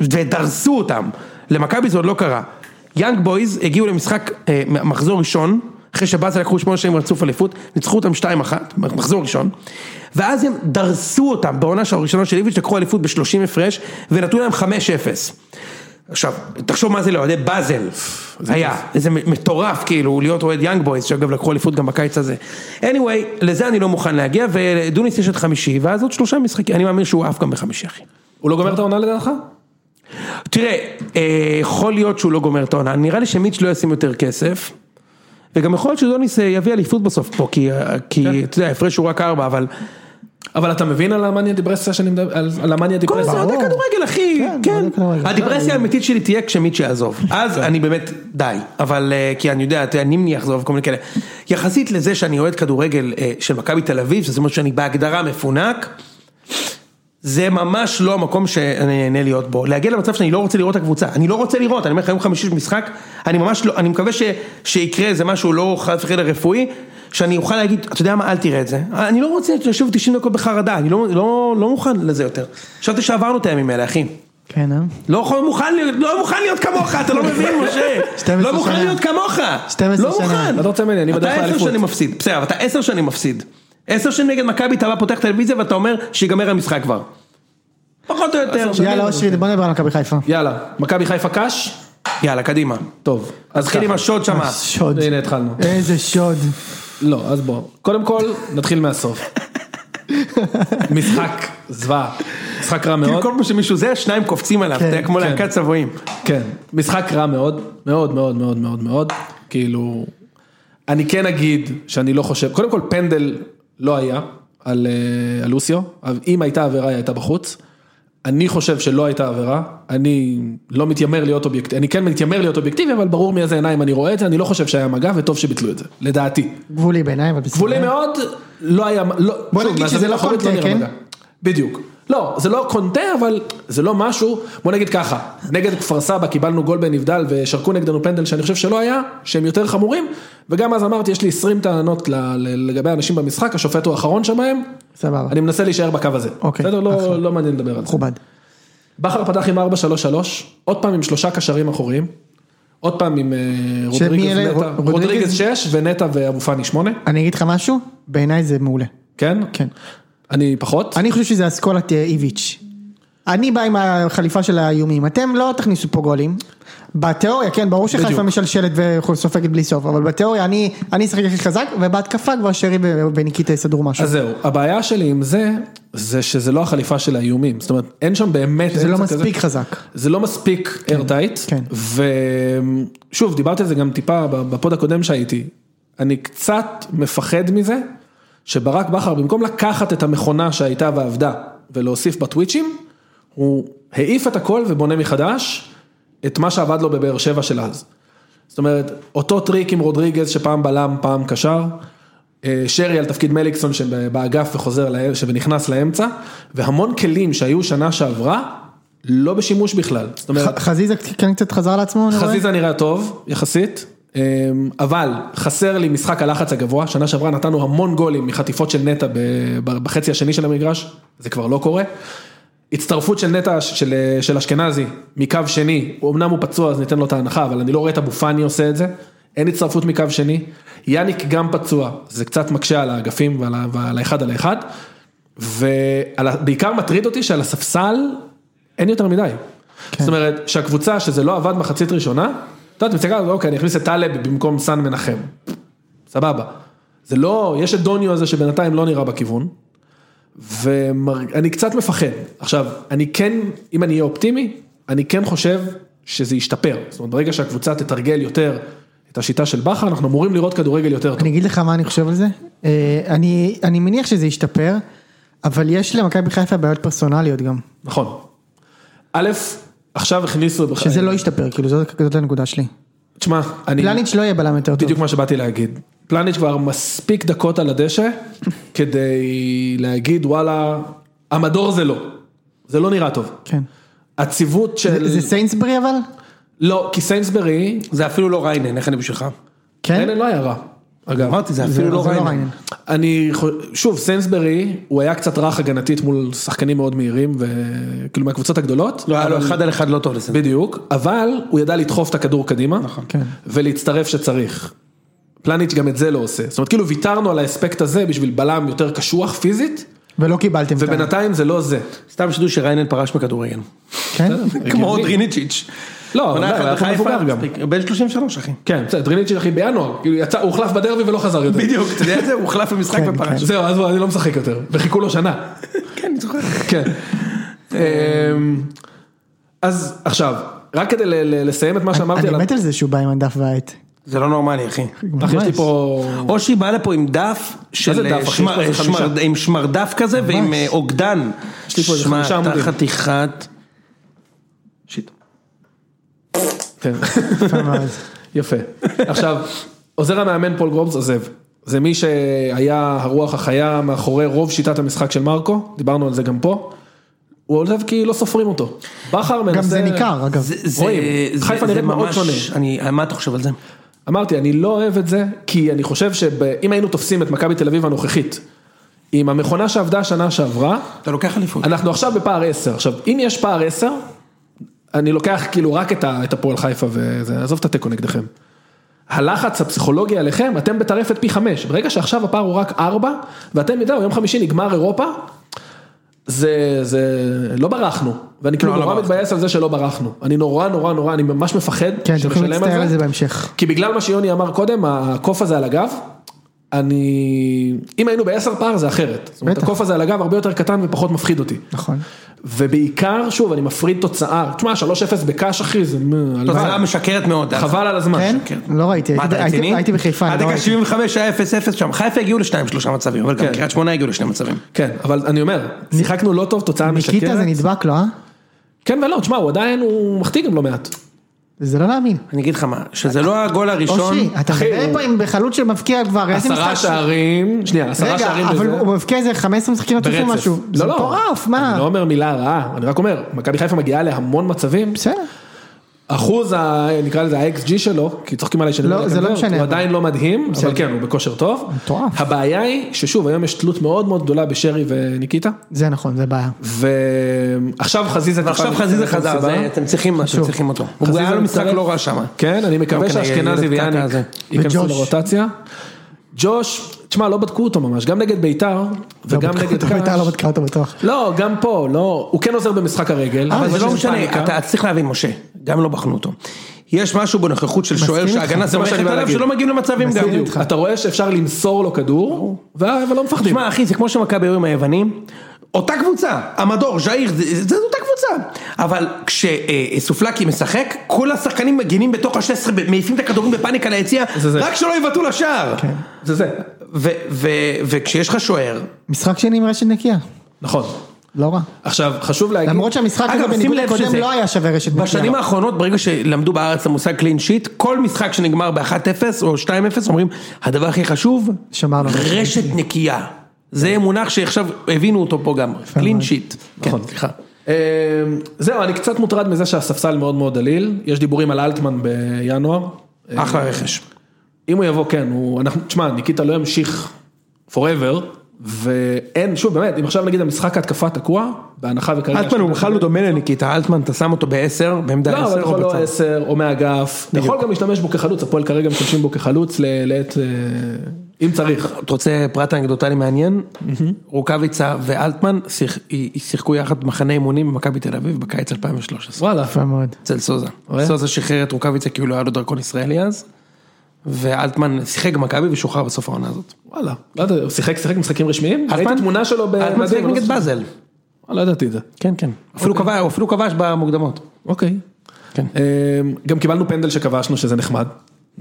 Speaker 2: ודרסו אותם. למכבי זה עוד לא קרה. יאנג בויז הגיעו למשחק אה, מחזור ראשון, אחרי שבאזל לקחו שמונה שנים רצוף אליפות, ניצחו אותם 2-1, מחזור ראשון, ואז הם דרסו אותם בעונה של- הראשונה של איביץ', לקחו אליפות ב-30 הפרש, ונתנו להם 5-0. עכשיו, תחשוב מה זה לאוהדי באזל, היה, זה מטורף כאילו, להיות אוהד יאנג בויז, שאגב לקחו אליפות גם בקיץ הזה. anyway, לזה אני לא מוכן להגיע, ודוניס יש את חמישי, ואז עוד שלושה משחקים, אני מאמין שהוא עף גם בחמישי אחי.
Speaker 3: הוא לא גומר את העונה לדעתך?
Speaker 2: תראה, אה, יכול להיות שהוא לא גומר את העונה, נראה לי שמיץ' לא ישים יותר כסף, וגם יכול להיות שדוניס אה, יביא אליפות בסוף פה, כי, אה, כי אתה יודע, ההפרש הוא רק ארבע, אבל...
Speaker 3: אבל אתה מבין על המאניה דיפרסיה שאני מדבר, על על המאניה
Speaker 2: כל הזמן
Speaker 3: דיפרסיה?
Speaker 2: אוהדי
Speaker 1: ברור.
Speaker 2: כדורגל, אחי,
Speaker 1: כן,
Speaker 2: כן.
Speaker 1: אוהדי כדורגל.
Speaker 2: הדיפרסיה האמיתית שלי תהיה כשמיץ' יעזוב. אז אני באמת, די. אבל אה, כי אני יודע, אתה יודע, נימני יחזוב, כל מיני כאלה. יחסית לזה שאני אוהד כדורגל אה, של מכבי תל אביב, שזה אומר שאני בהגדרה מפונק, זה ממש לא המקום שאני נהנה להיות בו. להגיע למצב שאני לא רוצה לראות את הקבוצה. אני לא רוצה לראות, אני אומר לך, יום חמישי יש משחק, אני ממש לא, אני מקווה ש, שיקרה איזה משהו, לא חס וחלילה רפואי, שאני אוכל להגיד, אתה יודע מה, אל תראה את זה. אני לא רוצה לשבת 90 דקות בחרדה, אני לא, לא, לא מוכן לזה יותר. חשבתי שעברנו את הימים האלה, אחי.
Speaker 1: כן, אה?
Speaker 2: לא יכול- מוכן להיות, לא מוכן להיות כמוך, אתה לא מבין, משה.
Speaker 1: 12
Speaker 2: לא מוכן
Speaker 1: שנה.
Speaker 2: להיות כמוך.
Speaker 1: 12
Speaker 2: לא
Speaker 1: שנה.
Speaker 2: מוכן.
Speaker 3: מה אתה רוצה ממני? אני בדרך
Speaker 2: אתה עשר
Speaker 3: לאליפות.
Speaker 2: שנים מפסיד. בסדר, אבל אתה עשר שנים מפסיד. עשר שנים נגד מכבי, אתה בא פותח טלוויזיה ואתה אומר שיגמר המשחק כבר. פחות או יותר.
Speaker 1: יאללה אושרי, בוא נדבר על מכבי חיפה.
Speaker 3: יאללה, מכבי חיפה קאש?
Speaker 2: יאללה, קדימה.
Speaker 3: טוב.
Speaker 2: אז התחיל עם השוד
Speaker 1: אה,
Speaker 2: שמה.
Speaker 1: שוד.
Speaker 3: הנה התחלנו.
Speaker 1: איזה שוד.
Speaker 3: לא, אז בוא. קודם כל, נתחיל מהסוף. משחק זוועה. משחק רע
Speaker 2: כאילו
Speaker 3: מאוד.
Speaker 2: כל פעם שמישהו זה, שניים קופצים עליו,
Speaker 1: כן,
Speaker 2: אתה יודע, כמו
Speaker 3: כן.
Speaker 2: להקת צבועים.
Speaker 3: כן, משחק רע מאוד, מאוד מאוד מאוד מאוד מאוד, כאילו, אני כן אגיד שאני לא חושב, קודם כל פנדל לא היה על, אה, על לוסיו, אבל אם הייתה עבירה היא הייתה בחוץ, אני חושב שלא הייתה עבירה, אני לא מתיימר להיות אובייקטיבי, אני כן מתיימר להיות אובייקטיבי, אבל ברור מאיזה עיניים אני רואה את זה, אני לא חושב שהיה מגע וטוב שביטלו את זה, לדעתי.
Speaker 1: גבולי בעיניי, אבל בסדר.
Speaker 3: גבולי מאוד, לא היה, לא,
Speaker 1: אוקיי. בוא
Speaker 3: שוב,
Speaker 1: נגיד שזה
Speaker 3: מהזווית
Speaker 1: לא
Speaker 3: האחורית
Speaker 1: קונטה,
Speaker 3: נראה
Speaker 1: כן?
Speaker 3: מגע. בדיוק. לא, זה לא קונטה, אבל זה לא משהו, בוא נגיד ככה, נגד כפר סבא קיבלנו גול בנבדל ושרקו נגדנו פנדל שאני חושב שלא היה, שהם יותר חמורים, וגם אז אמרתי, יש לי 20 טענות ל- ל- לגבי האנשים במשחק, השופט הוא האחרון שבהם,
Speaker 1: סבבה.
Speaker 3: אני מנסה להישאר בקו הזה.
Speaker 1: אוקיי,
Speaker 3: בסדר?
Speaker 1: אחלה.
Speaker 3: לא, לא מעניין לדבר על זה.
Speaker 1: מכובד.
Speaker 3: בכר פתח עם 4-3-3, עוד פעם עם שלושה קשרים אחוריים, עוד פעם עם אה,
Speaker 1: שמי
Speaker 3: רודריגז,
Speaker 1: אלה?
Speaker 3: נטע,
Speaker 1: רודריגז?
Speaker 3: רודריגז 6 ונטע ואבו פאני 8,
Speaker 1: אני אגיד לך משהו, בעיניי זה מעולה.
Speaker 3: כן?
Speaker 1: כן.
Speaker 3: אני פחות?
Speaker 1: אני חושב שזה אסכולת אה, איביץ'. אני בא עם החליפה של האיומים, אתם לא תכניסו פה גולים. בתיאוריה, כן, ברור שחיפה משלשלת וסופגת בלי סוף, אבל בתיאוריה אני אני אשחק הכי חזק, ובהתקפה כבר שרי ו- וניקיטה יסדרו משהו.
Speaker 3: אז זהו, הבעיה שלי עם זה, זה שזה לא החליפה של האיומים, זאת אומרת, אין שם באמת...
Speaker 1: זה לא
Speaker 3: אמצע כזה.
Speaker 1: מספיק חזק.
Speaker 3: זה לא מספיק איירטייט,
Speaker 1: כן.
Speaker 3: ושוב, דיברתי על זה גם טיפה בפוד הקודם שהייתי, אני קצת מפחד מזה, שברק בכר, במקום לקחת את המכונה שהייתה ועבדה, ולהוסיף בטוויצ'ים, הוא העיף את הכל ובונה מחדש את מה שעבד לו בבאר שבע של אז. זאת אומרת, אותו טריק עם רודריגז שפעם בלם, פעם קשר, אה, שרי על תפקיד מליקסון שבאגף וחוזר, ל- שנכנס לאמצע, והמון כלים שהיו שנה שעברה, לא בשימוש בכלל. זאת אומרת,
Speaker 1: ח- חזיזה כן קצת חזר לעצמו, אני רואה.
Speaker 3: חזיזה נראה טוב, יחסית, אמ, אבל חסר לי משחק הלחץ הגבוה, שנה שעברה נתנו המון גולים מחטיפות של נטע ב- ב- בחצי השני של המגרש, זה כבר לא קורה. הצטרפות של נטע, של, של אשכנזי, מקו שני, אמנם הוא פצוע אז ניתן לו את ההנחה, אבל אני לא רואה את אבו פאני עושה את זה, אין הצטרפות מקו שני, יאניק גם פצוע, זה קצת מקשה על האגפים ועל, ה- ועל האחד על האחד, ובעיקר מטריד אותי שעל הספסל אין יותר מדי. כן. זאת אומרת, שהקבוצה שזה לא עבד מחצית ראשונה, אתה יודע, אתה מסתכל, אוקיי, אני אכניס את טלב במקום סאן מנחם. סבבה. זה לא, יש את דוניו הזה שבינתיים לא נראה בכיוון, ואני קצת מפחד. עכשיו, אני כן, אם אני אהיה אופטימי, אני כן חושב שזה ישתפר. זאת אומרת, ברגע שהקבוצה תתרגל יותר את השיטה של בכר, אנחנו אמורים לראות כדורגל יותר טוב.
Speaker 1: אני אגיד לך מה אני חושב על זה. אה, אני אני מניח שזה ישתפר, אבל יש למכבי חיפה בעיות פרסונליות גם.
Speaker 3: נכון. א', עכשיו הכניסו...
Speaker 1: שזה לא ישתפר, כאילו זאת זאת הנקודה שלי.
Speaker 3: תשמע, אני...
Speaker 1: פלניץ' לא יהיה בלם יותר טוב.
Speaker 3: בדיוק מה שבאתי להגיד. פלניץ' כבר מספיק דקות על הדשא כדי להגיד וואלה, המדור זה לא. זה לא נראה טוב.
Speaker 1: כן.
Speaker 3: הציוות של...
Speaker 1: זה- זה סיינסברי אבל?
Speaker 3: לא, כי סיינסברי,
Speaker 2: זה אפילו לא ריינן, איך אני בשבילך?
Speaker 1: כן?
Speaker 3: רנן לא היה רע. אגב,
Speaker 2: אמרתי, זה
Speaker 1: זה
Speaker 2: אפילו לא
Speaker 1: זה לא
Speaker 2: ריינן.
Speaker 1: ריינן.
Speaker 3: אני, חו- שוב, סיינסברי, הוא היה קצת רך הגנתית מול שחקנים מאוד מהירים, וכאילו מהקבוצות הגדולות.
Speaker 2: לא היה לו
Speaker 3: אבל-
Speaker 2: אחד על אחד לא טוב לזה.
Speaker 3: בדיוק, אבל הוא ידע לדחוף את הכדור קדימה,
Speaker 1: כן.
Speaker 3: ולהצטרף שצריך. פלניץ' גם את זה לא עושה. זאת אומרת, כאילו ויתרנו על האספקט הזה בשביל בלם יותר קשוח פיזית,
Speaker 1: ולא קיבלתם את ה...
Speaker 3: ובינתיים זה לא זה.
Speaker 2: סתם שתדעו שריינן פרש מכדורגל.
Speaker 1: כן?
Speaker 2: כמו דריניצ'יץ'.
Speaker 3: לא, אבל
Speaker 2: עונה
Speaker 3: די,
Speaker 2: אחת
Speaker 3: הוא היה כבר
Speaker 2: בחיפה,
Speaker 3: מבוגר גם.
Speaker 2: מספיק. בן 33 אחי.
Speaker 3: כן, בסדר, דריניץ' אחי בינואר, כאילו יצא, הוא הוחלף בדרבי ולא חזר יותר.
Speaker 2: בדיוק, אתה יודע את זה? הוא הוחלף במשחק
Speaker 1: כן,
Speaker 2: ופרש.
Speaker 1: כן.
Speaker 3: זהו, אז הוא- אני לא משחק יותר, וחיכו לו שנה.
Speaker 2: כן, אני זוכר.
Speaker 3: כן. אמ, אז עכשיו, רק כדי ל- ל- לסיים את מה שאמרתי
Speaker 1: אני
Speaker 3: על... ה-
Speaker 1: מת על זה שהוא בא עם הדף והעט.
Speaker 2: זה לא נורמלי אחי.
Speaker 3: אך, יש לי פה...
Speaker 2: אושרי בא לפה עם דף של אה,
Speaker 3: דף, אחי? יש
Speaker 2: שמר-
Speaker 3: פה איזה
Speaker 2: שמר-
Speaker 3: חמישה.
Speaker 2: עם שמרדף כזה ועם אה, אוגדן.
Speaker 3: יש לי פה איזה
Speaker 2: שמע,
Speaker 3: חמישה
Speaker 2: אתה
Speaker 3: עמודים.
Speaker 2: חתיכת... שיט.
Speaker 3: כן.
Speaker 1: יפה מאוד.
Speaker 3: יפה. עכשיו, עוזר המאמן פול גרובס עוזב. זה מי שהיה הרוח החיה מאחורי רוב שיטת המשחק של מרקו, דיברנו על זה גם פה. הוא עוזב כי לא סופרים אותו. בכר מנסה...
Speaker 1: גם זה ניכר אגב.
Speaker 2: זה-
Speaker 3: רואים,
Speaker 2: זה-
Speaker 3: חיפה
Speaker 2: זה
Speaker 3: נראית מאוד
Speaker 2: ממש-
Speaker 3: שונה.
Speaker 2: אני- מה אתה חושב על זה?
Speaker 3: אמרתי, אני לא אוהב את זה, כי אני חושב שאם היינו תופסים את מכבי תל אביב הנוכחית, עם המכונה שעבדה שנה שעברה,
Speaker 2: אתה לוקח אליפות.
Speaker 3: אנחנו עכשיו בפער 10. עכשיו, אם יש פער 10, אני לוקח כאילו רק את, ה, את הפועל חיפה וזה, עזוב את התיקו נגדכם. הלחץ הפסיכולוגי עליכם, אתם בטרפת פי חמש. ברגע שעכשיו הפער הוא רק ארבע, ואתם יודעים, יום חמישי נגמר אירופה, זה, זה, לא ברחנו. ואני כאילו
Speaker 2: לא, לא
Speaker 3: נורא
Speaker 2: ברחנו.
Speaker 3: מתבאס על זה שלא ברחנו. אני נורא נורא נורא, אני ממש מפחד
Speaker 1: כן, אתם יכולים
Speaker 3: שנשלם
Speaker 1: להצטער על זה בהמשך.
Speaker 3: כי בגלל מה שיוני אמר קודם, הקוף הזה על הגב, אני... אם היינו בעשר פער זה אחרת. זאת אומרת,
Speaker 1: בטח.
Speaker 3: הקוף הזה על הגב הרבה יותר קטן ופחות מפחיד אותי.
Speaker 1: נכון.
Speaker 3: ובעיקר, שוב, אני מפריד תוצאה. תשמע, 3-0 בקאש, אחי, זה... מ-
Speaker 2: תוצאה
Speaker 3: הלוואי.
Speaker 2: משקרת מאוד.
Speaker 3: חבל על הזמן.
Speaker 1: כן?
Speaker 2: כן.
Speaker 1: לא ראיתי.
Speaker 2: מה, אתה
Speaker 1: הייתי-
Speaker 2: רציני?
Speaker 1: הייתי בחיפה. אני
Speaker 2: עד
Speaker 1: לא
Speaker 2: דקה
Speaker 1: ראיתי.
Speaker 2: 75 היה 0-0 שם, חיפה הגיעו לשניים שלושה מצבים, אבל גם קריית שמונה הגיעו לשני מצבים.
Speaker 3: כן, אבל אני אומר, שיחקנו לא טוב, תוצאה
Speaker 1: ניקיטה זה
Speaker 3: משקרת.
Speaker 1: נדבק לו, אה?
Speaker 3: כן ולא, תשמע, הוא עדיין, הוא מחטיא גם לא מעט.
Speaker 1: זה לא להאמין.
Speaker 2: אני אגיד לך מה, שזה
Speaker 3: אה,
Speaker 2: לא הגול הראשון,
Speaker 1: אושרי, אתה
Speaker 3: אחי,
Speaker 1: מדבר
Speaker 3: הוא-
Speaker 1: פה עם בחלוץ שמבקיע כבר איזה
Speaker 3: עשרה
Speaker 1: משחק?
Speaker 3: שערים, שנייה, עשרה
Speaker 1: רגע,
Speaker 3: שערים
Speaker 1: אבל
Speaker 3: בזה.
Speaker 1: הוא מבקיע איזה 15 משחקים רצופים
Speaker 3: ברצף.
Speaker 1: משהו. זה
Speaker 3: לא, לא.
Speaker 1: מטורף,
Speaker 3: אני
Speaker 1: מה?
Speaker 3: לא אומר מילה רעה, אני רק אומר, מכבי חיפה מגיעה להמון מצבים,
Speaker 1: בסדר.
Speaker 3: אחוז, ה- נקרא לזה ה-XG שלו, כי צוחקים עליי שאני
Speaker 1: לא,
Speaker 3: יודע
Speaker 1: זה
Speaker 3: כמה
Speaker 1: לא
Speaker 3: הוא,
Speaker 1: משנה,
Speaker 3: הוא
Speaker 1: אבל-
Speaker 3: עדיין לא מדהים, אבל
Speaker 1: בסדר.
Speaker 3: כן, הוא בכושר טוב.
Speaker 1: מטורף.
Speaker 3: הבעיה היא ששוב, היום יש תלות מאוד מאוד גדולה בשרי וניקיטה,
Speaker 1: זה נכון, זה בעיה.
Speaker 3: ועכשיו חזיזה...
Speaker 2: ועכשיו
Speaker 3: טיפה-
Speaker 2: חזיזה
Speaker 3: טיפה
Speaker 2: חזר,
Speaker 3: מסיבה.
Speaker 2: זה- אתם צריכים משהו, אתם צריכים אותו. הוא
Speaker 3: חזיזה
Speaker 2: היה לו משחק
Speaker 3: מצטרף.
Speaker 2: לא רע שם.
Speaker 3: כן, אני מקווה
Speaker 2: לא, כן,
Speaker 3: שהאשכנזי
Speaker 2: הילד קקע
Speaker 3: ויאניק
Speaker 2: הזה.
Speaker 3: ייכנסו
Speaker 1: וג'וש.
Speaker 3: לרוטציה. ג'וש, תשמע, לא בדקו אותו ממש, גם נגד ביתר, וגם
Speaker 1: לא בדקו
Speaker 3: נגד
Speaker 1: אותו, בית"ר לא
Speaker 3: קאש.
Speaker 1: בדקה אותו בטוח.
Speaker 3: לא, גם פה, לא, הוא כן עוזר במשחק הרגל.
Speaker 2: אבל זה לא
Speaker 3: יש
Speaker 2: משנה,
Speaker 3: פאניקה.
Speaker 2: אתה צריך להבין, משה, גם לא בחנו אותו. יש משהו בנוכחות של שוער
Speaker 1: איתך.
Speaker 2: שההגנה
Speaker 3: זה מה
Speaker 2: סומכת
Speaker 3: שאני בא
Speaker 2: עליו
Speaker 3: להגיד.
Speaker 2: שלא מגיעים למצבים גם.
Speaker 3: בדיוק. אתה רואה שאפשר למסור לו כדור, ו- אבל לא מפחדים.
Speaker 2: תשמע אחי, זה כמו שמכבי היו עם היוונים, אותה קבוצה, המדור, ז'איר, זה- זה זה אותה קבוצה. אבל כשסופלקי משחק, כל השחקנים מגינים בתוך ה-16, מעיפים את הכדורים בפאניקה ליציע,
Speaker 3: זה זה.
Speaker 2: רק שלא יבטאו לשער.
Speaker 3: זה זה.
Speaker 2: ו- ו- וכשיש לך שוער,
Speaker 1: משחק שני עם רשת נקייה,
Speaker 3: נכון.
Speaker 1: לא רע.
Speaker 3: עכשיו, חשוב להגיד...
Speaker 1: למרות שהמשחק הזה
Speaker 2: אגב, שים
Speaker 1: בניגוד
Speaker 2: לב
Speaker 1: לקודם
Speaker 2: שזה-
Speaker 1: לא היה שווה רשת נקייה.
Speaker 2: בשנים האחרונות, ברגע שלמדו בארץ את המושג קלין שיט, כל משחק שנגמר ב-1-0 או 2-0, אומרים, הדבר הכי חשוב,
Speaker 1: שמרנו.
Speaker 2: רשת נקייה. זה מונח שעכשיו הבינו אותו פה גם, כן, קלין
Speaker 1: מאוד.
Speaker 2: שיט.
Speaker 3: נכון, סליחה. אמ, זהו, אני קצת מוטרד מזה שהספסל מאוד מאוד דליל, יש דיבורים על אלטמן בינואר.
Speaker 2: אחלה רכש.
Speaker 3: אם הוא יבוא, כן, הוא, אנחנו, תשמע, ניקיטה לא ימשיך forever, ואין, שוב, באמת, אם עכשיו נגיד המשחק ההתקפה תקוע, בהנחה וכרגע...
Speaker 2: אלטמן הוא בכלל לא דומה לניקיטה, אלטמן אתה שם אותו בעשר, בעמדה
Speaker 3: לא, אבל
Speaker 2: עשר
Speaker 3: יכול
Speaker 2: או
Speaker 3: לא
Speaker 2: בצד.
Speaker 3: עשר, או מהאגף, אתה יכול גם להשתמש בו כחלוץ, הפועל כרגע משתמשים בו כחלוץ ל- לעת, אה, אם צריך.
Speaker 2: אתה רוצה פרט אנקדוטלי מעניין? רוקאביצה ואלטמן שיח- שיחקו יחד במחנה אימונים במכבי תל אביב בקיץ 2013.
Speaker 3: וואלה.
Speaker 1: יפה מאוד.
Speaker 2: אצל סוזה.
Speaker 3: רואה?
Speaker 2: סוזה שחרר את רוקאביצה כי הוא לא היה לו דרכון ישראלי אז, ואלטמן שיחק במכבי ושוחרר בסוף העונה הזאת.
Speaker 3: וואלה, לא יודע, הוא שיחק, שיחק משחקים רשמיים?
Speaker 2: אלטמן-
Speaker 3: ראיתי תמונה שלו ב...
Speaker 2: אלטמן שיחק נגד באזל.
Speaker 3: לא ידעתי את זה.
Speaker 2: כן, כן. אפילו כבש- הוא אפילו כבש במוקדמות.
Speaker 3: אוקיי.
Speaker 2: כן.
Speaker 3: אמ, גם קיבלנו פנדל שכבשנו, שזה נחמד.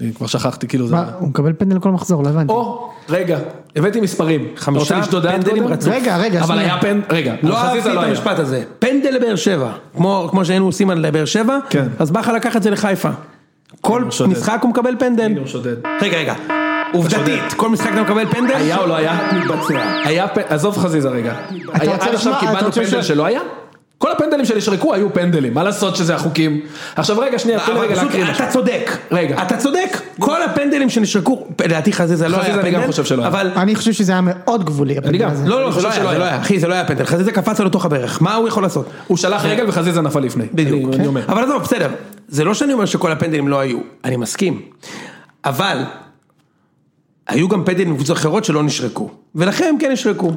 Speaker 3: אני כבר שכחתי, כאילו זה...
Speaker 1: מה, הוא מקבל פנדל כל מחזור, לא הבנתי.
Speaker 3: או, רגע, הבאתי מספרים. אתה רוצה לשדוד דעת
Speaker 2: פנדלים
Speaker 3: קודם?
Speaker 2: רצוף.
Speaker 1: רגע, רגע,
Speaker 3: אבל
Speaker 1: שנייה.
Speaker 3: היה פנדל, רגע,
Speaker 2: לא
Speaker 3: על חזיזה
Speaker 2: אהבתי את
Speaker 3: היה.
Speaker 2: המשפט הזה, פנדל לבאר שבע, כמו, כמו שהיינו עושים על באר שבע,
Speaker 3: כן.
Speaker 2: אז בכר לקח את זה לחיפה. כל
Speaker 3: הוא שודד.
Speaker 2: משחק הוא מקבל פנדל.
Speaker 3: הנה, הוא שודד.
Speaker 2: רגע, רגע, עובדתית, כל משחק אתה מקבל פנדל?
Speaker 3: היה או לא היה?
Speaker 2: מתבצע.
Speaker 3: היה פנדל, עזוב חזיזה רגע. היה-
Speaker 1: רוצה
Speaker 3: עד עכשיו
Speaker 1: לשמוע- אתה
Speaker 3: קיבלנו
Speaker 1: רוצה
Speaker 3: פנדל
Speaker 1: ש-
Speaker 3: שלא היה? כל הפנדלים שנשרקו היו פנדלים, מה לעשות שזה החוקים? עכשיו רגע, שנייה, תן לי
Speaker 2: אבל
Speaker 3: רגע
Speaker 2: פשוט
Speaker 3: להקריא משהו.
Speaker 2: אתה צודק,
Speaker 3: רגע.
Speaker 2: אתה צודק, כל הפנדלים שנשרקו, לדעתי חזיזה לא היה
Speaker 3: חזיזה
Speaker 2: פנדל,
Speaker 3: אני גם חושב שלא היה.
Speaker 2: אבל
Speaker 1: אני חושב שזה היה מאוד גבולי. הפנדל
Speaker 3: גם,
Speaker 1: הזה.
Speaker 2: לא, לא,
Speaker 3: אני
Speaker 2: זה
Speaker 3: חושב
Speaker 2: לא היה,
Speaker 3: שלא
Speaker 2: זה לא
Speaker 3: היה.
Speaker 2: היה, אחי זה לא היה פנדל, חזיזה קפץ על לתוך הברך, מה הוא יכול לעשות?
Speaker 3: הוא שלח רגל וחזיזה נפל לפני.
Speaker 2: כן. בדיוק.
Speaker 1: כן.
Speaker 3: אני- אני אומר.
Speaker 2: אבל עזוב, בסדר. זה לא שאני אומר שכל הפנדלים לא היו, אני מסכים. אבל, היו גם פנדלים מקבוצות אחרות שלא נשרקו. ולכן הם כן נשרקו.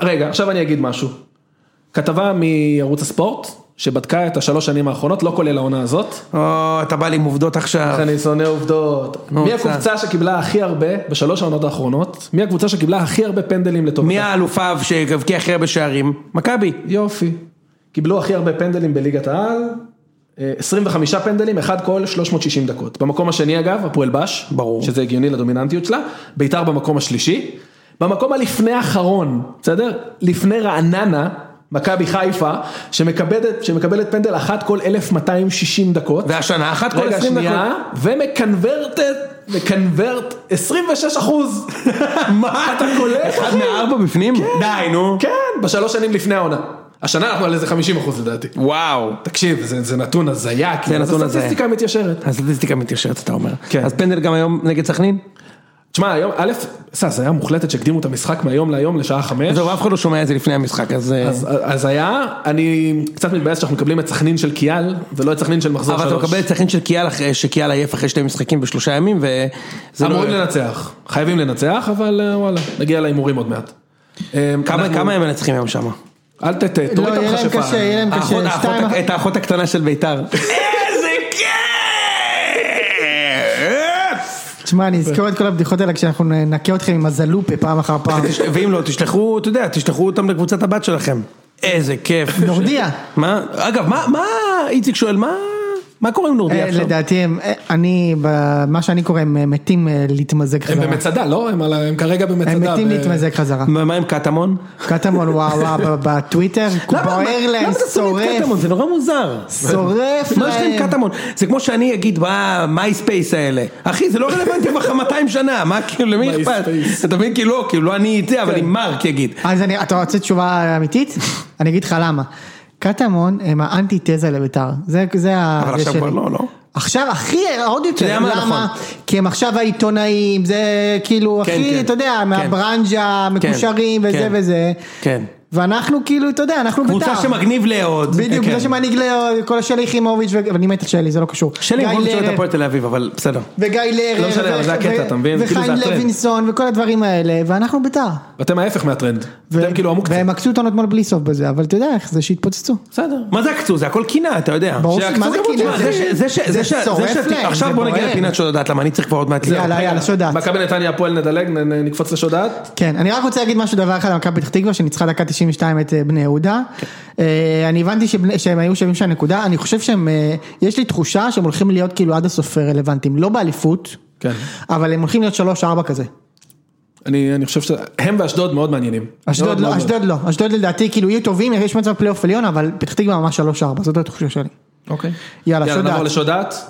Speaker 3: רגע, עכשיו אני אגיד משהו. כתבה מערוץ הספורט, שבדקה את השלוש שנים האחרונות, לא כולל העונה הזאת.
Speaker 2: או, אה, אתה בא לי עם עובדות עכשיו.
Speaker 3: אני שונא עובדות.
Speaker 2: נו,
Speaker 3: מי
Speaker 2: קצת.
Speaker 3: הקבוצה שקיבלה הכי הרבה בשלוש העונות האחרונות? מי הקבוצה שקיבלה הכי הרבה פנדלים לטובתה?
Speaker 2: מי האלופה שהבקיע הכי הרבה שערים? מכבי.
Speaker 3: יופי. קיבלו הכי הרבה פנדלים בליגת העל, אה, 25 פנדלים, אחד כל 360 דקות. במקום השני אגב, הפועל בש,
Speaker 2: ברור.
Speaker 3: שזה הגיוני לדומיננטיות שלה, ביתר במקום השלישי. במקום הלפני האחרון, בסדר? לפני רעננה, מכבי חיפה, שמקבלת, שמקבלת פנדל אחת כל 1260 דקות.
Speaker 2: והשנה אחת כל
Speaker 3: רגע,
Speaker 2: 20 דקות.
Speaker 3: שנייה, ומקנברטת, מקנברט 26 אחוז.
Speaker 2: מה?
Speaker 3: אתה קולט,
Speaker 2: אחד
Speaker 3: אחי?
Speaker 2: מארבע בפנים? די, נו.
Speaker 3: כן, בשלוש שנים לפני העונה. השנה אנחנו על איזה 50 אחוז לדעתי.
Speaker 2: וואו.
Speaker 3: תקשיב, זה, זה נתון הזיה, כי
Speaker 2: נתון הזיה.
Speaker 3: זו סטטיסטיקה מתיישרת.
Speaker 2: הסטטיסטיקה מתיישרת, אתה אומר.
Speaker 3: כן.
Speaker 2: אז פנדל גם היום נגד סכנין?
Speaker 3: תשמע, היום, א', זה הזיה מוחלטת שהקדימו את המשחק מהיום להיום לשעה חמש.
Speaker 2: טוב, אף אחד לא שומע את זה לפני המשחק, אז... אה,
Speaker 3: אז, אז היה, אני קצת מתבאס שאנחנו מקבלים את סכנין של קיאל, ולא את סכנין של מחזור
Speaker 2: אבל
Speaker 3: שלוש.
Speaker 2: אתה מקבל את סכנין של קיאל אחרי שקיאל עייף אחרי שני משחקים בשלושה ימים וזה לא...
Speaker 3: אמורים לנצח, חייבים לנצח, אבל אה, וואלה, נגיע להימורים עוד מעט. אה,
Speaker 2: כמה-
Speaker 3: אנחנו-
Speaker 2: כמה הם מנצחים היום שם?
Speaker 3: אל ת- ת-
Speaker 1: לא,
Speaker 3: תוריד את
Speaker 1: יהיה להם
Speaker 3: המכשפה.
Speaker 1: קשה, יהיה להם
Speaker 2: האחות-
Speaker 1: קשה.
Speaker 2: האחות-
Speaker 1: שתיים-
Speaker 2: את האחות הקטנה של ביתר. איזה כיף!
Speaker 1: תשמע, אני אזכור את כל הבדיחות האלה כשאנחנו נכה אתכם עם הזלופה פעם אחר פעם.
Speaker 2: ואם לא, תשלחו, אתה יודע, תשלחו אותם לקבוצת הבת שלכם. איזה כיף.
Speaker 1: נורדיה.
Speaker 2: מה? אגב, מה, מה, איציק שואל, מה, מה קורה עם נורדיה
Speaker 1: אה,
Speaker 2: עכשיו?
Speaker 1: לדעתי הם, אה, אני, ב- מה שאני קורא, הם אה, מתים אה, להתמזג
Speaker 3: הם
Speaker 1: חזרה.
Speaker 3: במצדה, לא? הם, על ה- הם כרגע במצדה.
Speaker 1: הם מתים
Speaker 3: ב-
Speaker 1: להתמזג חזרה.
Speaker 2: מה מה עם קטמון?
Speaker 1: קטמון וואו וואו ב- בטוויטר,
Speaker 2: למה-
Speaker 1: בוער
Speaker 2: למה
Speaker 1: להם,
Speaker 2: אתה שונא את
Speaker 1: שורף,
Speaker 2: קטמון? זה נורא מוזר.
Speaker 1: שורף
Speaker 2: מה יש לך עם
Speaker 1: להם.
Speaker 2: קטמון? זה כמו שאני אגיד, מה מייספייס האלה. אחי, זה לא רלוונטי כבר לך 200 שנה, מה כאילו, למי אכפת?
Speaker 3: MySpace.
Speaker 2: אתה מבין? כאילו, לא, כאילו, לא אני את זה,
Speaker 1: כן.
Speaker 2: אבל עם מרק יגיד.
Speaker 1: אז אני, אתה רוצה תשובה אה, אמיתית? אני אגיד לך למה. קטמון הם האנטיתזה לביתר. זה, זה ה...
Speaker 2: אבל
Speaker 1: זה
Speaker 2: עכשיו
Speaker 1: שלי.
Speaker 2: כבר לא, לא?
Speaker 1: עכשיו הכי, עוד יותר,
Speaker 2: יודע מה,
Speaker 1: למה?
Speaker 2: נכון.
Speaker 1: כי הם עכשיו העיתונאים, זה כאילו
Speaker 2: כן,
Speaker 1: הכי,
Speaker 2: כן.
Speaker 1: אתה יודע,
Speaker 2: כן.
Speaker 1: מהברנז'ה, מקושרים
Speaker 2: כן,
Speaker 1: וזה
Speaker 2: כן.
Speaker 1: וזה.
Speaker 2: כן.
Speaker 1: ואנחנו כאילו, אתה יודע, אנחנו בית"ר.
Speaker 2: קבוצה שמגניב לאהוד.
Speaker 1: בדיוק,
Speaker 2: כן.
Speaker 1: קבוצה שמנהיג ל- כל השלי יחימוביץ', ו- אבל אני מת על שלי, זה לא קשור.
Speaker 2: שלי
Speaker 1: גיא
Speaker 2: מאוד שואל
Speaker 1: לרר,
Speaker 2: את הפועל תל אביב, אבל בסדר.
Speaker 1: וגיא לרר,
Speaker 2: לא משנה, אבל זה
Speaker 1: ו-
Speaker 2: הקטע,
Speaker 1: ו-
Speaker 2: אתה מבין? כאילו, זה
Speaker 1: וחיים
Speaker 2: הטרנד.
Speaker 1: לוינסון וכל הדברים האלה, ואנחנו בית"ר.
Speaker 3: ואתם ההפך מהטרנד.
Speaker 1: ו-
Speaker 3: אתם כאילו המוקצה.
Speaker 1: והם עקצו אותנו אתמול בלי סוף בזה, אבל אתה יודע איך זה שהתפוצצו.
Speaker 2: בסדר. מה זה הקצו? זה הכל קינה, אתה יודע.
Speaker 1: ברור
Speaker 3: שהקצו
Speaker 1: שמה זה
Speaker 3: גם
Speaker 1: כאילו?
Speaker 2: תשמע, זה ש- זה ש- זה ש- זה
Speaker 1: שורף
Speaker 2: ש-
Speaker 1: להם,
Speaker 2: עכשיו
Speaker 1: זה
Speaker 2: בוא נגיע
Speaker 1: בוער.
Speaker 2: לפינת שוד הדעת, למה אני צריך כבר עוד מעט להיות.
Speaker 1: יאללה, יאללה, שודעת.
Speaker 3: מכבי נתניה, הפועל נדלג, נ- נ- נקפוץ לשודעת.
Speaker 1: כן, אני רק רוצה להגיד משהו דבר אחד על מכבי פתח תקווה שניצחה דקה 92 את אה, בני יהודה.
Speaker 2: כן.
Speaker 1: אה, אני הבנתי שבני- שהם היו שווים של הנקודה, אני חושב שהם, אה, יש לי תחושה שהם הולכים להיות כאילו עד הסוף רלוונטיים, לא באליפות,
Speaker 3: כן.
Speaker 1: אבל הם הולכים להיות 3-4 כזה.
Speaker 3: אני אני חושב שהם ואשדוד מאוד מעניינים. מאוד,
Speaker 1: אשדוד
Speaker 3: מאוד,
Speaker 1: לא,
Speaker 3: מאוד.
Speaker 1: אשדוד לא, אשדוד לדעתי כאילו יהיו טובים, יש מצב פלייאוף עליון, אבל פתח תקווה ממש 3-4, זאת התחושה שלי.
Speaker 3: אוקיי.
Speaker 1: יאללה,
Speaker 3: יאללה, נעבור
Speaker 1: שודעת.
Speaker 3: לשודעת.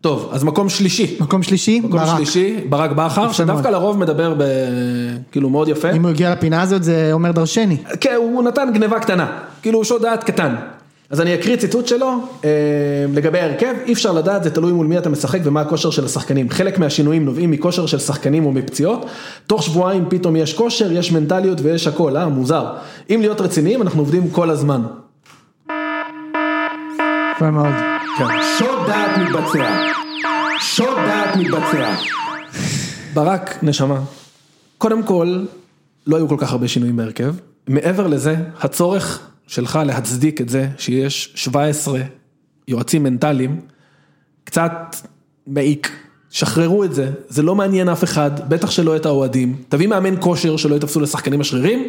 Speaker 3: טוב, אז מקום שלישי.
Speaker 1: מקום שלישי,
Speaker 3: מקום
Speaker 1: ברק.
Speaker 3: שלישי, ברק בכר, שדווקא לרוב מדבר ב... כאילו מאוד יפה.
Speaker 1: אם הוא הגיע לפינה הזאת זה אומר דרשני.
Speaker 3: כן, הוא נתן גניבה קטנה, כאילו הוא שוד דעת קטן. אז אני אקריא ציטוט שלו, אה, לגבי ההרכב, אי אפשר לדעת, זה תלוי מול מי אתה משחק ומה הכושר של השחקנים. חלק מהשינויים נובעים מכושר של שחקנים ומפציעות, תוך שבועיים פתאום יש כושר, יש מנטליות ויש הכל, אה, מוזר. אם להיות רציניים, אנחנו עובדים כל הזמן.
Speaker 1: יפה מאוד.
Speaker 2: שוד דעת מתבצע. שוד דעת מתבצע.
Speaker 3: ברק, נשמה, קודם כל, לא היו כל כך הרבה שינויים בהרכב. מעבר לזה, הצורך שלך להצדיק את זה שיש 17 יועצים מנטליים, קצת מעיק. שחררו את זה, זה לא מעניין אף אחד, בטח שלא את האוהדים. תביא מאמן כושר שלא יתפסו לשחקנים השרירים,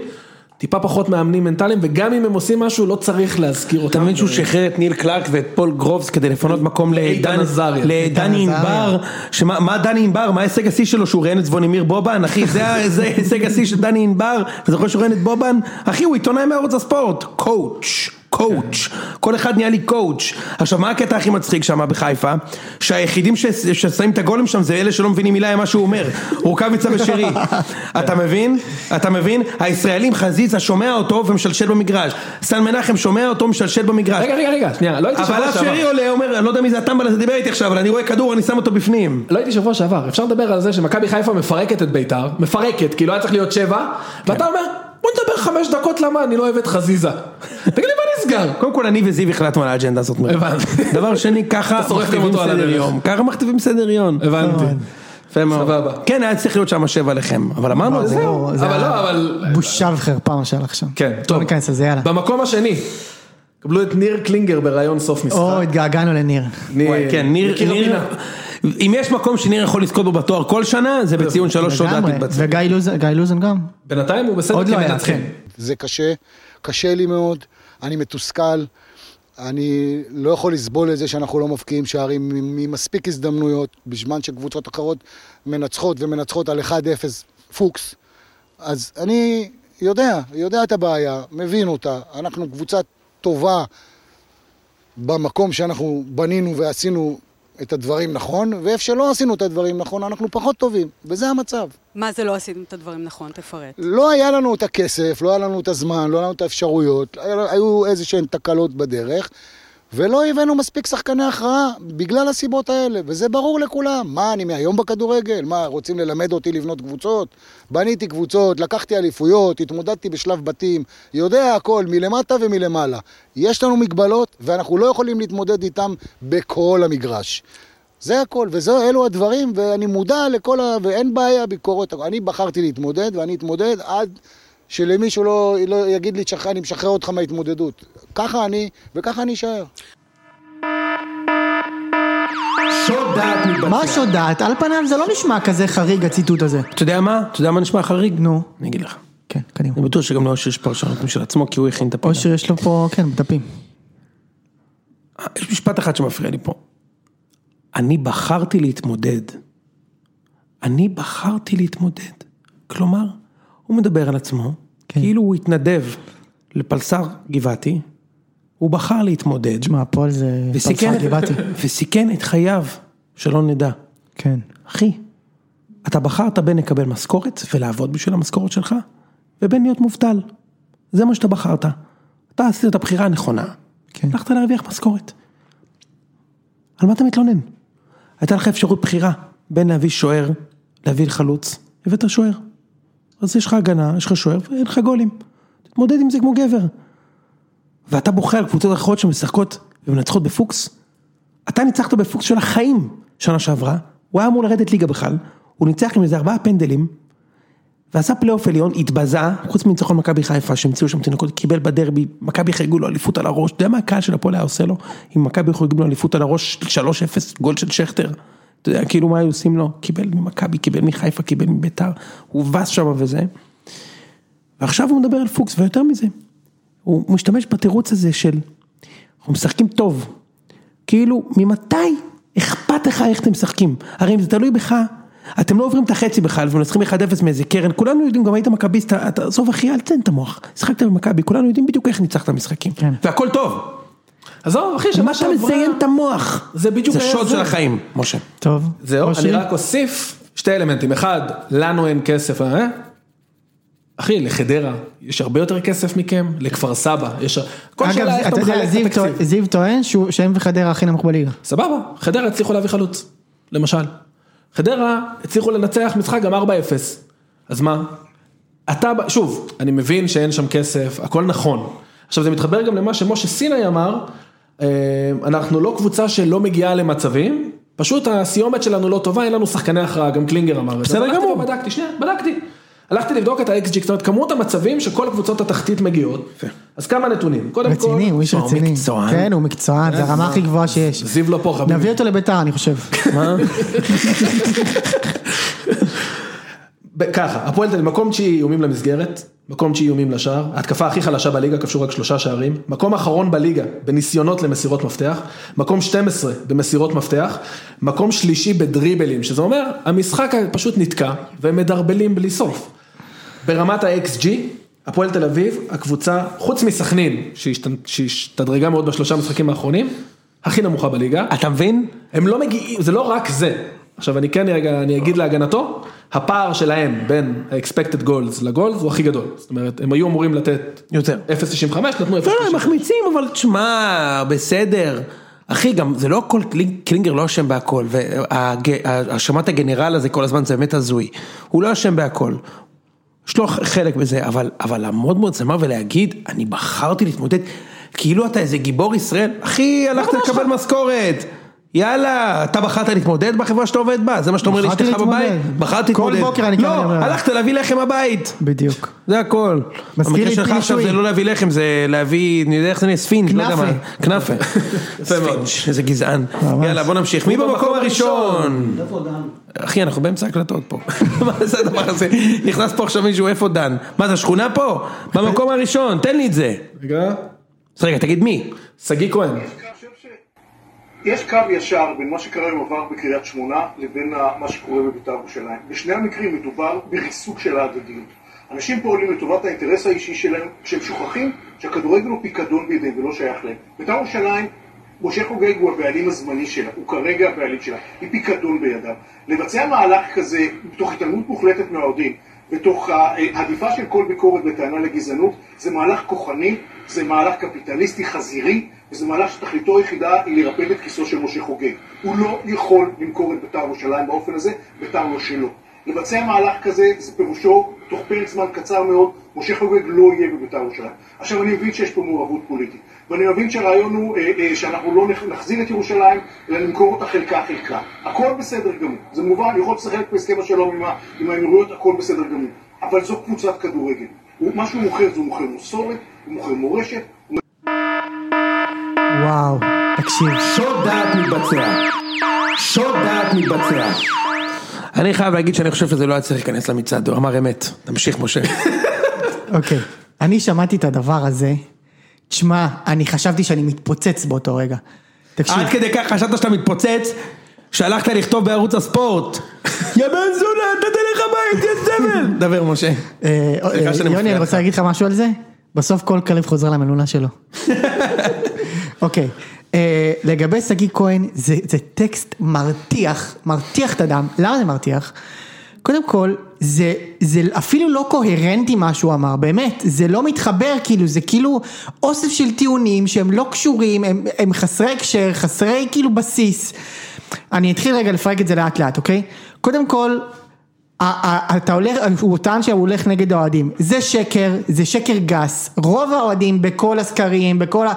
Speaker 3: טיפה פחות מאמנים מנטליים, וגם אם הם עושים משהו, לא צריך להזכיר אותם.
Speaker 2: אתה מבין שהוא שחרר את ניל קלארק ואת פול גרובס כדי לפנות מקום
Speaker 3: לאיתן
Speaker 2: לדני-
Speaker 3: עזריה.
Speaker 2: לדני
Speaker 1: איתן עזריה.
Speaker 2: ענבר, שמה מה דני ענבר, מה ההישג השיא שלו שהוא ראיין את זבונימיר בובן, אחי זה ה- זה ההישג השיא של דני ענבר, אתה זוכר שהוא ראיין את בובן, אחי הוא עיתונאי מערוץ הספורט, קואוץ', קואוץ', כל אחד נהיה לי קואוץ', עכשיו מה הקטע הכי מצחיק שם בחיפה, שהיחידים ש- ששמים את הגולם שם זה אלה שלא מבינים מילה ממה שהוא אומר, רוקאביצה ושירי, אתה מבין? אתה מבין? הישראלים חזיזה שומע אותו ומשלשל במגרש, סן מנחם שומע אותו משלשל במגרש,
Speaker 3: רגע, רגע, רגע, שנייה, לא הייתי שבוע
Speaker 2: אבל
Speaker 3: שעבר.
Speaker 2: אף שרי עולה, אומר, אני לא יודע מי זה הטמבל הזה דיבר איתי עכשיו, אבל אני רואה כדור, אני שם אותו בפנים.
Speaker 3: לא הייתי שבוע שעבר, אפשר לדבר על זה שמכבי חיפה מפרקת את ביתר, מפרקת, כאילו היה צריך להיות שבע,
Speaker 1: כן.
Speaker 3: ואתה אומר, בוא נדבר חמש דקות למה אני לא אוהב את חזיזה. תגיד לי מה נסגר?
Speaker 2: קודם כל אני וזיו החלטנו על האג'נדה הזאת. מראש.
Speaker 3: הבנתי.
Speaker 2: דבר שני, ככה
Speaker 3: אתה שורף גם
Speaker 2: מכתיבים
Speaker 3: אותו על
Speaker 2: סדר
Speaker 3: הדרך.
Speaker 2: יום. ככה מכתיבים סדר יום.
Speaker 3: הבנתי.
Speaker 1: נכון,
Speaker 2: יפה מאוד.
Speaker 3: סבבה.
Speaker 2: כן, היה צריך להיות שם שבע לכם, אבל אמרנו את זה.
Speaker 1: ברור, זה
Speaker 3: אבל
Speaker 1: היה
Speaker 3: לא, אבל...
Speaker 1: בושה וחרפה מה שהיה לך שם.
Speaker 3: כן,
Speaker 1: לא
Speaker 3: טוב.
Speaker 1: ניכנס לזה, יאללה.
Speaker 3: במקום השני, קבלו את ניר קלינגר בראיון סוף
Speaker 1: או,
Speaker 3: משחק.
Speaker 1: התגעגענו לניר.
Speaker 3: ניר-
Speaker 2: וואי, כן, ניר,
Speaker 3: מקיר
Speaker 2: ניר,
Speaker 3: הפינה.
Speaker 2: אם יש מקום שניר יכול לזכות בו בתואר כל שנה, זה בציון שלוש שעות
Speaker 1: לגמרי.
Speaker 2: מתבצע.
Speaker 1: וגיא לוזון- גיא לוזון גם.
Speaker 3: בינתיים הוא בסדר
Speaker 1: עוד לא היה,
Speaker 3: כמנצחים.
Speaker 1: כן.
Speaker 8: זה קשה, קשה לי מאוד, אני מתוסכל, אני לא יכול לסבול את זה שאנחנו לא מבקיעים שערים מ- ממספיק הזדמנויות, בזמן שקבוצות אחרות מנצחות ומנצחות על 1-0 פוקס. אז אני יודע, יודע את הבעיה, מבין אותה, אנחנו קבוצה טובה במקום שאנחנו בנינו ועשינו את הדברים נכון, ואיפה שלא עשינו את הדברים נכון, אנחנו פחות טובים, וזה המצב.
Speaker 9: מה זה לא עשינו את הדברים נכון? תפרט.
Speaker 8: לא היה לנו את הכסף, לא היה לנו את הזמן, לא היה לנו את האפשרויות, היה- היו איזה שהן תקלות בדרך, ולא הבאנו מספיק שחקני הכרעה בגלל הסיבות האלה, וזה ברור לכולם. מה, אני מהיום בכדורגל? מה, רוצים ללמד אותי לבנות קבוצות? בניתי קבוצות, לקחתי אליפויות, התמודדתי בשלב בתים, יודע הכל, מלמטה ומלמעלה. יש לנו מגבלות, ואנחנו לא יכולים להתמודד איתן בכל המגרש. זה הכל, ואלו הדברים, ואני מודע לכל ה... ואין בעיה, ביקורות. אני בחרתי להתמודד, ואני אתמודד עד שלמישהו לא, לא יגיד לי, "תשחרר, אני משחרר אותך מההתמודדות. ככה אני, וככה אני אשאר.
Speaker 2: שוד דעת מתבצע.
Speaker 1: מה שודעת? על פניו זה לא נשמע כזה חריג הציטוט הזה.
Speaker 2: אתה יודע מה? אתה יודע מה נשמע חריג?
Speaker 1: נו.
Speaker 2: אני אגיד לך.
Speaker 1: כן, קדימה.
Speaker 2: אני בטוח שגם לאושר יש פרשנות משל עצמו, כי הוא הכין את הפינה.
Speaker 1: אושר יש לו פה, כן, דפים.
Speaker 2: יש משפט אחד שמפריע לי פה. אני בחרתי להתמודד. אני בחרתי להתמודד. כלומר, הוא מדבר על עצמו,
Speaker 1: כן.
Speaker 2: כן. כאילו הוא התנדב לפלסר גבעתי, הוא בחר להתמודד,
Speaker 1: תשמע, הפועל זה...
Speaker 2: וסיכן,
Speaker 1: פרסה גבעתי.
Speaker 2: וסיכן את חייו, שלא נדע.
Speaker 1: כן.
Speaker 2: אחי, אתה בחרת בין לקבל משכורת ולעבוד בשביל המשכורת שלך, ובין להיות מובטל. זה מה שאתה בחרת. אתה עשית את הבחירה הנכונה.
Speaker 1: כן.
Speaker 2: הלכת להרוויח משכורת. על מה אתה מתלונן? הייתה לך אפשרות בחירה בין להביא שוער, להביא חלוץ, הבאת שוער. אז יש לך הגנה, יש לך שוער, ואין לך גולים. תתמודד עם זה כמו גבר. ואתה בוכה על קבוצות אחרות שמשחקות ומנצחות בפוקס. אתה ניצחת בפוקס של החיים שנה שעברה, הוא היה אמור לרדת ליגה בכלל, הוא ניצח עם איזה ארבעה פנדלים, ועשה פלייאוף עליון, התבזה, חוץ מניצחון מכבי חיפה, שהמציאו שם תינוקות, קיבל בדרבי, מכבי חגגו לו אליפות על הראש, אתה יודע מה הקהל של הפועל היה עושה לו? אם מכבי חגגו לו אליפות על הראש, 3-0, גול של שכטר. אתה יודע, כאילו מה היו עושים לו? קיבל ממכבי, קיבל מחיפה, קיבל מביתר, הובס שם וזה. ועכשיו הוא מדבר על פוקס, ויותר מזה, הוא משתמש בתירוץ הזה של, אנחנו משחקים טוב. כאילו, ממתי אכפת לך איך אתם משחקים? הרי אם זה תלוי בך, אתם לא עוברים את החצי בכלל ומנצחים 1-0 מאיזה קרן, כולנו יודעים, גם היית מכביסט, אתה- אתה- עזוב אחי, אל תן את המוח. שיחקת במכבי, כולנו יודעים בדיוק איך ניצחת משחקים.
Speaker 1: כן.
Speaker 2: והכל טוב.
Speaker 3: עזוב, אחי,
Speaker 2: מה
Speaker 3: שנה
Speaker 2: אתה
Speaker 3: שעברה...
Speaker 2: מזיין את המוח?
Speaker 3: זה בדיוק
Speaker 2: זה
Speaker 3: היה
Speaker 2: שוד
Speaker 3: זה.
Speaker 2: של החיים, משה.
Speaker 1: טוב.
Speaker 3: זהו,
Speaker 1: אושרי?
Speaker 3: אני רק אוסיף שתי אלמנטים. אחד, לנו אין כסף, אה? אחי, לחדרה יש הרבה יותר כסף מכם, לכפר סבא יש... כל
Speaker 1: אגב,
Speaker 3: שאלה איך אתה
Speaker 1: אתה יודע,
Speaker 3: מחלק
Speaker 1: זיו
Speaker 3: את
Speaker 1: טוע-
Speaker 3: התקציב.
Speaker 1: זיו טוען שהוא- שהם וחדרה הכי נמוך בליגה.
Speaker 3: סבבה, חדרה הצליחו להביא חלוץ, למשל. חדרה הצליחו לנצח משחק גם 4-0. אז מה? אתה, ב- שוב, אני מבין שאין שם כסף, הכל נכון. עכשיו זה מתחבר גם למה שמשה סיני אמר, אה, אנחנו לא קבוצה שלא מגיעה למצבים, פשוט הסיומת שלנו לא טובה, אין לנו שחקני הכרעה, גם קלינגר אמר את זה.
Speaker 2: בסדר
Speaker 3: הלכתי
Speaker 2: גמור.
Speaker 3: ובדקתי, שנייה, בדקתי. הלכתי לבדוק את ה-XG, זאת אומרת כמות המצבים שכל קבוצות התחתית מגיעות. אז כמה נתונים, קודם כל...
Speaker 1: רציני, הוא איש
Speaker 2: הוא
Speaker 1: רציני.
Speaker 2: מקצוען.
Speaker 1: כן, הוא מקצוען, זה הרמה הכי גבוהה שיש.
Speaker 3: זיו לא פה חביבי.
Speaker 1: נביא אותו לביתר, אני חושב.
Speaker 3: ב- ככה, הפועל תל אביב, מקום תשיעי איומים למסגרת, מקום תשיעי איומים לשער, ההתקפה הכי חלשה בליגה, כבשו רק שלושה שערים, מקום אחרון בליגה בניסיונות למסירות מפתח, מקום 12 במסירות מפתח, מקום שלישי בדריבלים, שזה אומר, המשחק פשוט נתקע, והם מדרבלים בלי סוף. ברמת ה-XG, הפועל תל אביב, הקבוצה, חוץ מסכנין, שהשת- שהשתדרגה מאוד בשלושה המשחקים האחרונים, הכי נמוכה בליגה.
Speaker 2: אתה מבין?
Speaker 3: הם לא מגיעים, זה לא רק זה. עכשיו אני כן רגע, אני אגיד להגנתו, הפער שלהם בין ה-expected goals לגולס הוא הכי גדול. זאת אומרת, הם היו אמורים לתת
Speaker 2: יותר.
Speaker 3: 0.95, נתנו 0.95.
Speaker 2: לא, לא, הם מחמיצים, אבל תשמע, בסדר. אחי, גם זה לא הכל, קלינג- קלינגר לא אשם בהכל, והאשמת הגנרל הזה כל הזמן זה באמת הזוי. הוא לא אשם בהכל. יש לו חלק בזה, אבל, אבל לעמוד מול צמא ולהגיד, אני בחרתי להתמודד, כאילו אתה איזה גיבור ישראל, אחי, הלכת לקבל
Speaker 1: לא.
Speaker 2: משכורת. יאללה, אתה בחרת להתמודד בחברה שאתה עובד בה, זה מה שאתה אומר
Speaker 1: בחרתי
Speaker 2: לאשתך
Speaker 1: להתמודד.
Speaker 2: בבית? בחרתי
Speaker 1: כל
Speaker 2: להתמודד.
Speaker 1: בוקר אני קם
Speaker 2: לא,
Speaker 1: לדבר.
Speaker 2: הלכת להביא לחם הבית.
Speaker 1: בדיוק.
Speaker 2: זה הכל.
Speaker 1: מזכיר לי
Speaker 2: המקרה שלך
Speaker 1: פיני
Speaker 2: עכשיו
Speaker 1: שויד.
Speaker 2: זה לא להביא לחם, זה להביא, אני יודע איך זה נהיה, ספינג', לא יודע מה. כנאפה.
Speaker 3: יפה מאוד.
Speaker 2: ספינג', איזה גזען. יאללה, בוא נמשיך. מי במקום הראשון? אחי, אנחנו באמצע הקלטות פה. מה זה הדבר הזה? נכנס פה עכשיו מישהו, איפה דן? מה זה, שכונה פה? במקום הראשון, תן לי את זה.
Speaker 3: רגע,
Speaker 2: אז רגע, תגיד מי?
Speaker 3: שגיא כהן.
Speaker 10: יש קו ישר בין מה שקרה עם עבר בקריית שמונה לבין ה- מה שקורה בביתר ירושלים. בשני המקרים מדובר בריסוק של ההדדיות. אנשים פועלים לטובת האינטרס האישי שלהם כשהם שוכחים שהכדורגל הוא פיקדון בידיהם ולא שייך להם. ביתר ירושלים, משה חוגג הוא הבעלים הזמני שלה, הוא כרגע הבעלים שלה, היא פיקדון בידיו. לבצע מהלך כזה תוך התעלמות מוחלטת מהאוהדים ותוך אה, העדיפה של כל ביקורת בטענה לגזענות זה מהלך כוחני, זה מהלך קפיטליסטי חזירי וזה מהלך שתכליתו היחידה היא לרפד את כיסו של משה חוגג. הוא לא יכול למכור את בית"ר ירושלים באופן הזה, בית"ר לא שלו. לבצע מהלך כזה זה פירושו, תוך פרק זמן קצר מאוד, משה חוגג לא יהיה בבית"ר ירושלים. עכשיו אני מבין שיש פה מעורבות פוליטית, ואני מבין שהרעיון הוא אה, אה, שאנחנו לא נח- נחזיר את ירושלים, אלא נמכור אותה חלקה-חלקה. הכל בסדר גמור, זה מובן, יכול להיות שזה חלק מהסכם השלום עם ה- עם האמירויות, הכל בסדר גמור. אבל זו קבוצת כדורגל. הוא- מה שהוא מוכר זה הוא מוכר מסורת, הוא מוכר מורשת, הוא
Speaker 1: וואו, תקשיב.
Speaker 2: שוד דעת מתבצע. שוד דעת מתבצע. אני חייב להגיד שאני חושב שזה לא היה צריך להיכנס למצעד, הוא אמר אמת. תמשיך, משה.
Speaker 1: אוקיי. אני שמעתי את הדבר הזה. תשמע, אני חשבתי שאני מתפוצץ באותו רגע. תקשיב.
Speaker 2: עד כדי כך חשבת שאתה מתפוצץ, שהלכת לכתוב בערוץ הספורט. יא בן זונה, אתה תלך הביתה, יא זבל! דבר משה.
Speaker 1: אה,
Speaker 2: סליחה
Speaker 1: יוני,
Speaker 2: שאני מפריע
Speaker 1: אני
Speaker 2: לך.
Speaker 1: רוצה להגיד לך משהו על זה? בסוף כל כלב חוזר למלונה שלו. אוקיי, אה, לגבי שגיא כהן, זה זה טקסט מרתיח, מרתיח את הדם. למה זה מרתיח? קודם כל, זה, זה אפילו לא קוהרנטי מה שהוא אמר, באמת, זה לא מתחבר, כאילו, זה כאילו אוסף של טיעונים שהם לא קשורים, הם, הם חסרי הקשר, חסרי כאילו בסיס. אני אתחיל רגע לפרק את זה לאט לאט, אוקיי? קודם כל, ה- ה- אתה הולך, הוא טען שהוא הולך נגד האוהדים, זה שקר, זה שקר גס, רוב האוהדים בכל הסקרים, בכל ה...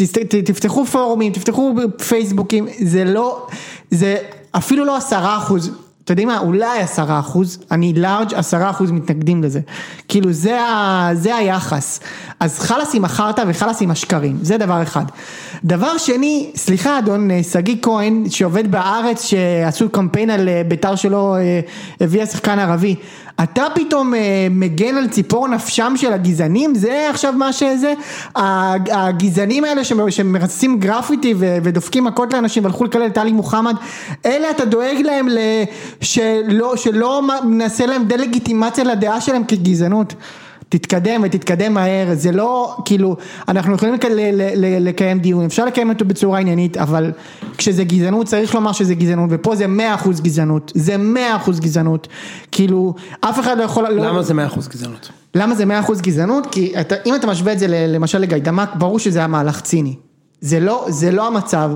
Speaker 1: תס- ת- תפתחו פורומים, תפתחו פייסבוקים, זה לא, זה אפילו לא עשרה אחוז, אתה יודעים מה, אולי עשרה אחוז, אני לארג' עשרה אחוז מתנגדים לזה, כאילו זה, ה- זה היחס, אז חלאס עם החרטא וחלאס עם השקרים, זה דבר אחד. דבר שני, סליחה אדון אה, שגיא כהן, שעובד בארץ, שעשו קמפיין על אה, בית"ר שלו, אה, הביאה שחקן ערבי, אתה פתאום אה, מגן על ציפור נפשם של הגזענים? זה עכשיו מה שזה? הג- הגזענים האלה שמ- שמרססים גרפיטי ו- ודופקים מכות לאנשים והלכו לקלל את עלי מוחמד, אלה אתה דואג להם ל- שלא, שלא מ- מנסה להם דה-לגיטימציה לדעה שלהם כגזענות. תתקדם ותתקדם מהר, זה לא, כאילו, אנחנו יכולים לק- ל- ל- ל- לקיים דיון, אפשר לקיים אותו בצורה עניינית, אבל כשזה גזענות צריך לומר שזה גזענות, ופה זה 100% גזענות, זה 100% גזענות, כאילו, אף אחד לא יכול... לא-
Speaker 2: למה זה 100% גזענות?
Speaker 1: למה זה 100% גזענות? כי אתה, אם אתה משווה את זה ל- למשל לגיידמק, ברור שזה היה מהלך ציני. זה לא, זה לא המצב,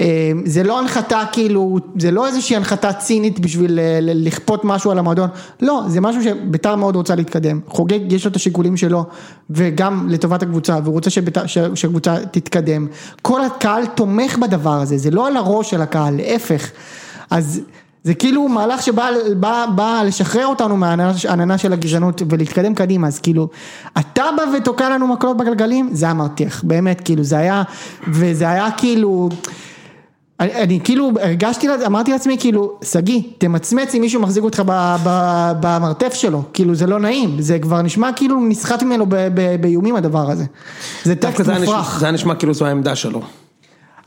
Speaker 1: אה, זה לא הנחתה כאילו, זה לא איזושהי הנחתה צינית בשביל אה, ל- לכפות משהו על המועדון, לא, זה משהו שביתר מאוד רוצה להתקדם. חוגג, יש לו את השיקולים שלו, וגם לטובת הקבוצה, והוא רוצה שביתר- ש- שהקבוצה תתקדם. כל הקהל תומך בדבר הזה, זה לא על הראש של הקהל, להפך. אז זה כאילו מהלך שבא בא, בא לשחרר אותנו מהעננה של הגזענות ולהתקדם קדימה, אז כאילו, אתה בא ותוקע לנו מקלות בגלגלים, זה היה מרתיח, באמת, כאילו, זה היה, וזה היה כאילו, אני, אני כאילו הרגשתי, לע- אמרתי לעצמי, כאילו, שגיא, תמצמץ אם מישהו מחזיק אותך ב, ב, במרתף שלו, כאילו, זה לא נעים, זה כבר נשמע כאילו נסחט ממנו ב- ב- באיומים הדבר הזה. זה טקסט
Speaker 2: דווקא זה היה נשמע-
Speaker 1: מופרך,
Speaker 2: זה היה נשמע כאילו זו העמדה שלו.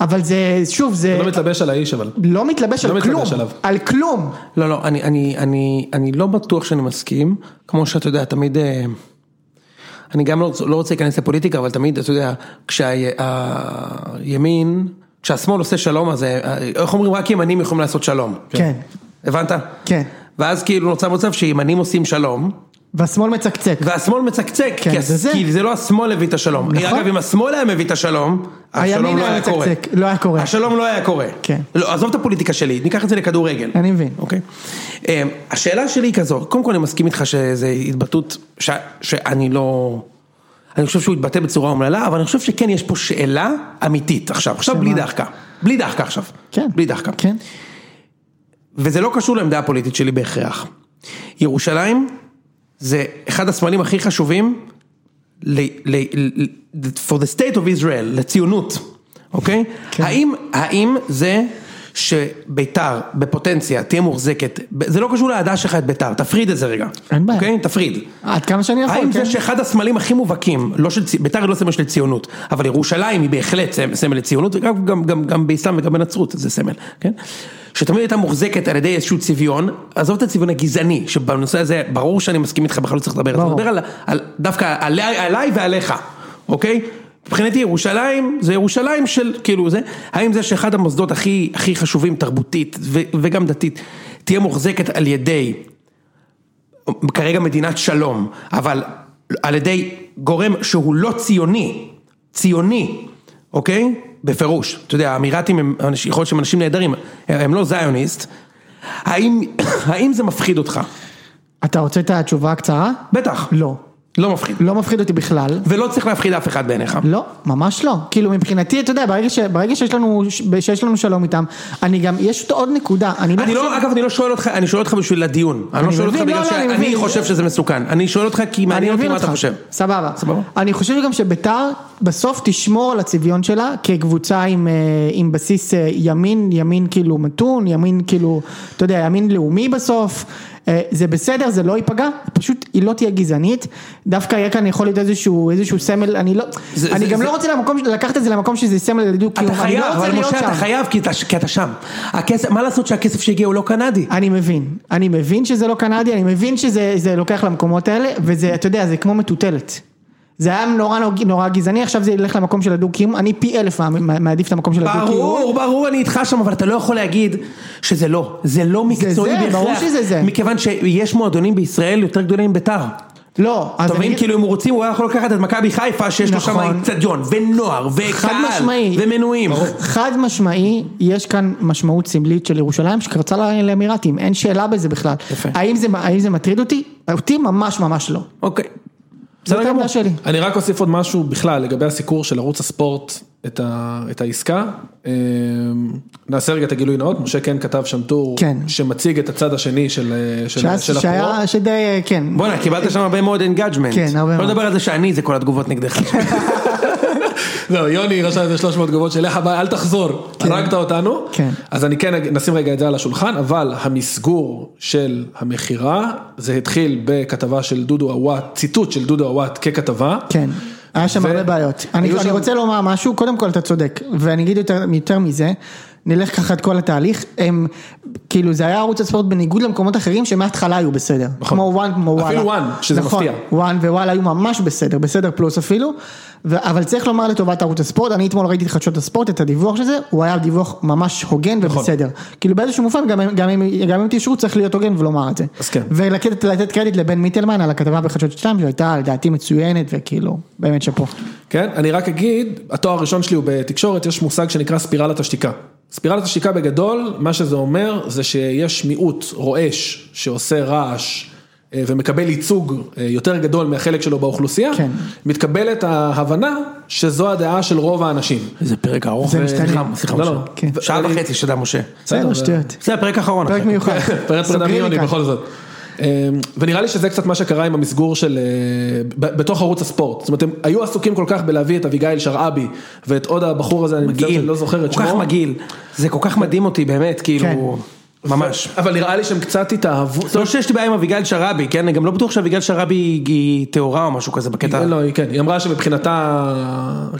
Speaker 1: אבל זה, שוב, זה
Speaker 3: אתה לא מתלבש על האיש אבל.
Speaker 1: לא מתלבש
Speaker 3: לא
Speaker 1: על כלום,
Speaker 3: מתלבש עליו.
Speaker 1: על כלום.
Speaker 2: לא, לא, אני, אני, אני, אני לא בטוח שאני מסכים, כמו שאתה יודע, תמיד, אה, אני גם לא, רוצה- לא רוצה להיכנס לפוליטיקה, אבל תמיד, אתה יודע, כשהימין, כשהשמאל עושה שלום, אז אה, אה, איך אומרים, רק ימנים יכולים לעשות שלום.
Speaker 1: כן.
Speaker 2: הבנת?
Speaker 1: כן.
Speaker 2: ואז כאילו נוצר מצב שימנים עושים שלום,
Speaker 1: והשמאל מצקצק.
Speaker 2: והשמאל מצקצק,
Speaker 1: כן,
Speaker 2: כי,
Speaker 1: זה
Speaker 2: הס-
Speaker 1: זה.
Speaker 2: כי זה לא השמאל הביא את השלום.
Speaker 1: נכון.
Speaker 2: אגב, אם השמאל היה מביא את השלום, השלום
Speaker 1: הימין
Speaker 2: לא
Speaker 1: היה
Speaker 2: היה קורה.
Speaker 1: מצקצק, לא היה קורה.
Speaker 2: השלום לא היה קורה.
Speaker 1: כן.
Speaker 2: לא, עזוב את הפוליטיקה שלי, ניקח את זה לכדורגל.
Speaker 1: אני מבין.
Speaker 2: אוקיי. אמ, השאלה שלי היא כזו, קודם כל אני מסכים איתך שזו התבטאות ש- שאני לא... אני חושב שהוא התבטא בצורה אומללה, אבל אני חושב שכן יש פה שאלה אמיתית עכשיו, עכשיו בלי דחקה. בלי דחקה עכשיו.
Speaker 1: כן.
Speaker 2: בלי דחקה.
Speaker 1: כן.
Speaker 2: וזה לא קשור לעמדה הפוליטית שלי בהכרח. ירושלים זה אחד הסמלים הכי חשובים ל, ל, ל, for the state of Israel, לציונות, אוקיי?
Speaker 1: כן.
Speaker 2: כן. האם, האם זה שביתר בפוטנציה תהיה מוחזקת, ב- זה לא קשור לאהדה שלך את ביתר, תפריד את זה רגע.
Speaker 1: אין בעיה.
Speaker 2: אוקיי? תפריד.
Speaker 1: עד כמה שאני יכול,
Speaker 2: האם
Speaker 1: כן.
Speaker 2: זה שאחד הסמלים הכי מובהקים, לא של, צי- ביתר היא לא סמל של ציונות, אבל ירושלים היא בהחלט סמ- סמל לציונות, וגם גם, גם, גם באסלאם וגם בנצרות זה סמל, כן? שתמיד הייתה מוחזקת על ידי איזשהו צביון, עזוב את הצביון הגזעני, שבנושא הזה ברור שאני מסכים איתך, בכלל לא צריך לדבר, אתה
Speaker 1: ברור.
Speaker 2: מדבר על, על, דווקא עליי, עליי ועליך, אוקיי? מבחינתי ירושלים, זה ירושלים של כאילו זה, האם זה שאחד המוסדות הכי, הכי חשובים תרבותית ו, וגם דתית, תהיה מוחזקת על ידי כרגע מדינת שלום, אבל על ידי גורם שהוא לא ציוני, ציוני, אוקיי? בפירוש, אתה יודע, האמירתים הם, אנשים- יכול להיות שהם אנשים נהדרים, הם לא זיוניסט, האם, האם זה מפחיד אותך?
Speaker 1: אתה רוצה את התשובה הקצרה?
Speaker 2: בטח,
Speaker 1: לא.
Speaker 2: לא מפחיד,
Speaker 1: לא מפחיד אותי בכלל.
Speaker 2: ולא צריך להפחיד אף אחד בעיניך.
Speaker 1: לא, ממש לא. כאילו מבחינתי, אתה יודע, ברגע, ש, ברגע שיש, לנו, שיש לנו שלום איתם, אני גם, יש עוד נקודה, אני לא
Speaker 2: אני לא, אגב, אני לא שואל אותך, אני שואל אותך בשביל הדיון, אני לא
Speaker 1: אני
Speaker 2: שואל אותך
Speaker 1: מבין,
Speaker 2: בגלל
Speaker 1: לא, לא, אני
Speaker 2: שאני
Speaker 1: מבין.
Speaker 2: חושב שזה מסוכן, אני שואל אותך כי מעניין אותי מה אתה חושב.
Speaker 1: סבבה.
Speaker 2: סבבה.
Speaker 1: אני חושב גם שביתר בסוף תשמור על הצביון שלה כקבוצה עם, אה, עם בסיס אה, ימין, ימין כאילו מתון, ימין כאילו, אתה יודע, ימין לאומי בסוף. אה, זה בסדר, זה לא ייפגע, פשוט היא לא תהיה גזענית, דווקא יהיה כאן יכול להיות איזשהו, איזשהו סמל, אני לא,
Speaker 2: זה-
Speaker 1: אני
Speaker 2: זה-
Speaker 1: גם
Speaker 2: זה-
Speaker 1: לא רוצה למקום, לקחת את זה למקום שזה סמל לדו-קיום,
Speaker 2: אתה
Speaker 1: אני
Speaker 2: חייב,
Speaker 1: לא רוצה
Speaker 2: אבל
Speaker 1: להיות
Speaker 2: משה,
Speaker 1: שם.
Speaker 2: אתה חייב, כי אתה- כי אתה שם. הכסף- מה לעשות שהכסף שהגיע הוא לא קנדי?
Speaker 1: אני מבין, אני מבין שזה לא קנדי, אני מבין שזה זה לוקח למקומות האלה, וזה, אתה יודע, זה כמו מטוטלת. זה היה נורא נורא גזעני, עכשיו זה ילך למקום של הדו-קיום, אני פי אלף מה- מה- מעדיף את המקום של הדו-קיום.
Speaker 2: ברור, ברור, אני איתך שם, אבל אתה לא יכול להגיד שזה לא. זה לא מקצועי
Speaker 1: זה,
Speaker 2: בהכרח.
Speaker 1: ברור שזה זה.
Speaker 2: מכיוון שיש מועדונים בישראל יותר גדולים מביתר.
Speaker 1: לא, אז
Speaker 2: אתה מבין?
Speaker 1: אני-
Speaker 2: כאילו אם הוא רוצים, הוא היה יכול לקחת את מכבי חיפה, שיש לו שם
Speaker 1: נכון.
Speaker 2: אצטדיון, ונוער,
Speaker 1: חד
Speaker 2: וקהל,
Speaker 1: משמעי.
Speaker 2: ומנויים.
Speaker 1: חד משמעי, יש כאן משמעות סמלית של ירושלים שקרצה ל- לאמירתים, אין שאלה בזה בכלל.
Speaker 2: יפה.
Speaker 1: האם זה- האם זה מטריד אותי? אותי ממש ממש לא.
Speaker 2: אוקיי.
Speaker 1: זאת העמדה שלי.
Speaker 3: אני רק אוסיף עוד משהו בכלל לגבי הסיקור של ערוץ הספורט את, ה, את העסקה. אמ, נעשה רגע את הגילוי נאות, משה כן כתב שם טור
Speaker 1: כן.
Speaker 3: שמציג את הצד השני של, אה, של,
Speaker 1: שאז-
Speaker 3: של הפרו.
Speaker 1: שהיה, שדי, אה, כן.
Speaker 2: בואנה, קיבלת שם הרבה מאוד אינגאג'מנט.
Speaker 1: כן, הרבה
Speaker 2: לא
Speaker 1: מאוד.
Speaker 2: לדבר על זה שאני, זה כל התגובות נגדך.
Speaker 3: זהו, יוני רשם איזה 300 תגובות של לך הבא, אל תחזור, הרגת אותנו.
Speaker 1: כן.
Speaker 3: אז אני כן, אג- נשים רגע את זה על השולחן, אבל המסגור של המכירה, זה התחיל בכתבה של דודו עוואט, ציטוט של דודו עוואט ככתבה.
Speaker 1: כן, היה שם
Speaker 3: ו-
Speaker 1: הרבה בעיות. אני,
Speaker 3: היו
Speaker 1: אני
Speaker 3: שם-
Speaker 1: רוצה לומר משהו, קודם כל אתה צודק, ואני אגיד יותר, יותר מזה, נלך ככה את כל התהליך, הם, כאילו זה היה ערוץ הספורט בניגוד למקומות אחרים שמההתחלה היו בסדר,
Speaker 3: נכון.
Speaker 1: כמו וואן, כמו וואלה.
Speaker 3: אפילו וואן, שזה
Speaker 1: נכון,
Speaker 3: מפתיע.
Speaker 1: וואן ווואלה היו ממש בסדר, בסדר פלוס אפילו, ו- אבל צריך לומר לטובת ערוץ הספורט, אני אתמול ראיתי את חדשות הספורט, את הדיווח של זה, הוא היה דיווח ממש הוגן ובסדר. כאילו באיזשהו מובן, גם אם- גם אם- גם אם תשאו צריך להיות הוגן ולומר את זה.
Speaker 3: אז כן.
Speaker 1: ולתת לתת קרדיט לבן מיטלמן על הכתבה בחדשות 2 שהייתה לדעתי מצוינת וכאילו באמת שאפו.
Speaker 3: כן, אני רק אגיד, התואר הראשון שלי הוא בתקשורת, יש מושג שנקרא ספירלת השתיקה. ספירלת השתיקה בגדול, מה שזה אומר זה שיש מיעוט רועש שעושה רעש אה, ומקבל ייצוג אה, יותר גדול מהחלק שלו באוכלוסייה,
Speaker 1: כן.
Speaker 3: מתקבלת ההבנה שזו הדעה של רוב האנשים.
Speaker 2: איזה פרק ארוך.
Speaker 1: זה משתנה.
Speaker 2: סליחה, סליחה,
Speaker 3: לא,
Speaker 2: משה.
Speaker 3: לא.
Speaker 1: כן.
Speaker 2: שעה וחצי, שתדע משה.
Speaker 1: בסדר שטויות.
Speaker 2: זה הפרק האחרון.
Speaker 1: פרק
Speaker 2: אחי.
Speaker 1: מיוחד.
Speaker 3: פרד פרד
Speaker 1: סוגרים
Speaker 3: אמיוני
Speaker 1: מכאן.
Speaker 3: בכל זאת. אמ, ונראה לי שזה קצת מה שקרה עם המסגור של, אה, ב- בתוך ערוץ הספורט. זאת אומרת, הם היו עסוקים כל כך בלהביא את אביגיל שרעבי ואת עוד הבחור הזה, אני מצטער שאני
Speaker 2: מגעיל.
Speaker 3: לא זוכר את
Speaker 2: כל
Speaker 3: שמו.
Speaker 2: כך מגעיל. זה כל
Speaker 1: כן.
Speaker 2: כך מדהים אותי, באמת, כאילו... ממש.
Speaker 3: אבל נראה לי שהם קצת התאהבו,
Speaker 2: זה לא שיש לי בעיה עם אביגיל שרעבי, כן? אני גם לא בטוח שאביגיל שרעבי היא- היא טהורה או משהו כזה בקטע.
Speaker 3: לא, היא כן, היא אמרה שמבחינתה,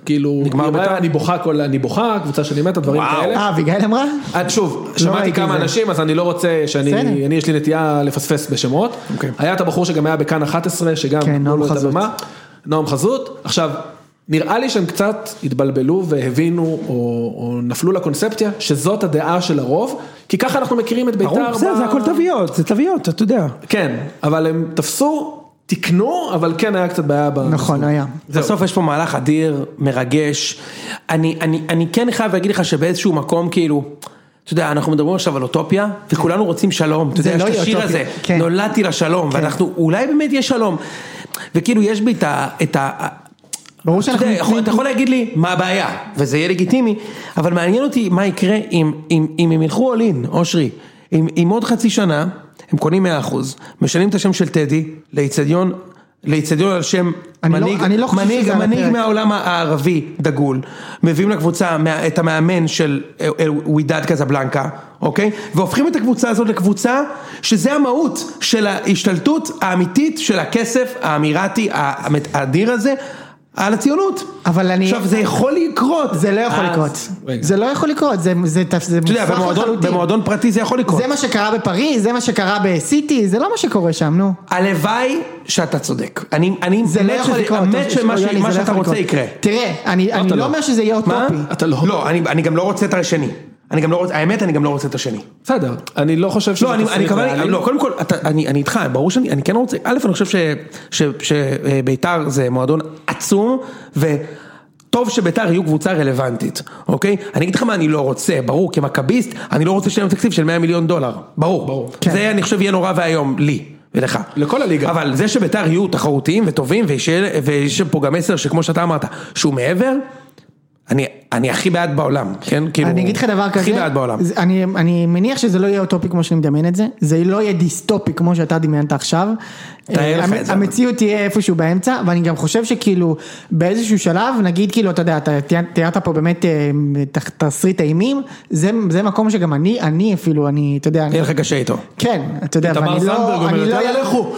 Speaker 3: כאילו,
Speaker 2: נגמר
Speaker 3: היא אמרה,
Speaker 2: בית"ר?
Speaker 3: אני בוכה, כל- אני בוכה, קבוצה שאני מתה, דברים
Speaker 2: וואו.
Speaker 3: כאלה.
Speaker 1: אה אביגיל אמרה?
Speaker 3: עד שוב, שמעתי
Speaker 1: ראיתי
Speaker 3: כמה
Speaker 1: את זה.
Speaker 3: אנשים, אז אני לא רוצה שאני,
Speaker 1: בסדר.
Speaker 3: אני יש לי נטייה לפספס בשמות.
Speaker 2: אוקיי.
Speaker 3: היה את הבחור שגם היה בכאן 11, שגם
Speaker 1: כן, נועם
Speaker 3: תנו לו את
Speaker 1: חזות.
Speaker 3: הבמה. נועם חזות. עכשיו, נראה לי שהם קצת התבלבלו והבינו, או, או נפלו לקונספציה, שזאת הדעה של הרוב, כי ככה אנחנו מכירים את בית"ר.
Speaker 2: ברור, בסדר,
Speaker 3: ב-
Speaker 2: זה הכל תוויות, זה תוויות, אתה יודע.
Speaker 3: כן, אבל הם תפסו, תיקנו, אבל כן היה קצת בעיה. ב-
Speaker 1: נכון היה.
Speaker 2: בסוף יש פה מהלך אדיר, מרגש. אני, אני, אני כן חייב להגיד לך שבאיזשהו מקום, כאילו, אתה יודע, אנחנו מדברים עכשיו על אוטופיה, וכולנו רוצים שלום. אתה
Speaker 1: זה
Speaker 2: יודע, יש
Speaker 1: לא
Speaker 2: את
Speaker 1: יהיה
Speaker 2: השיר הזה,
Speaker 1: אוטופיה, כן.
Speaker 2: נולדתי לשלום, ואנחנו, אולי באמת יש שלום. וכאילו, יש בי את ה... את ה
Speaker 1: ברור
Speaker 2: אתה
Speaker 1: שאנחנו...
Speaker 2: יודע, יכול- אתה יכול להגיד לי מה הבעיה, וזה יהיה לגיטימי, אבל מעניין אותי מה יקרה אם, אם, אם הם ילכו all in, אושרי, אם, אם עוד חצי שנה, הם קונים 100%, משנים את השם של טדי לאיצטדיון, לאיצטדיון על שם
Speaker 1: אני לא-
Speaker 2: מנהיג,
Speaker 1: אני לא חושב
Speaker 2: מנהיג,
Speaker 1: שזה על
Speaker 2: מנהיג
Speaker 1: הפרק.
Speaker 2: מהעולם הערבי דגול, מביאים לקבוצה מה- את המאמן של אה, אה, וידד קזבלנקה, אוקיי? והופכים את הקבוצה הזאת לקבוצה שזה המהות של ההשתלטות האמיתית של הכסף האמירתי האמת- האדיר הזה על הציונות.
Speaker 1: אבל אני...
Speaker 2: עכשיו זה יכול לקרות.
Speaker 1: זה לא יכול
Speaker 3: אז-
Speaker 1: לקרות.
Speaker 3: רגע.
Speaker 1: זה לא יכול לקרות. זה זה- זה
Speaker 2: אתה יודע,
Speaker 1: מופרך
Speaker 2: במועדון,
Speaker 1: לחלוטין.
Speaker 2: במועדון פרטי זה יכול לקרות.
Speaker 1: זה מה שקרה בפריז, זה מה שקרה בסיטי, זה לא מה שקורה שם, נו.
Speaker 2: הלוואי שאתה צודק. אני, אני,
Speaker 1: זה לא
Speaker 2: באמת
Speaker 1: יכול
Speaker 2: שזה-
Speaker 1: לקרות.
Speaker 2: באמת
Speaker 1: תמשיך,
Speaker 2: שמה ש-
Speaker 1: יוני,
Speaker 2: מה
Speaker 1: זה לא
Speaker 2: שאתה
Speaker 1: יכול
Speaker 2: רוצה
Speaker 1: לקרות.
Speaker 2: יקרה.
Speaker 1: תראה, אני אני
Speaker 3: אתה
Speaker 1: לא
Speaker 3: לא.
Speaker 1: אומר שזה יהיה אוטופי.
Speaker 3: אתה לא.
Speaker 2: לא, אני, אני גם לא רוצה את השני. אני גם לא רוצה, האמת, אני גם לא רוצה את השני.
Speaker 3: בסדר, אני לא חושב שזה
Speaker 2: לא, אני, אני כמובן, לא, קודם כל, אתה, אני, אני איתך, ברור שאני אני כן רוצה, א', אני חושב ש- ש- שביתר זה מועדון עצום, וטוב שביתר יהיו קבוצה רלוונטית, אוקיי? אני אגיד לך מה אני לא רוצה, ברור, כמכביסט, אני לא רוצה שיהיה להם תקציב של 100 מיליון דולר, ברור. ברור.
Speaker 1: כן.
Speaker 2: זה אני חושב יהיה נורא ואיום, לי. ולך.
Speaker 3: לכל הליגה.
Speaker 2: אבל זה שביתר יהיו תחרותיים וטובים ושיהיה- וישב פה גם מסר שכמו שאתה אמרת, שהוא מעבר, אני, אני הכי בעד בעולם, כן? כאילו,
Speaker 1: אני אגיד לך דבר כזה,
Speaker 2: הכי בעד בעולם.
Speaker 1: זה- אני, אני מניח שזה לא יהיה אוטופי כמו שאני מדמיין את זה, זה לא יהיה דיסטופי כמו שאתה דמיינת עכשיו.
Speaker 2: תאר לך
Speaker 1: אה,
Speaker 2: את זה.
Speaker 1: המציאות תהיה איפשהו באמצע, ואני גם חושב שכאילו באיזשהו שלב, נגיד כאילו, אתה יודע, אתה תיאר- תיארת פה באמת אה, ת- תסריט אימים, זה, זה מקום שגם אני, אני אפילו, אני, אתה יודע, אני,
Speaker 2: יהיה לך קשה איתו.
Speaker 1: כן, אתה יודע,
Speaker 3: תמר
Speaker 1: ואני
Speaker 3: זנדברג
Speaker 1: לא, אני
Speaker 3: אומרת,
Speaker 1: לא,
Speaker 3: יאללה לכו.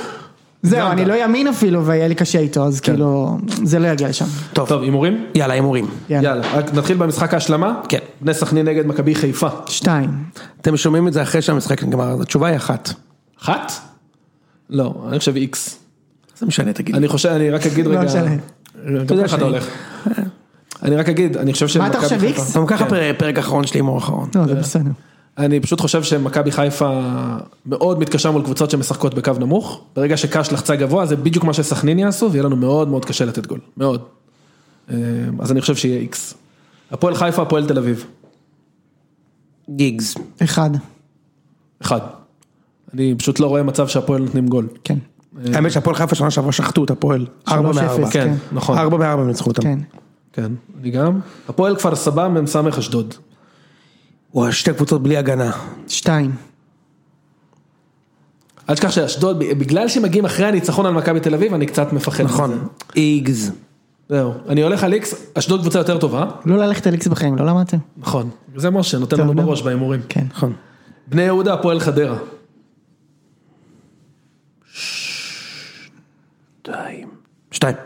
Speaker 1: זהו, אני לא ימין אפילו, ויהיה לי קשה איתו, אז
Speaker 2: כן.
Speaker 1: כאילו, זה לא יגיע לשם.
Speaker 2: טוב,
Speaker 3: טוב, הימורים?
Speaker 2: יאללה, הימורים.
Speaker 1: יאללה.
Speaker 3: יאללה, רק נתחיל במשחק ההשלמה?
Speaker 2: כן.
Speaker 3: בני סכנין נגד מכבי חיפה.
Speaker 1: שתיים.
Speaker 2: אתם שומעים את זה אחרי שהמשחק נגמר, אז התשובה היא אחת.
Speaker 3: אחת? לא, אני חושב איקס.
Speaker 2: זה משנה, תגיד.
Speaker 3: אני חושב, אני רק אגיד
Speaker 1: לא
Speaker 3: רגע,
Speaker 1: משנה.
Speaker 3: גם ככה אתה הולך.
Speaker 2: אה.
Speaker 3: אני רק אגיד, אני חושב ש...
Speaker 1: אתה חושב, איקס?
Speaker 2: גם ככה פרק- פרק אחרון של הימור אחרון.
Speaker 1: לא, זה בסדר.
Speaker 3: אני פשוט חושב שמכבי חיפה מאוד מתקשה מול קבוצות שמשחקות בקו נמוך. ברגע שקאש לחצה גבוה, זה בדיוק מה שסכנין יעשו, ויהיה לנו מאוד מאוד קשה לתת גול. מאוד. אה, אז אני חושב שיהיה איקס. הפועל חיפה, הפועל תל אביב.
Speaker 2: גיגס.
Speaker 1: אחד,
Speaker 3: אחד. אני פשוט לא רואה מצב שהפועל נותנים גול.
Speaker 1: כן.
Speaker 2: האמת שהפועל חיפה שנה שעברה שחטו את הפועל. ארבע
Speaker 1: שלוש
Speaker 2: מארבע.
Speaker 1: אפס, כן.
Speaker 3: נכון.
Speaker 2: ארבע מארבע הם ניצחו אותם.
Speaker 1: כן.
Speaker 3: כן, אני גם. הפועל כפר סבא, מ"ס אשדוד.
Speaker 2: וואי, שתי קבוצות בלי הגנה.
Speaker 1: שתיים.
Speaker 3: אל תשכח שאשדוד, בגלל שמגיעים אחרי הניצחון על מכבי תל אביב, אני קצת מפחד. מזה.
Speaker 2: נכון. איגז.
Speaker 1: כן.
Speaker 3: זהו. אני הולך על איקס, אשדוד קבוצה יותר טובה.
Speaker 1: לא ללכת על איקס בחיים, לא למדתם?
Speaker 3: נכון. זה משה, נותן לנו
Speaker 1: טוב, נו.
Speaker 3: בראש בהימורים.
Speaker 1: כן.
Speaker 2: נכון.
Speaker 3: בני יהודה, הפועל חדרה.
Speaker 2: שתיים.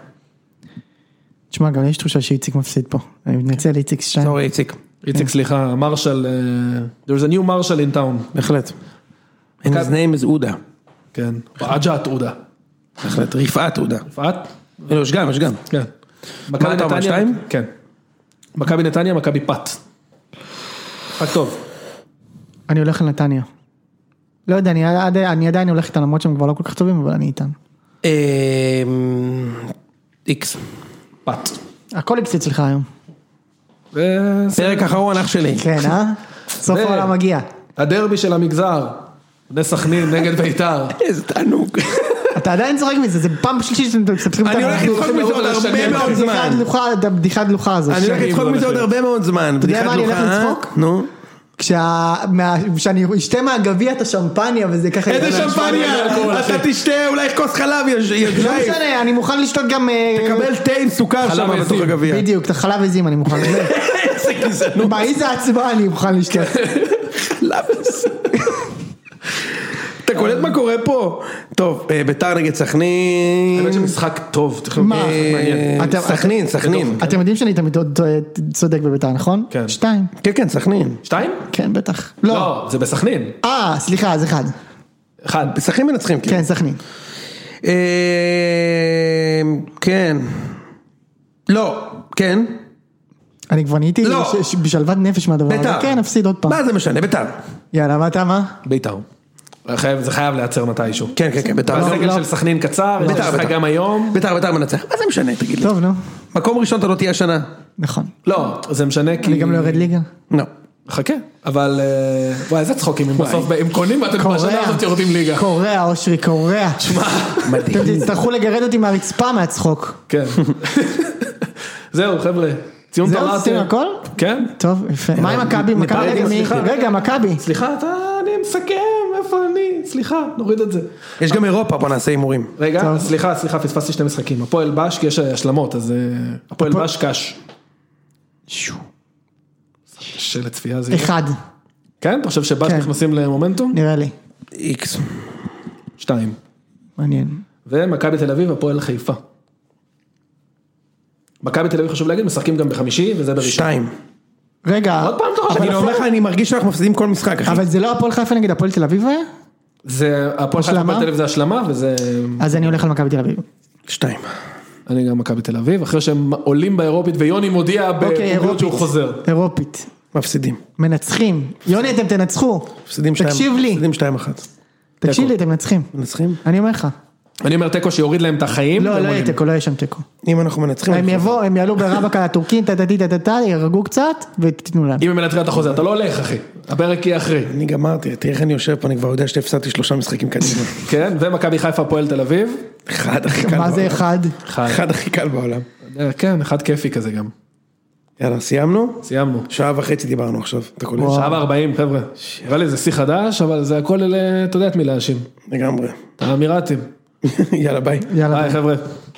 Speaker 1: תשמע, גם יש תחושה שאיציק מפסיד פה. אני מתנצל, איציק שתיים.
Speaker 2: סורי איציק.
Speaker 3: איציק, סליחה, מרשל, אה, there's a new מרשל in town.
Speaker 2: בהחלט. And his name is עודה.
Speaker 3: כן. עג'ת עודה.
Speaker 2: בהחלט. רפעת עודה.
Speaker 3: יפעת?
Speaker 2: לא, יש גם, יש גם.
Speaker 3: כן.
Speaker 2: מה אתה אומר, שתיים?
Speaker 3: כן. מכבי נתניה, מכבי פת. משחק טוב.
Speaker 1: אני הולך לנתניה. לא יודע, אני עד- אני עדיין הולך איתם, למרות שהם כבר לא כל כך טובים, אבל אני איתם.
Speaker 2: אמ, איקס.
Speaker 3: פת. אה,
Speaker 1: הכל איקס אצלך היום.
Speaker 3: ו-
Speaker 2: פרק אחרון אח שלי.
Speaker 1: כן, אה? סוף
Speaker 3: זה-
Speaker 1: העולם מגיע.
Speaker 3: הדרבי של המגזר. בני סכנין נגד ביתר.
Speaker 2: איזה תענוג.
Speaker 1: אתה עדיין צוחק מזה, זה פעם שלישית שאתם מספרים את
Speaker 2: אני הולך
Speaker 1: הבדיחה
Speaker 2: לצחוק מזה עוד הרבה מאוד זמן.
Speaker 1: הדלוחה- את הבדיחה הדלוחה הזאת.
Speaker 2: אני הולך
Speaker 3: שנים
Speaker 2: לצחוק
Speaker 3: לא
Speaker 2: מזה עוד
Speaker 3: הולך
Speaker 2: הרבה מאוד זמן.
Speaker 1: יודע
Speaker 2: בדיחת
Speaker 1: מה אני הולך
Speaker 2: לוחה.
Speaker 1: לצחוק?
Speaker 2: נו.
Speaker 1: כשאני אשתה מהגביע את השמפניה וזה ככה...
Speaker 2: איזה שמפניה? אתה תשתה אולי כוס חלב, יש- יש
Speaker 1: לא
Speaker 2: זית.
Speaker 1: משנה, אני מוכן לשתות גם... אה,
Speaker 2: תקבל תה עם סוכר שם
Speaker 3: עזים.
Speaker 2: בתוך הגביע.
Speaker 1: בדיוק, את החלב עזים אני מוכן.
Speaker 2: איזה גזענות. כן.
Speaker 1: בעיז העצמה אני מוכן לשתות.
Speaker 2: לאבס. אתה קולט מה קורה פה? טוב, אה, ביתר נגד סכנין.
Speaker 3: האמת שמשחק טוב. תכף-
Speaker 1: מה?
Speaker 3: אה, מעניין.
Speaker 2: אה,
Speaker 1: אתם-
Speaker 2: סכנין, סכנין.
Speaker 1: אתם יודעים שאני תמיד עוד אה, צודק בביתר, נכון?
Speaker 3: כן.
Speaker 1: שתיים.
Speaker 2: כן, כן, סכנין.
Speaker 3: שתיים?
Speaker 1: כן, בטח. לא.
Speaker 3: לא, זה בסכנין.
Speaker 1: אה, סליחה, אז אחד.
Speaker 2: כן.
Speaker 3: אחד.
Speaker 2: סכנין מנצחים, כן.
Speaker 1: כן, סכנין.
Speaker 2: אה, כן. לא, כן.
Speaker 1: אני כבר נהייתי
Speaker 2: לא.
Speaker 1: ש- ש- בשלוות נפש מהדבר הזה.
Speaker 2: ביתר.
Speaker 1: כן, נפסיד עוד פעם.
Speaker 2: מה זה משנה, ביתר.
Speaker 1: יאללה, מה אתה מה?
Speaker 3: ביתר. חייב- זה חייב להיעצר מתישהו.
Speaker 2: כן, כן, כן, ביתר.
Speaker 3: הסגל של סכנין קצר, יש
Speaker 2: ביתר,
Speaker 3: משחק
Speaker 2: ביתר.
Speaker 3: גם היום.
Speaker 2: ביתר, ביתר מנצח. מה זה משנה, תגיד לי.
Speaker 1: טוב, נו.
Speaker 2: מקום ראשון אתה לא תהיה השנה.
Speaker 1: נכון.
Speaker 2: אה,
Speaker 3: לא, זה משנה כי...
Speaker 1: אני גם לא יורד ליגה.
Speaker 2: לא.
Speaker 3: חכה, אבל אה, וואי איזה צחוקים אם בסוף, אם קונים אתם בשנה הזאת יורדים ליגה.
Speaker 1: קורע, אושרי, קורע. אתם
Speaker 2: אה.
Speaker 1: תצטרכו לגרד אותי מהרצפה מהצחוק.
Speaker 3: כן. זהו חבר'ה, ציון
Speaker 1: זהו,
Speaker 3: תורה.
Speaker 1: עשיתם
Speaker 3: אתם-
Speaker 1: הכל?
Speaker 3: כן.
Speaker 1: טוב, יפה.
Speaker 2: אה,
Speaker 1: מה עם מכבי? מכבי
Speaker 3: רגע,
Speaker 1: נגד מי?
Speaker 3: סליחה.
Speaker 1: רגע, מכבי.
Speaker 3: סליחה, אתה, אני מסכם, איפה אני? סליחה, נוריד את זה.
Speaker 2: יש גם אירופה, בוא נעשה הימורים.
Speaker 3: רגע,
Speaker 1: טוב.
Speaker 3: סליחה, סליחה, פספסתי שני משחקים. הפועל בש, כי יש השלמות, אז אה, הפועל בש קש. קשה לצפייה זה. יהיה.
Speaker 1: אחד,
Speaker 3: כן? אתה חושב שבש
Speaker 1: כן.
Speaker 3: נכנסים למומנטום?
Speaker 1: נראה לי.
Speaker 2: איקס.
Speaker 3: שתיים.
Speaker 1: מעניין.
Speaker 3: ומכבי תל אביב, הפועל חיפה. מכבי תל אביב חשוב להגיד, משחקים גם בחמישי וזה בראשון.
Speaker 2: שתיים.
Speaker 1: רגע,
Speaker 3: עוד פעם אתה חושב
Speaker 2: אני אומר לך, אני מרגיש שאנחנו מפסידים כל משחק, אחי.
Speaker 1: אבל זה לא הפועל חיפה נגד הפועל תל אביב היה?
Speaker 3: זה הפועל חיפה
Speaker 1: השלמה?
Speaker 3: הפועל תל אביב זה השלמה וזה
Speaker 1: אז אני הולך על מכבי תל אביב.
Speaker 2: שתיים.
Speaker 3: אני גם מכבי תל אביב אחרי שהם עולים באירופית ויוני מודיע
Speaker 1: אוקיי,
Speaker 3: בפומביות שהוא חוזר.
Speaker 1: אירופית. אירופית.
Speaker 2: מפסידים.
Speaker 1: מנצחים. יוני, אתם תנצחו.
Speaker 2: מפסידים שתיים.
Speaker 1: תקשיב לי.
Speaker 2: מפסידים שתיים אחת.
Speaker 1: תקשיב לי, אתם מנצחים.
Speaker 2: מנצחים?
Speaker 1: אני אומר לך.
Speaker 3: אני אומר תיקו שיוריד להם את החיים.
Speaker 1: לא,
Speaker 3: והם
Speaker 1: לא יהיה
Speaker 3: עולים.
Speaker 1: תיקו, לא יהיה שם תיקו.
Speaker 2: אם אנחנו מנצחים...
Speaker 1: הם יבואו, הם יעלו ברבק על הטורקים, טה טה טה טה טה, ירגו קצת, ותיתנו להם.
Speaker 3: אם הם מנצחים אתה חוזר אתה לא הולך אחי. הפרק יהיה אחרי.
Speaker 2: אני גמרתי, תראה איך אני יושב פה, אני כבר יודע שהפסדתי שלושה משחקים קדימה.
Speaker 3: כן ומכבי חיפה הפועל תל אביב.
Speaker 2: אחד הכי קל בעולם.
Speaker 1: מה זה אחד?
Speaker 2: אחד הכי קל בעולם.
Speaker 3: אה, כן אחד כיפי כזה גם.
Speaker 2: יאללה, סיימנו?
Speaker 3: סיימנו.
Speaker 2: שעה וחצי דיברנו עכשיו. אתה קולט?
Speaker 1: וואו.
Speaker 3: שעה וארבעים חבר'ה. נראה לי זה שיא חדש אבל זה הכל אה, אתה יודע את מי להאשים.
Speaker 2: לגמרי.
Speaker 3: האמירתים.
Speaker 2: יאללה, ביי.
Speaker 1: יאללה.
Speaker 3: אה, ביי חבר'ה.